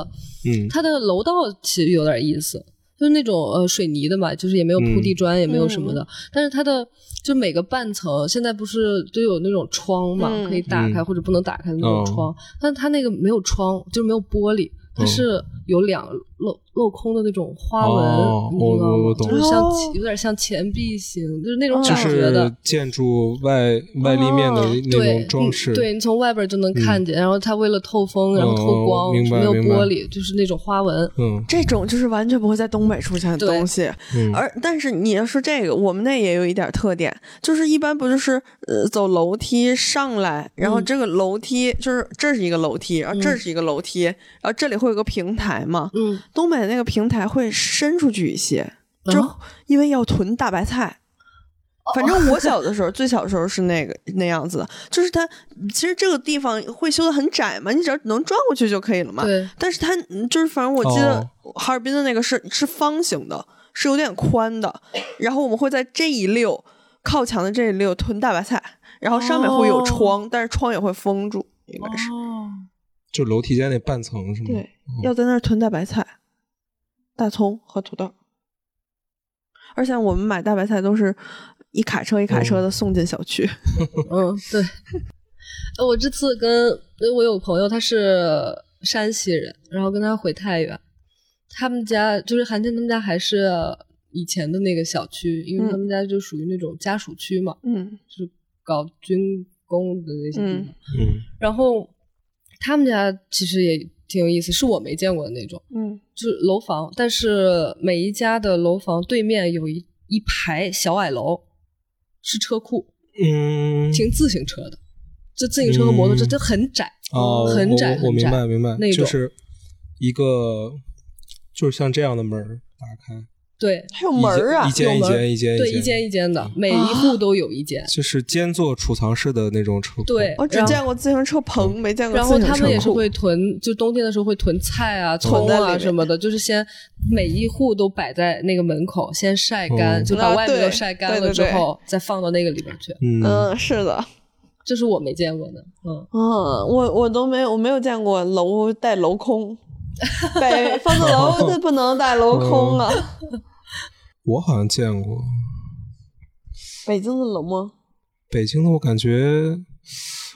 [SPEAKER 3] 嗯
[SPEAKER 4] 它的楼道其实有点意思，就是那种呃水泥的嘛，就是也没有铺地砖，也没有什
[SPEAKER 5] 嗯
[SPEAKER 4] 么的，嗯但是它的就每个半层现在不是都有那种窗嘛，
[SPEAKER 5] 嗯
[SPEAKER 4] 可以打开
[SPEAKER 3] 嗯
[SPEAKER 4] 或者不能打开的那种窗，但它那个没有窗，就是没有玻璃。它
[SPEAKER 3] 嗯
[SPEAKER 4] 是有两镂镂空的那种花纹，
[SPEAKER 3] 哦
[SPEAKER 4] 你知道
[SPEAKER 3] 我
[SPEAKER 4] 吗？
[SPEAKER 3] 我懂
[SPEAKER 4] 就是像
[SPEAKER 5] 哦
[SPEAKER 4] 有点像钱币型，就是那种
[SPEAKER 5] 就
[SPEAKER 3] 就
[SPEAKER 4] 感嗯觉的。
[SPEAKER 3] 是建筑外外立面的
[SPEAKER 5] 哦
[SPEAKER 3] 那
[SPEAKER 4] 对，
[SPEAKER 3] 种装饰，
[SPEAKER 4] 嗯对你从外边儿就能看见，然后它为了透风，然后透光，
[SPEAKER 3] 哦明白
[SPEAKER 4] 没有
[SPEAKER 3] 明白
[SPEAKER 4] 玻璃，就是那种花纹。
[SPEAKER 3] 嗯
[SPEAKER 5] 这种就是完全不会在东北出现的
[SPEAKER 4] 对
[SPEAKER 5] 东西。
[SPEAKER 3] 嗯，
[SPEAKER 5] 而但是你要说这个，我们那也有一点特点，就是一般不就是呃走楼梯上来，然后
[SPEAKER 4] 嗯
[SPEAKER 5] 这个楼梯、就是这是一个楼梯，然后这
[SPEAKER 4] 嗯
[SPEAKER 5] 是一个楼梯，然后这里会有个平台嘛，
[SPEAKER 4] 嗯，
[SPEAKER 5] 东北那个平台会伸出去一些，就
[SPEAKER 4] 啊
[SPEAKER 5] 因为要囤大白菜。
[SPEAKER 4] 哦
[SPEAKER 5] 反正我小的时候，最小的时候是那个那样子的，就是它其实这个地方会修的很窄嘛，你只要能转过去就可以了嘛。
[SPEAKER 4] 对，
[SPEAKER 5] 但是它嗯就是，反正我记得
[SPEAKER 3] 哦
[SPEAKER 5] 哈尔滨的那个是、是方形的，是有点宽的。然后我们会在这一溜靠墙的这一溜囤大白菜，然后上面会有
[SPEAKER 4] 哦
[SPEAKER 5] 窗，但是窗也会封住，应该是、
[SPEAKER 4] 哦，
[SPEAKER 3] 就楼梯间那半层是吗？
[SPEAKER 5] 对，要在那儿囤大白菜、大葱和土豆。而且我们买大白菜都是一卡车一卡车的送进小区。
[SPEAKER 4] 嗯，对。 呃我这次跟呃我有朋友，他是山西人，然后跟他回太原，他们家就是韩倩他们家还是以前的那个小区，因为他
[SPEAKER 5] 嗯
[SPEAKER 4] 们家就属于那种家属区嘛，
[SPEAKER 5] 嗯
[SPEAKER 4] 就是搞军工的那些地方。
[SPEAKER 5] 嗯
[SPEAKER 3] 嗯
[SPEAKER 4] 然后他们家其实也挺有意思，是我没见过的那种，
[SPEAKER 5] 嗯
[SPEAKER 4] 就是楼房，但是每一家的楼房对面有一一排小矮楼，是车库，
[SPEAKER 3] 嗯，
[SPEAKER 4] 停自行车的，就自行车和摩托车
[SPEAKER 3] 嗯
[SPEAKER 4] 就很窄，
[SPEAKER 3] 哦，
[SPEAKER 4] 很窄
[SPEAKER 3] 我我
[SPEAKER 4] 很
[SPEAKER 3] 明
[SPEAKER 4] 窄
[SPEAKER 3] 白明白
[SPEAKER 4] 那，
[SPEAKER 3] 就
[SPEAKER 4] 种
[SPEAKER 3] 是一个就是像这样的门儿打开，
[SPEAKER 4] 对，
[SPEAKER 5] 还有门儿啊
[SPEAKER 3] 一，间一间一间嗯哦
[SPEAKER 4] 对，一
[SPEAKER 3] 一间
[SPEAKER 4] 间一间的，每一户都有一间。
[SPEAKER 3] 就是间做储藏室的那种储
[SPEAKER 4] 对
[SPEAKER 5] 我只
[SPEAKER 4] 然后
[SPEAKER 5] 见过自行车棚，没见过
[SPEAKER 4] 然
[SPEAKER 5] 自
[SPEAKER 4] 后
[SPEAKER 5] 行车库。
[SPEAKER 4] 他们也是会囤，就冬天的时候会囤菜
[SPEAKER 3] 哦
[SPEAKER 4] 啊、葱
[SPEAKER 5] 在里
[SPEAKER 4] 啊
[SPEAKER 5] 面
[SPEAKER 4] 什么的，就是先每一户都摆在那个门口，先晒干，
[SPEAKER 3] 嗯
[SPEAKER 4] 就把
[SPEAKER 5] 啊
[SPEAKER 4] 外面
[SPEAKER 5] 对
[SPEAKER 4] 都晒干
[SPEAKER 5] 对
[SPEAKER 4] 了
[SPEAKER 5] 对
[SPEAKER 4] 之
[SPEAKER 5] 对
[SPEAKER 4] 后，再放到那个里边去。
[SPEAKER 3] 嗯
[SPEAKER 5] 嗯，是的，
[SPEAKER 4] 这是我没见过的，嗯，
[SPEAKER 5] 嗯，我我都没有，我没有见过楼带镂空，北方的
[SPEAKER 3] 哦
[SPEAKER 5] 楼它不能带镂空啊。
[SPEAKER 3] 我好像见过
[SPEAKER 5] 北京的楼吗？
[SPEAKER 3] 北京的，我感觉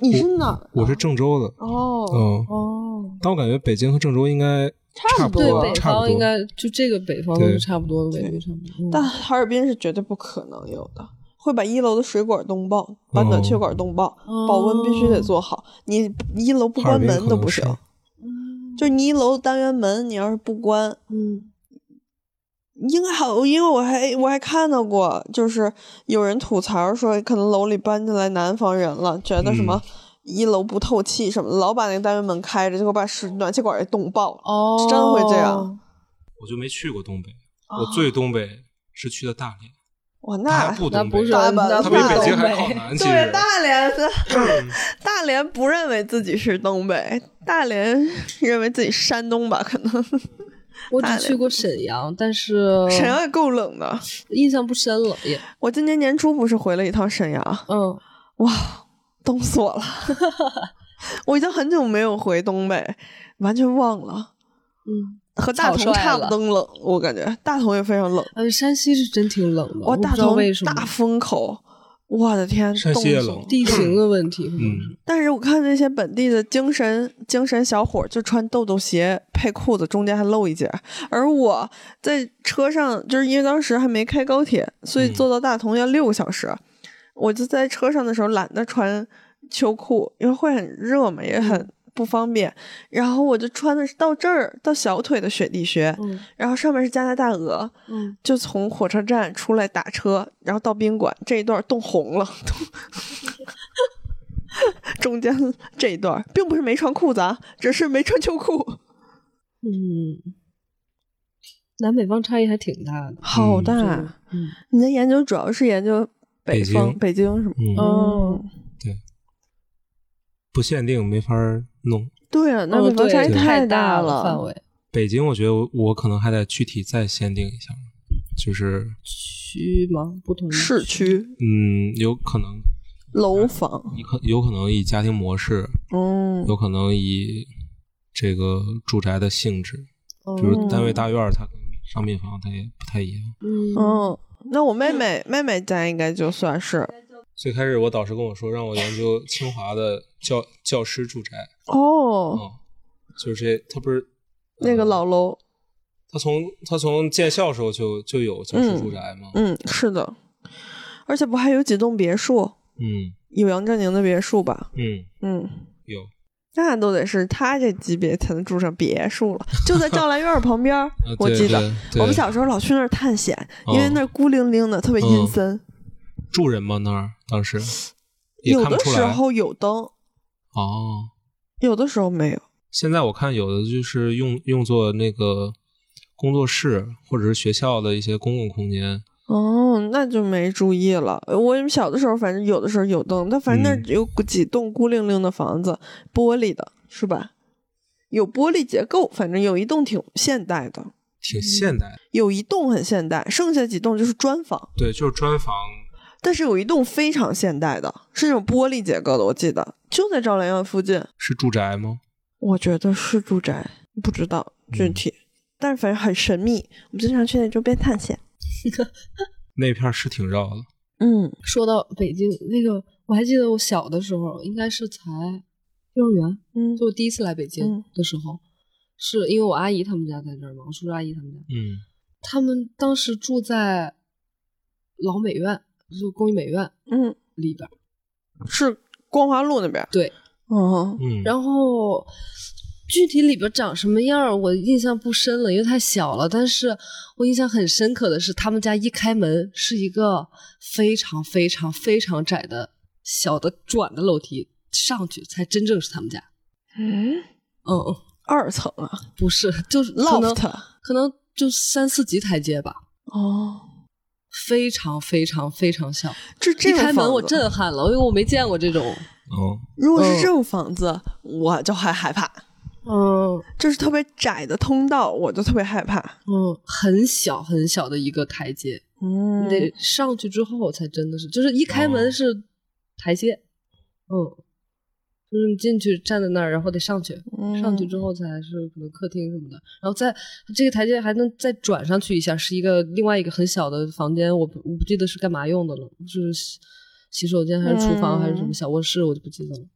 [SPEAKER 5] 你是哪儿？
[SPEAKER 3] 我是郑州的，
[SPEAKER 5] 哦，
[SPEAKER 3] 嗯，
[SPEAKER 4] 哦，
[SPEAKER 3] 但我感觉北京和郑州应该
[SPEAKER 5] 差
[SPEAKER 3] 差
[SPEAKER 5] 不
[SPEAKER 3] 不
[SPEAKER 5] 多
[SPEAKER 4] 对
[SPEAKER 5] 哇，
[SPEAKER 4] 北
[SPEAKER 3] 差不
[SPEAKER 4] 方应
[SPEAKER 3] 多。
[SPEAKER 4] 该就这个北方都
[SPEAKER 3] 对
[SPEAKER 4] 是差不多的，纬度差不多。嗯
[SPEAKER 5] 但哈尔滨是绝对不可能有的，会把一楼的水管冻爆，把暖气管冻爆，
[SPEAKER 4] 哦
[SPEAKER 5] 保温必须得做好。你你一楼不关
[SPEAKER 3] 哈尔
[SPEAKER 5] 门
[SPEAKER 3] 滨可
[SPEAKER 5] 都
[SPEAKER 3] 能
[SPEAKER 5] 不
[SPEAKER 3] 是
[SPEAKER 5] 行，就是你一楼单元门，你要是不关，
[SPEAKER 4] 嗯，
[SPEAKER 5] 应该好，因为我还我还看到过，就是有人吐槽说，可能楼里搬进来南方人了，觉得什么一楼不透气什么的，老把那个单元门开着，结果把水暖气管给冻爆了。
[SPEAKER 4] 哦，
[SPEAKER 5] 真会这样。
[SPEAKER 3] 我就没去过东北，我最东北是去的大连，
[SPEAKER 5] 哇，
[SPEAKER 3] 它
[SPEAKER 5] 那
[SPEAKER 3] 还不
[SPEAKER 4] 那
[SPEAKER 3] 东
[SPEAKER 4] 不
[SPEAKER 3] 北，
[SPEAKER 4] 是
[SPEAKER 5] 大阪
[SPEAKER 4] 那
[SPEAKER 3] 它比
[SPEAKER 4] 不
[SPEAKER 5] 大
[SPEAKER 4] 是
[SPEAKER 3] 北京
[SPEAKER 4] 东
[SPEAKER 3] 还靠
[SPEAKER 4] 北，
[SPEAKER 3] 南，其
[SPEAKER 5] 对
[SPEAKER 3] 实。
[SPEAKER 5] 大 连是，大连不认为自己是东北，大连 认为自己山东吧，可能
[SPEAKER 4] 我
[SPEAKER 5] 大
[SPEAKER 4] 只
[SPEAKER 5] 连
[SPEAKER 4] 去过沈阳，但是
[SPEAKER 5] 沈阳也够冷的。
[SPEAKER 4] 印象不深了，也
[SPEAKER 5] 我今年年初不是回了一趟沈阳，
[SPEAKER 4] 嗯，
[SPEAKER 5] 哇，冻死我了！ 我已经很久没有回东北，完全忘了，
[SPEAKER 4] 嗯，
[SPEAKER 5] 和大
[SPEAKER 4] 草率
[SPEAKER 5] 同差不
[SPEAKER 4] 了
[SPEAKER 5] 多冷，我感觉大同也非常冷。
[SPEAKER 4] 呃，山西是真挺冷的，
[SPEAKER 5] 哇，
[SPEAKER 4] 我不
[SPEAKER 5] 大
[SPEAKER 4] 知道
[SPEAKER 5] 同
[SPEAKER 4] 为什么
[SPEAKER 5] 大风口，我的天，
[SPEAKER 3] 山
[SPEAKER 5] 冻
[SPEAKER 3] 西也
[SPEAKER 5] 死我
[SPEAKER 3] 冷
[SPEAKER 5] 了
[SPEAKER 4] 地形的问题，
[SPEAKER 3] 嗯，
[SPEAKER 5] 但是我看那些本地的精神精神小伙，就穿豆豆鞋配裤子，中间还露一截儿。而我在车上，就是因为当时还没开高铁，所以
[SPEAKER 3] 嗯
[SPEAKER 5] 坐到大同要六个小时。我就在车上的时候懒得穿秋裤，因为会很热嘛，也很不方便。然后我就穿的是到这儿到小腿的雪地靴，
[SPEAKER 4] 嗯
[SPEAKER 5] 然后上面是加拿大鹅，
[SPEAKER 4] 嗯，
[SPEAKER 5] 就从火车站出来打车，然后到宾馆这一段冻红 了，中间这一段并不是没穿裤子啊，只是没穿秋裤，
[SPEAKER 4] 嗯，南北方差异还挺大的。
[SPEAKER 5] 好大！
[SPEAKER 4] 嗯，
[SPEAKER 5] 你的研究主要是研究北方北京是吗？
[SPEAKER 3] 嗯，
[SPEAKER 4] 哦，
[SPEAKER 3] 不限定没法儿弄。
[SPEAKER 5] 对啊，那
[SPEAKER 4] 哦
[SPEAKER 5] 北方
[SPEAKER 4] 对
[SPEAKER 5] 差异
[SPEAKER 4] 太
[SPEAKER 5] 大
[SPEAKER 4] 了，范围
[SPEAKER 3] 北京，我觉得我我可能还得具体再限定一下，就是
[SPEAKER 4] 区吗？不同的
[SPEAKER 5] 市区
[SPEAKER 3] 嗯，有可能，
[SPEAKER 5] 楼房，
[SPEAKER 3] 你可有可能以家庭模式，
[SPEAKER 5] 嗯
[SPEAKER 3] 有可能以这个住宅的性质，
[SPEAKER 4] 哦
[SPEAKER 3] 比如单位大院儿，它跟商品房它也不太一样。
[SPEAKER 4] 嗯
[SPEAKER 5] 嗯，那我妹妹妹妹家应该就算是
[SPEAKER 3] 最开始我导师跟我说，让我研究清华的教教师住宅，
[SPEAKER 5] 哦，
[SPEAKER 3] 嗯，就是这，他不是
[SPEAKER 5] 那个老楼，
[SPEAKER 3] 他从他从建校时候就就有教师住宅嘛，
[SPEAKER 5] 嗯，是的，而且不还有几栋别墅，
[SPEAKER 3] 嗯
[SPEAKER 5] 有杨振宁的别墅吧？
[SPEAKER 3] 嗯，
[SPEAKER 5] 嗯，
[SPEAKER 3] 有，
[SPEAKER 5] 那都得是他这级别才能住上别 墅了，就在赵兰院儿旁边儿
[SPEAKER 3] 啊，
[SPEAKER 5] 我
[SPEAKER 3] 对
[SPEAKER 5] 记得
[SPEAKER 3] 对对
[SPEAKER 5] 我们小时候老去那儿探险，
[SPEAKER 3] 哦嗯
[SPEAKER 5] 因为那儿孤零零的，特别阴森。
[SPEAKER 3] 住人吗？那儿当时也
[SPEAKER 5] 有
[SPEAKER 3] 看不
[SPEAKER 5] 的
[SPEAKER 3] 出
[SPEAKER 5] 时
[SPEAKER 3] 来
[SPEAKER 5] 候有灯，
[SPEAKER 3] 哦。
[SPEAKER 5] 有的时候没有。
[SPEAKER 3] 现在我看有的就是用用作那个工作室或者是学校的一些公共空间，
[SPEAKER 5] 哦，那就没注意了。我们小的时候，反正有的时候有灯，但反正那儿
[SPEAKER 3] 嗯
[SPEAKER 5] 有几栋孤零零的房子，玻璃的是吧？有玻璃结构，反正有一栋挺现代的，嗯
[SPEAKER 3] 挺现代的。
[SPEAKER 5] 有一栋很现代，剩下几栋就是砖房。
[SPEAKER 3] 对，就是砖房，
[SPEAKER 5] 但是有一栋非常现代的，是那种玻璃结构的，我记得就在赵兰苑附近。
[SPEAKER 3] 是住宅吗？
[SPEAKER 5] 我觉得是住宅，不知道具体，
[SPEAKER 4] 嗯
[SPEAKER 5] 但是反正很神秘。我们经常去那周边探险。
[SPEAKER 3] 那片儿是挺绕的。
[SPEAKER 5] 嗯，
[SPEAKER 4] 说到北京那个，我还记得我小的时候，应该是才幼儿园，
[SPEAKER 5] 嗯
[SPEAKER 4] 就我第一次来北
[SPEAKER 5] 嗯
[SPEAKER 4] 京的时候，是因为我阿姨他们家在这儿嘛，我叔叔阿姨他们家，
[SPEAKER 3] 嗯
[SPEAKER 4] 他们当时住在老美院，就是工艺美院
[SPEAKER 5] 嗯，
[SPEAKER 4] 里边儿。
[SPEAKER 5] 是光华路那边。
[SPEAKER 4] 对，
[SPEAKER 5] 哦，
[SPEAKER 3] 嗯，
[SPEAKER 4] 然后具体里边长什么样儿我印象不深了，因为太小了。但是我印象很深刻的是，他们家一开门是一个非常非常非常窄的小的转的楼梯，上去才真正是他们家。
[SPEAKER 5] 嗯，
[SPEAKER 4] 嗯，嗯，
[SPEAKER 5] 二层啊
[SPEAKER 4] 不是，就是可能
[SPEAKER 5] ，loft。
[SPEAKER 4] 可能就三四级台阶吧。
[SPEAKER 5] 哦，
[SPEAKER 4] 非常非常非常小。
[SPEAKER 5] 这这
[SPEAKER 4] 一
[SPEAKER 5] 种
[SPEAKER 4] 开门
[SPEAKER 5] 房
[SPEAKER 4] 我
[SPEAKER 5] 子
[SPEAKER 4] 震撼了，因为我没见过这种。
[SPEAKER 3] 哦，
[SPEAKER 5] 如果是
[SPEAKER 4] 嗯
[SPEAKER 5] 这种房子，我就还害怕。
[SPEAKER 4] 嗯
[SPEAKER 5] 就是特别窄的通道，我就特别害怕。
[SPEAKER 4] 嗯，很小很小的一个台阶，
[SPEAKER 5] 嗯
[SPEAKER 4] 你得上去之后才真的是，就是一开
[SPEAKER 3] 哦
[SPEAKER 4] 门是台阶，嗯，就是你进去站在那儿，然后得上去，上去之后才是可能客厅什么的，然后再这个台阶还能再转上去一下，是一个另外一个很小的房间，我不我不记得是干嘛用的了，是洗洗手间还是厨房还是什么
[SPEAKER 5] 嗯
[SPEAKER 4] 小卧室，我就不记得了。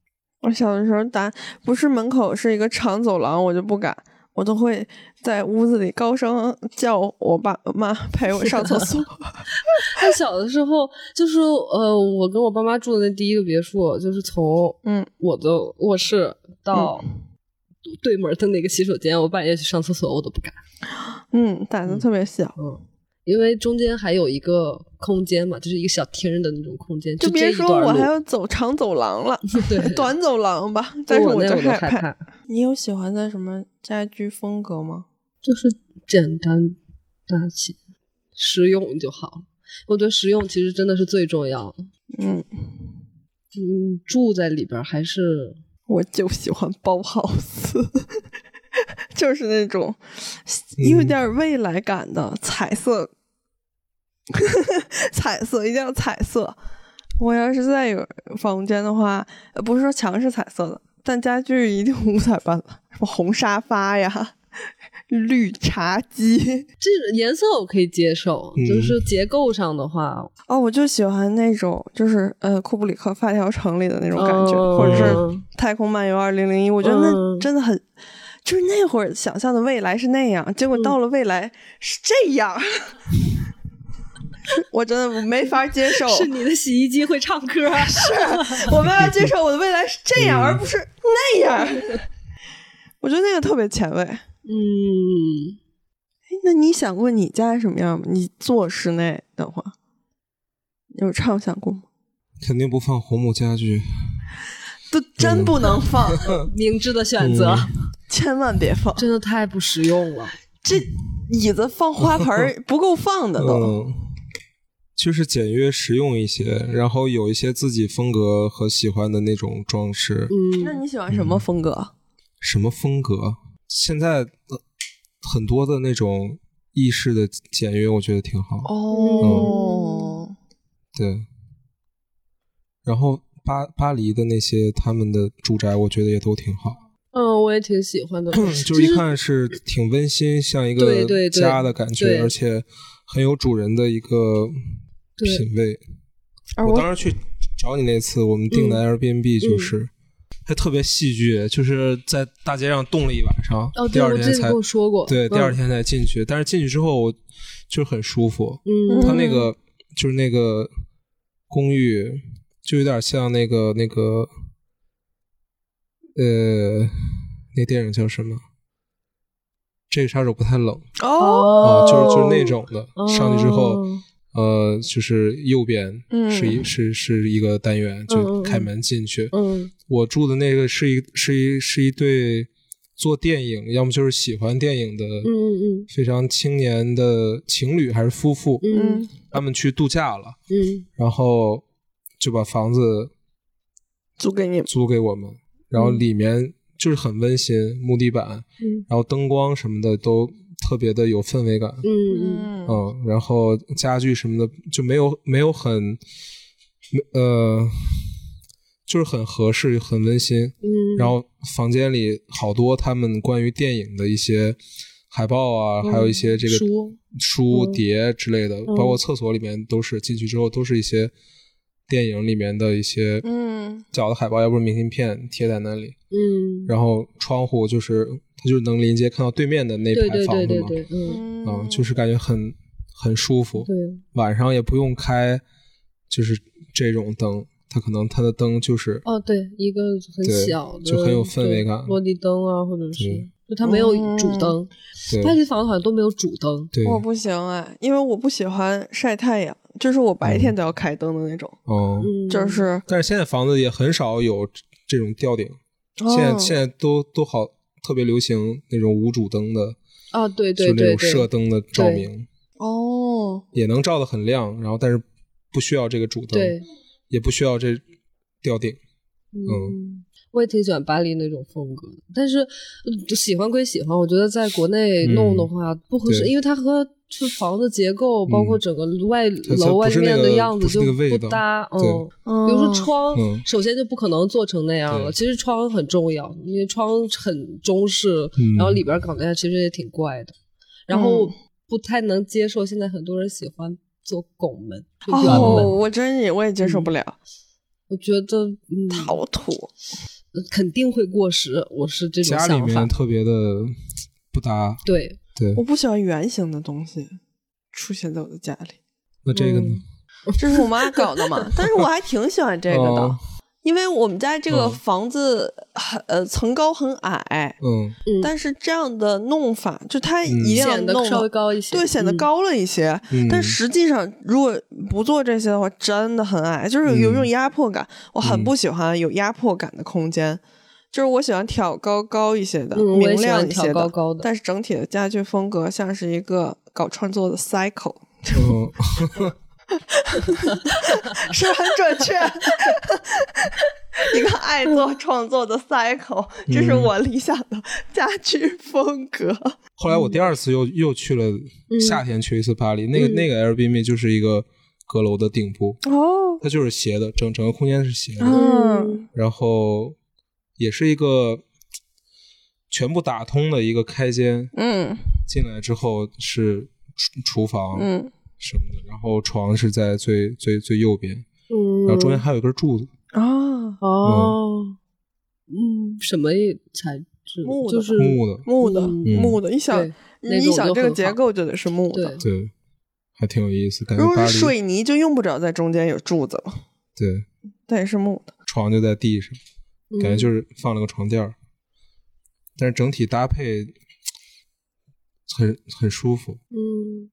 [SPEAKER 5] 我小的时候打不是门口是一个长走廊，我就不敢，我都会在屋子里高声叫我爸妈陪我上厕 所。
[SPEAKER 4] 但小的时候就是呃，我跟我爸妈住的那第一个别墅，就是从
[SPEAKER 5] 嗯
[SPEAKER 4] 我的卧室到对门的那个洗手间，我半夜去上厕所我都不敢。
[SPEAKER 5] 嗯，胆子特别小，
[SPEAKER 4] 嗯，因为中间还有一个空间嘛，就是一个小厅儿的那种空间，
[SPEAKER 5] 就别
[SPEAKER 4] 这一
[SPEAKER 5] 说
[SPEAKER 4] 段
[SPEAKER 5] 我
[SPEAKER 4] 路
[SPEAKER 5] 还要走长走廊了，
[SPEAKER 4] 对，
[SPEAKER 5] 短走廊吧。但是
[SPEAKER 4] 我哦那
[SPEAKER 5] 就
[SPEAKER 4] 我都
[SPEAKER 5] 害
[SPEAKER 4] 害怕，
[SPEAKER 5] 你有喜欢的什么家居风格吗？
[SPEAKER 4] 就是简单、大气、实用就好。我觉得实用其实真的是最重要的。
[SPEAKER 5] 嗯，
[SPEAKER 4] 嗯，住在里边儿还是
[SPEAKER 5] 我就喜欢包 house，就是那种有
[SPEAKER 3] 嗯
[SPEAKER 5] 点未来感的彩色， 彩色一定要彩色。我要是再有房间的话，呃不是说墙是彩色的，但家具一定五彩斑斓，什么红沙发呀、绿茶几。
[SPEAKER 4] 这种颜色我可以接受，
[SPEAKER 3] 嗯
[SPEAKER 4] 就是结构上的话，
[SPEAKER 5] 哦，我就喜欢那种，就是呃，库布里克《发条城》里的那种感觉，
[SPEAKER 4] 嗯
[SPEAKER 5] 或者是《
[SPEAKER 4] 嗯
[SPEAKER 5] 太空漫游二零零一》，我觉得那
[SPEAKER 4] 嗯
[SPEAKER 5] 真的很，就是那会儿想象的未来是那样，结果到了未来是这样， 我真的没法接受，
[SPEAKER 1] 是你的洗衣机会唱歌，
[SPEAKER 4] 啊
[SPEAKER 5] 我没法接受我的未来是这样，而不是那样。我觉得那个特别前卫。哎，
[SPEAKER 4] 嗯，
[SPEAKER 5] 那你想过你家什么样吗？你做室内的话，有畅想过吗？
[SPEAKER 3] 肯定不放红木家具，
[SPEAKER 5] 都真不能放，
[SPEAKER 4] 明智的选择、
[SPEAKER 3] 嗯
[SPEAKER 5] 千万别放。
[SPEAKER 4] 真的太不实用了。
[SPEAKER 5] 这椅子放花盆儿 不够放的都。
[SPEAKER 3] 嗯，就是简约实用一些，然后有一些自己风格和喜欢的那种装饰。
[SPEAKER 5] 那
[SPEAKER 4] 嗯，
[SPEAKER 5] 你喜欢什么风格？
[SPEAKER 3] 什么风格？现在、呃很多的那种意式的简约，我觉得挺好。
[SPEAKER 5] 嗯
[SPEAKER 4] 嗯
[SPEAKER 3] 嗯
[SPEAKER 5] 哦，
[SPEAKER 3] 对，然后巴巴黎的那些他们的住宅，我觉得也都挺好，
[SPEAKER 4] 嗯，我也挺喜欢的。
[SPEAKER 3] 就是一看是挺温馨，像一
[SPEAKER 4] 对
[SPEAKER 3] 个
[SPEAKER 4] 对对
[SPEAKER 3] 家的感觉，
[SPEAKER 4] 对
[SPEAKER 3] 而且很有主人的一个
[SPEAKER 4] 对
[SPEAKER 3] 品味。
[SPEAKER 5] 而
[SPEAKER 3] 我
[SPEAKER 5] 我
[SPEAKER 3] 当时去找你那次，我们订的
[SPEAKER 4] 嗯
[SPEAKER 3] Airbnb 就是，还特别戏剧，就是在大街上冻了一晚上，
[SPEAKER 4] 哦，
[SPEAKER 3] 第
[SPEAKER 4] 对，
[SPEAKER 3] 二
[SPEAKER 4] 我之
[SPEAKER 3] 天
[SPEAKER 4] 前
[SPEAKER 3] 才
[SPEAKER 4] 跟我说过，
[SPEAKER 3] 对，第二
[SPEAKER 4] 嗯
[SPEAKER 3] 天才进去。但是进去之后，我就是很舒服。
[SPEAKER 4] 嗯，
[SPEAKER 3] 它那个就是那个公寓，就有点像那个那个呃，那电影叫什么？这个杀手不太冷
[SPEAKER 5] 哦，
[SPEAKER 3] 啊，就是就是
[SPEAKER 4] 哦
[SPEAKER 3] 那种的。上去之后，
[SPEAKER 4] 哦
[SPEAKER 3] 呃，就是右边
[SPEAKER 5] 嗯
[SPEAKER 3] 是一、是是一个单元，就
[SPEAKER 4] 嗯嗯
[SPEAKER 3] 开门进去。
[SPEAKER 4] 嗯
[SPEAKER 3] 我住的那个是一是一是一对做电影，要么就是喜欢电影的，
[SPEAKER 4] 嗯嗯
[SPEAKER 3] 非常青年的情侣还是夫妇，
[SPEAKER 4] 嗯
[SPEAKER 5] 嗯
[SPEAKER 3] 他们去度假了，
[SPEAKER 4] 嗯
[SPEAKER 3] 然后就把房子
[SPEAKER 5] 租给你们。
[SPEAKER 3] 租给我们，然后里面就是很温馨，木地板，
[SPEAKER 4] 嗯
[SPEAKER 3] 然后灯光什么的都特别的有氛围感，
[SPEAKER 4] 嗯嗯
[SPEAKER 3] 嗯，然后家具什么的就没有没有很，没呃，就是很合适，很温馨。
[SPEAKER 4] 嗯，
[SPEAKER 3] 然后房间里好多他们关于电影的一些海报啊，
[SPEAKER 4] 嗯
[SPEAKER 3] 还有一些这个
[SPEAKER 4] 书
[SPEAKER 3] 书
[SPEAKER 4] 嗯
[SPEAKER 3] 碟之类的，包括厕所里面都是进去之后都是一些电影里面的一些
[SPEAKER 5] 嗯
[SPEAKER 3] 小的海报，要不是明信片贴在那里。
[SPEAKER 4] 嗯，
[SPEAKER 3] 然后窗户就是它就是能临街看到对面的那
[SPEAKER 4] 对
[SPEAKER 3] 排
[SPEAKER 4] 对
[SPEAKER 3] 房
[SPEAKER 4] 对
[SPEAKER 3] 子
[SPEAKER 4] 对
[SPEAKER 3] 嘛，
[SPEAKER 4] 对，嗯
[SPEAKER 3] 嗯，就是感觉很很舒服，
[SPEAKER 4] 对，
[SPEAKER 3] 晚上也不用开就是这种灯，它可能它的灯就是
[SPEAKER 4] 哦对，一个很
[SPEAKER 3] 对
[SPEAKER 4] 小的，
[SPEAKER 3] 就很有氛围
[SPEAKER 4] 对
[SPEAKER 3] 感
[SPEAKER 4] 落地灯啊，或者是
[SPEAKER 3] 对
[SPEAKER 4] 就它没有主
[SPEAKER 5] 嗯
[SPEAKER 4] 灯，
[SPEAKER 3] 对
[SPEAKER 4] 巴黎房子好像都没有主灯，
[SPEAKER 3] 对
[SPEAKER 5] 我不行哎，因为我不喜欢晒太阳，就是我
[SPEAKER 3] 嗯
[SPEAKER 5] 白天都要开灯的那种，
[SPEAKER 3] 哦，
[SPEAKER 4] 嗯，
[SPEAKER 5] 就是
[SPEAKER 3] 但是现在房子也很少有这种吊顶，
[SPEAKER 4] 嗯
[SPEAKER 3] 现
[SPEAKER 5] 哦
[SPEAKER 4] 哦
[SPEAKER 3] 在现在都都好特别流行那种无主灯的，
[SPEAKER 4] 啊，对
[SPEAKER 3] 就
[SPEAKER 4] 对
[SPEAKER 3] 那
[SPEAKER 4] 对
[SPEAKER 3] 种射
[SPEAKER 4] 对，
[SPEAKER 3] 灯的照明。
[SPEAKER 5] 哦，哦，
[SPEAKER 3] 也能照得很亮，然后但是不需要这个主灯，
[SPEAKER 4] 对，
[SPEAKER 3] 也不需要这吊顶。
[SPEAKER 4] 嗯，我也挺喜欢巴黎那种风格的，但是呃喜欢归喜欢，我觉得在国内弄的话不合适，
[SPEAKER 3] 嗯对
[SPEAKER 4] 因为它和是房子结构，包括
[SPEAKER 3] 嗯
[SPEAKER 4] 整个外
[SPEAKER 3] 它它
[SPEAKER 4] 楼外
[SPEAKER 3] 不是那
[SPEAKER 4] 面的
[SPEAKER 3] 个
[SPEAKER 4] 样子
[SPEAKER 3] 不是
[SPEAKER 4] 就
[SPEAKER 3] 那个味
[SPEAKER 4] 不
[SPEAKER 3] 道
[SPEAKER 4] 搭，
[SPEAKER 3] 对
[SPEAKER 4] 嗯。
[SPEAKER 5] 比
[SPEAKER 4] 比如说，窗，
[SPEAKER 3] 嗯
[SPEAKER 4] 首先就不可能做成那样了。
[SPEAKER 3] 对
[SPEAKER 4] 其实窗很重要，因为窗很中式，
[SPEAKER 3] 嗯
[SPEAKER 4] 然后里边搞那样其实也挺怪的。然后
[SPEAKER 5] 嗯
[SPEAKER 4] 不太能接受现在很多人喜欢做拱门、就圆门，
[SPEAKER 5] 哦，我真也我也接受
[SPEAKER 3] 嗯
[SPEAKER 5] 不了，
[SPEAKER 4] 我觉得嗯，
[SPEAKER 5] 好土。
[SPEAKER 4] 肯定会过时，我是这种
[SPEAKER 3] 家里
[SPEAKER 4] 想法嗯
[SPEAKER 3] 面。特别的不搭，
[SPEAKER 4] 对，
[SPEAKER 3] 对
[SPEAKER 5] 我。不喜欢圆形的东西出现在我的家里，
[SPEAKER 3] 那这个呢？
[SPEAKER 4] 嗯
[SPEAKER 5] 这是我妈搞的 嘛，但是我还挺喜欢这个的，
[SPEAKER 3] 哦
[SPEAKER 5] 因为我们家这个
[SPEAKER 3] 嗯
[SPEAKER 5] 房子很、呃层高很矮，
[SPEAKER 3] 嗯
[SPEAKER 4] 嗯
[SPEAKER 5] 但是这样的弄法就它
[SPEAKER 3] 嗯
[SPEAKER 5] 一定要
[SPEAKER 4] 显得
[SPEAKER 5] 弄
[SPEAKER 4] 稍微高一些，
[SPEAKER 5] 对，显得
[SPEAKER 4] 嗯。
[SPEAKER 5] 高了一些。
[SPEAKER 3] 嗯，
[SPEAKER 5] 但实际上，如果不做这些的话，真的很矮，就是有一种
[SPEAKER 3] 嗯
[SPEAKER 5] 压迫感。我很
[SPEAKER 3] 嗯
[SPEAKER 5] 不喜欢有压迫感的空间，就是我喜欢挑高高一些的、
[SPEAKER 4] 嗯，我
[SPEAKER 5] 明
[SPEAKER 4] 也喜
[SPEAKER 5] 亮
[SPEAKER 4] 欢
[SPEAKER 5] 一
[SPEAKER 4] 挑
[SPEAKER 5] 些
[SPEAKER 4] 高高的。
[SPEAKER 5] 但是整体的家具风格像是一个搞创作的 cycle，
[SPEAKER 3] 嗯
[SPEAKER 5] 是不是很准 确。一个爱做
[SPEAKER 4] 嗯
[SPEAKER 5] 创作的 cycle，这是
[SPEAKER 3] 嗯
[SPEAKER 5] 我理想的家具风格。
[SPEAKER 3] 后
[SPEAKER 5] 嗯
[SPEAKER 3] 来我第二次又又去了夏天去一次巴黎，那个那个 Airbnb 就是一个阁楼的顶部，
[SPEAKER 5] 嗯哦，
[SPEAKER 3] 它就是斜的，整整个空间是斜的，
[SPEAKER 5] 嗯
[SPEAKER 3] 然后也是一个全部打通的一个开间，
[SPEAKER 5] 嗯
[SPEAKER 3] 进来之后是厨厨房
[SPEAKER 5] 嗯，
[SPEAKER 3] 什么的，然后床是在最最最右边，
[SPEAKER 4] 嗯，
[SPEAKER 3] 然后中间还有一根柱子，
[SPEAKER 5] 啊，
[SPEAKER 4] 哦，嗯，什么材质？
[SPEAKER 5] 木的
[SPEAKER 4] 就是
[SPEAKER 3] 木的，
[SPEAKER 5] 木的
[SPEAKER 4] 嗯
[SPEAKER 5] 木的，一想
[SPEAKER 4] 对
[SPEAKER 5] 你
[SPEAKER 4] 那
[SPEAKER 5] 一
[SPEAKER 4] 种
[SPEAKER 5] 想
[SPEAKER 4] 就
[SPEAKER 5] 这个
[SPEAKER 4] 很
[SPEAKER 5] 结
[SPEAKER 4] 好
[SPEAKER 5] 构就得是木的
[SPEAKER 4] 对，，
[SPEAKER 3] 对，还挺有意思，感觉
[SPEAKER 5] 如果
[SPEAKER 3] 巴
[SPEAKER 5] 是
[SPEAKER 3] 黎
[SPEAKER 5] 水泥就用不着在中间有柱子了，
[SPEAKER 3] 对
[SPEAKER 5] 但也是木的。
[SPEAKER 3] 床就在地上。
[SPEAKER 4] 嗯
[SPEAKER 3] 感觉就是放了个床垫儿，但是整体搭配很很舒服。
[SPEAKER 4] 嗯，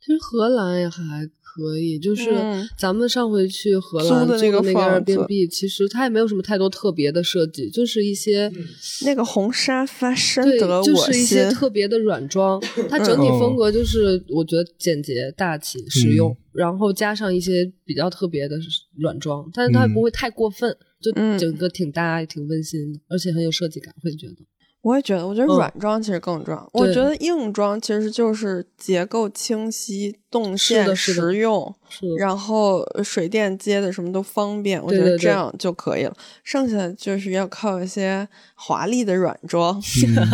[SPEAKER 4] 其实荷兰也还可以，就是
[SPEAKER 5] 嗯
[SPEAKER 4] 咱们上回去荷
[SPEAKER 5] 租
[SPEAKER 4] 兰
[SPEAKER 5] 的
[SPEAKER 4] 住
[SPEAKER 5] 那个
[SPEAKER 4] 那个
[SPEAKER 5] 房子
[SPEAKER 4] Airbnb，其实它也没有什么太多特别的设计，就是一
[SPEAKER 5] 嗯
[SPEAKER 4] 些
[SPEAKER 5] 那个红沙发深
[SPEAKER 4] 对
[SPEAKER 5] 得，
[SPEAKER 4] 就
[SPEAKER 5] 我嗯
[SPEAKER 4] 是一
[SPEAKER 5] 心
[SPEAKER 4] 些。特别的软装，它整体风格就是我觉得简洁大气实用，
[SPEAKER 3] 嗯
[SPEAKER 4] 然后加上一些比较特别的软装，但是它也不会太过分，就
[SPEAKER 5] 嗯
[SPEAKER 4] 整个挺搭、也挺温馨的，而且很有设计感，会觉得。
[SPEAKER 5] 我也觉得，我觉
[SPEAKER 4] 嗯
[SPEAKER 5] 得软装其实更重要。我
[SPEAKER 4] 对
[SPEAKER 5] 觉得硬装其实就是结构清晰、动
[SPEAKER 4] 是的
[SPEAKER 5] 线
[SPEAKER 4] 是的
[SPEAKER 5] 实用，
[SPEAKER 4] 是，
[SPEAKER 5] 然后水电接的什么都方便。我觉
[SPEAKER 4] 对对
[SPEAKER 5] 得这
[SPEAKER 4] 对
[SPEAKER 5] 样就可以了。剩下就是要靠一些华丽的软装。
[SPEAKER 3] 嗯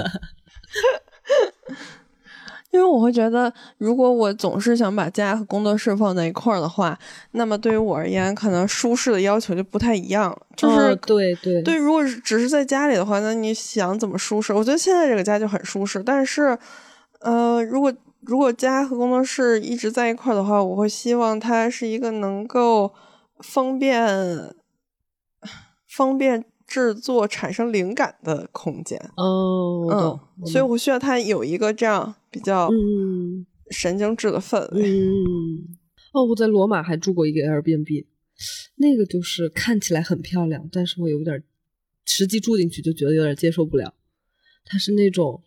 [SPEAKER 5] 因为我会觉得，如果我总是想把家和工作室放在一块儿的话，那么对于我而言，可能舒适的要求就不太一样了。就是、
[SPEAKER 4] 哦对对
[SPEAKER 5] 对，如果是只是在家里的话，那你想怎么舒适？我觉得现在这个家就很舒适，但是，呃，如果如果家和工作室一直在一块儿的话，我会希望它是一个能够方便方便制作、产生灵感的空间。
[SPEAKER 4] 哦，我
[SPEAKER 5] 嗯
[SPEAKER 4] 懂，我
[SPEAKER 5] 所以
[SPEAKER 4] 懂
[SPEAKER 5] 我需要它有一个这样比较
[SPEAKER 4] 嗯
[SPEAKER 5] 神经质的氛
[SPEAKER 4] 嗯嗯
[SPEAKER 5] 围。
[SPEAKER 4] 嗯，哦，我在罗马还住过一个 Airbnb，那个就是看起来很漂亮，但是我有点实际住进去就觉得有点接受不了。它是那种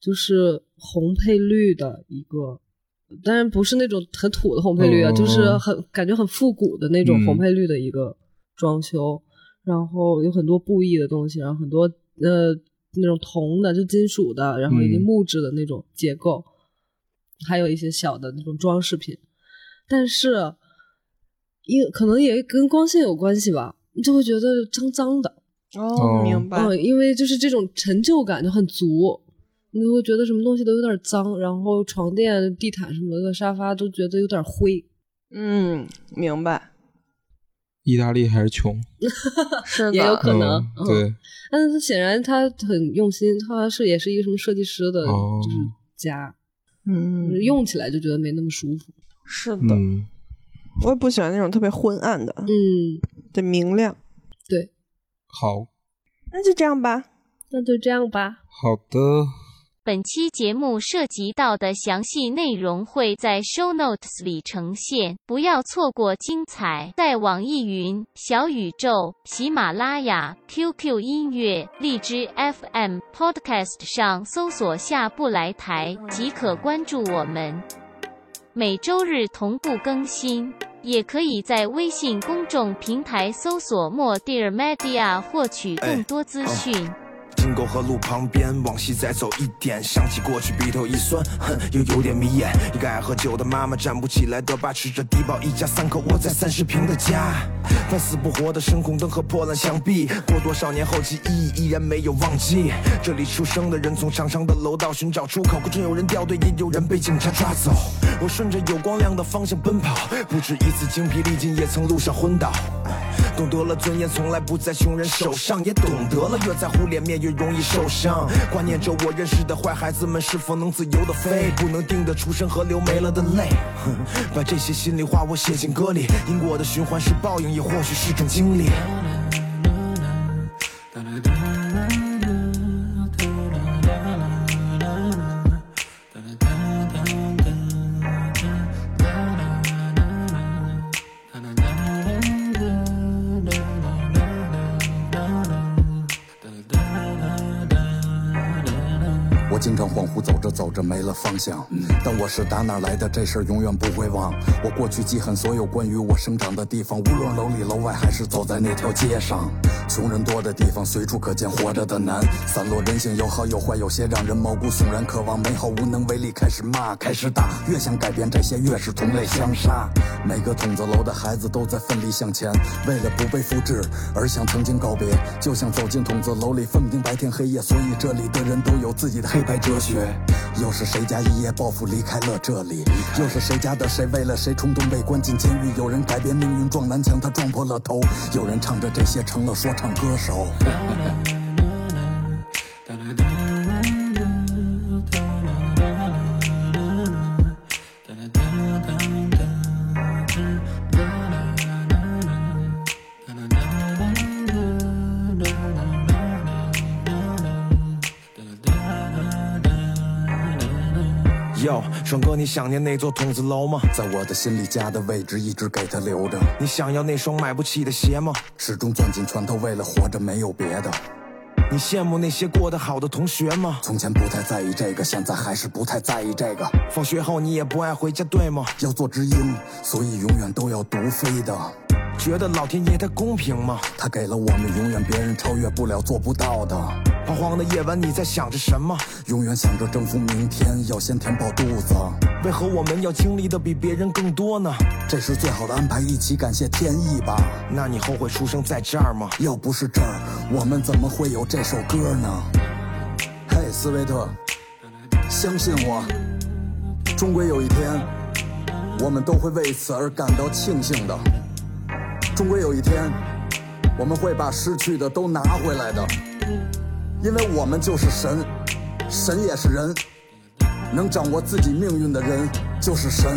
[SPEAKER 4] 就是红配绿的一个，当然不是那种很土的红配绿啊，就是
[SPEAKER 3] 哦
[SPEAKER 4] 很感觉很复古的那种
[SPEAKER 3] 嗯
[SPEAKER 4] 红配绿的一个装修，然后有很多布艺的东西，然后很多呃那种铜的，就金属的，然后以及
[SPEAKER 3] 嗯
[SPEAKER 4] 木质的那种结构，还有一些小的那种装饰品，但是也可能也跟光线有关系吧，你就会觉得脏脏的。
[SPEAKER 5] 哦
[SPEAKER 3] 哦
[SPEAKER 5] 明白。
[SPEAKER 4] 嗯，因为就是这种陈旧感就很足，你就会觉得什么东西都有点脏，然后床垫、地毯什么的、沙发都觉得有点灰。
[SPEAKER 5] 嗯，明白。
[SPEAKER 3] 意大利还是穷，
[SPEAKER 5] 是的，
[SPEAKER 4] 也有可能
[SPEAKER 3] 嗯
[SPEAKER 4] 嗯
[SPEAKER 3] 对，
[SPEAKER 4] 但是显然他很用心，他好像是也是一个什么设计师的，
[SPEAKER 3] 哦
[SPEAKER 4] 就是家，
[SPEAKER 5] 嗯
[SPEAKER 4] 就是用起来就觉得没那么舒服。
[SPEAKER 5] 是的，
[SPEAKER 3] 嗯，
[SPEAKER 5] 我也不喜欢那种特别昏暗的，
[SPEAKER 4] 嗯，
[SPEAKER 5] 得明亮。
[SPEAKER 3] 好
[SPEAKER 5] 那就这样吧。
[SPEAKER 4] 那就这样吧。
[SPEAKER 3] 好的，
[SPEAKER 6] 本期节目涉及到的详细内容会在 show notes 里呈现，不要错过精彩。在网易云、小宇宙、喜马拉雅、QQ 音乐、荔枝 FM、Podcast 上搜索“下不来台”即可关注我们。每周日同步更新。也可以在微信公众平台搜索“莫蒂尔 media” 获取更多资讯。
[SPEAKER 7] 汀沟河路旁边，往西再走一点，想起过去鼻头一酸，哼，又有点迷眼。一个爱喝酒的妈妈站不起来的爸，吃着低保，一家三口窝在三十平的家，半死不活的声控灯和破烂墙壁，过多少年后记忆依然没有忘记。这里出生的人从长长的楼道寻找出口，可真有人掉队，也有人被警察抓走。我顺着有光亮的方向奔跑，不止一次精疲力尽，也曾路上昏倒。懂得了尊严从来不在穷人手上，也懂得了越在乎脸面越容易受伤。挂念着我认识的坏孩子们是否能自由的飞，不能定的出生和流没了的泪。 哼把这些心里话我写进歌里，因果的循环是报应，也或许是种经历。
[SPEAKER 8] 我经常恍惚走着走着没了方向，但我是打哪儿来的这事儿永远不会忘。我过去记恨所有关于我生长的地方，无论楼里楼外还是走在那条街上。穷人多的地方，随处可见活着的难。散落人性有好有坏，有些让人毛骨悚然，渴望美好无能为力，开始骂，开始打。越想改变这些，越是同类相杀。每个筒子楼的孩子都在奋力向前，为了不被复制而向曾经告别，就像走进筒子楼里分不清白天黑夜，所以这里的人都有自己的黑白哲学。又是谁家一夜暴富离开了这里？又是谁家的谁为了谁冲动被关进监狱？有人改变命运撞南墙，他撞破了头。有人唱着这些成了说唱歌手。
[SPEAKER 7] 哟，爽哥，你想念那座筒子楼吗？
[SPEAKER 8] 在我的心里，家的位置一直给他留着，
[SPEAKER 7] 你想要那双买不起的鞋吗？
[SPEAKER 8] 始终攥紧拳头，为了活着没有别的。
[SPEAKER 7] 你羡慕那些过得好的同学吗？
[SPEAKER 8] 从前不太在意这个，现在还是不太在意这个。
[SPEAKER 7] 放学后你也不爱回家，对吗？
[SPEAKER 8] 要做知音，所以永远都要独飞的。
[SPEAKER 7] 觉得老天爷他公平吗？
[SPEAKER 8] 他给了我们永远别人超越不了、做不到的。
[SPEAKER 7] 彷徨的夜晚你在想着什么？
[SPEAKER 8] 永远想着征服明天，要先填饱肚子。
[SPEAKER 7] 为何我们要经历的比别人更多呢？
[SPEAKER 8] 这是最好的安排，一起感谢天意吧。
[SPEAKER 7] 那你后悔出生在这儿吗？
[SPEAKER 8] 要不是这儿，我们怎么会有这首歌呢？嘿，斯威特，相信我，终归有一天，我们都会为此而感到庆幸的。终归有一天，我们会把失去的都拿回来的，因为我们就是神，神也是人，能掌握自己命运的人就是神。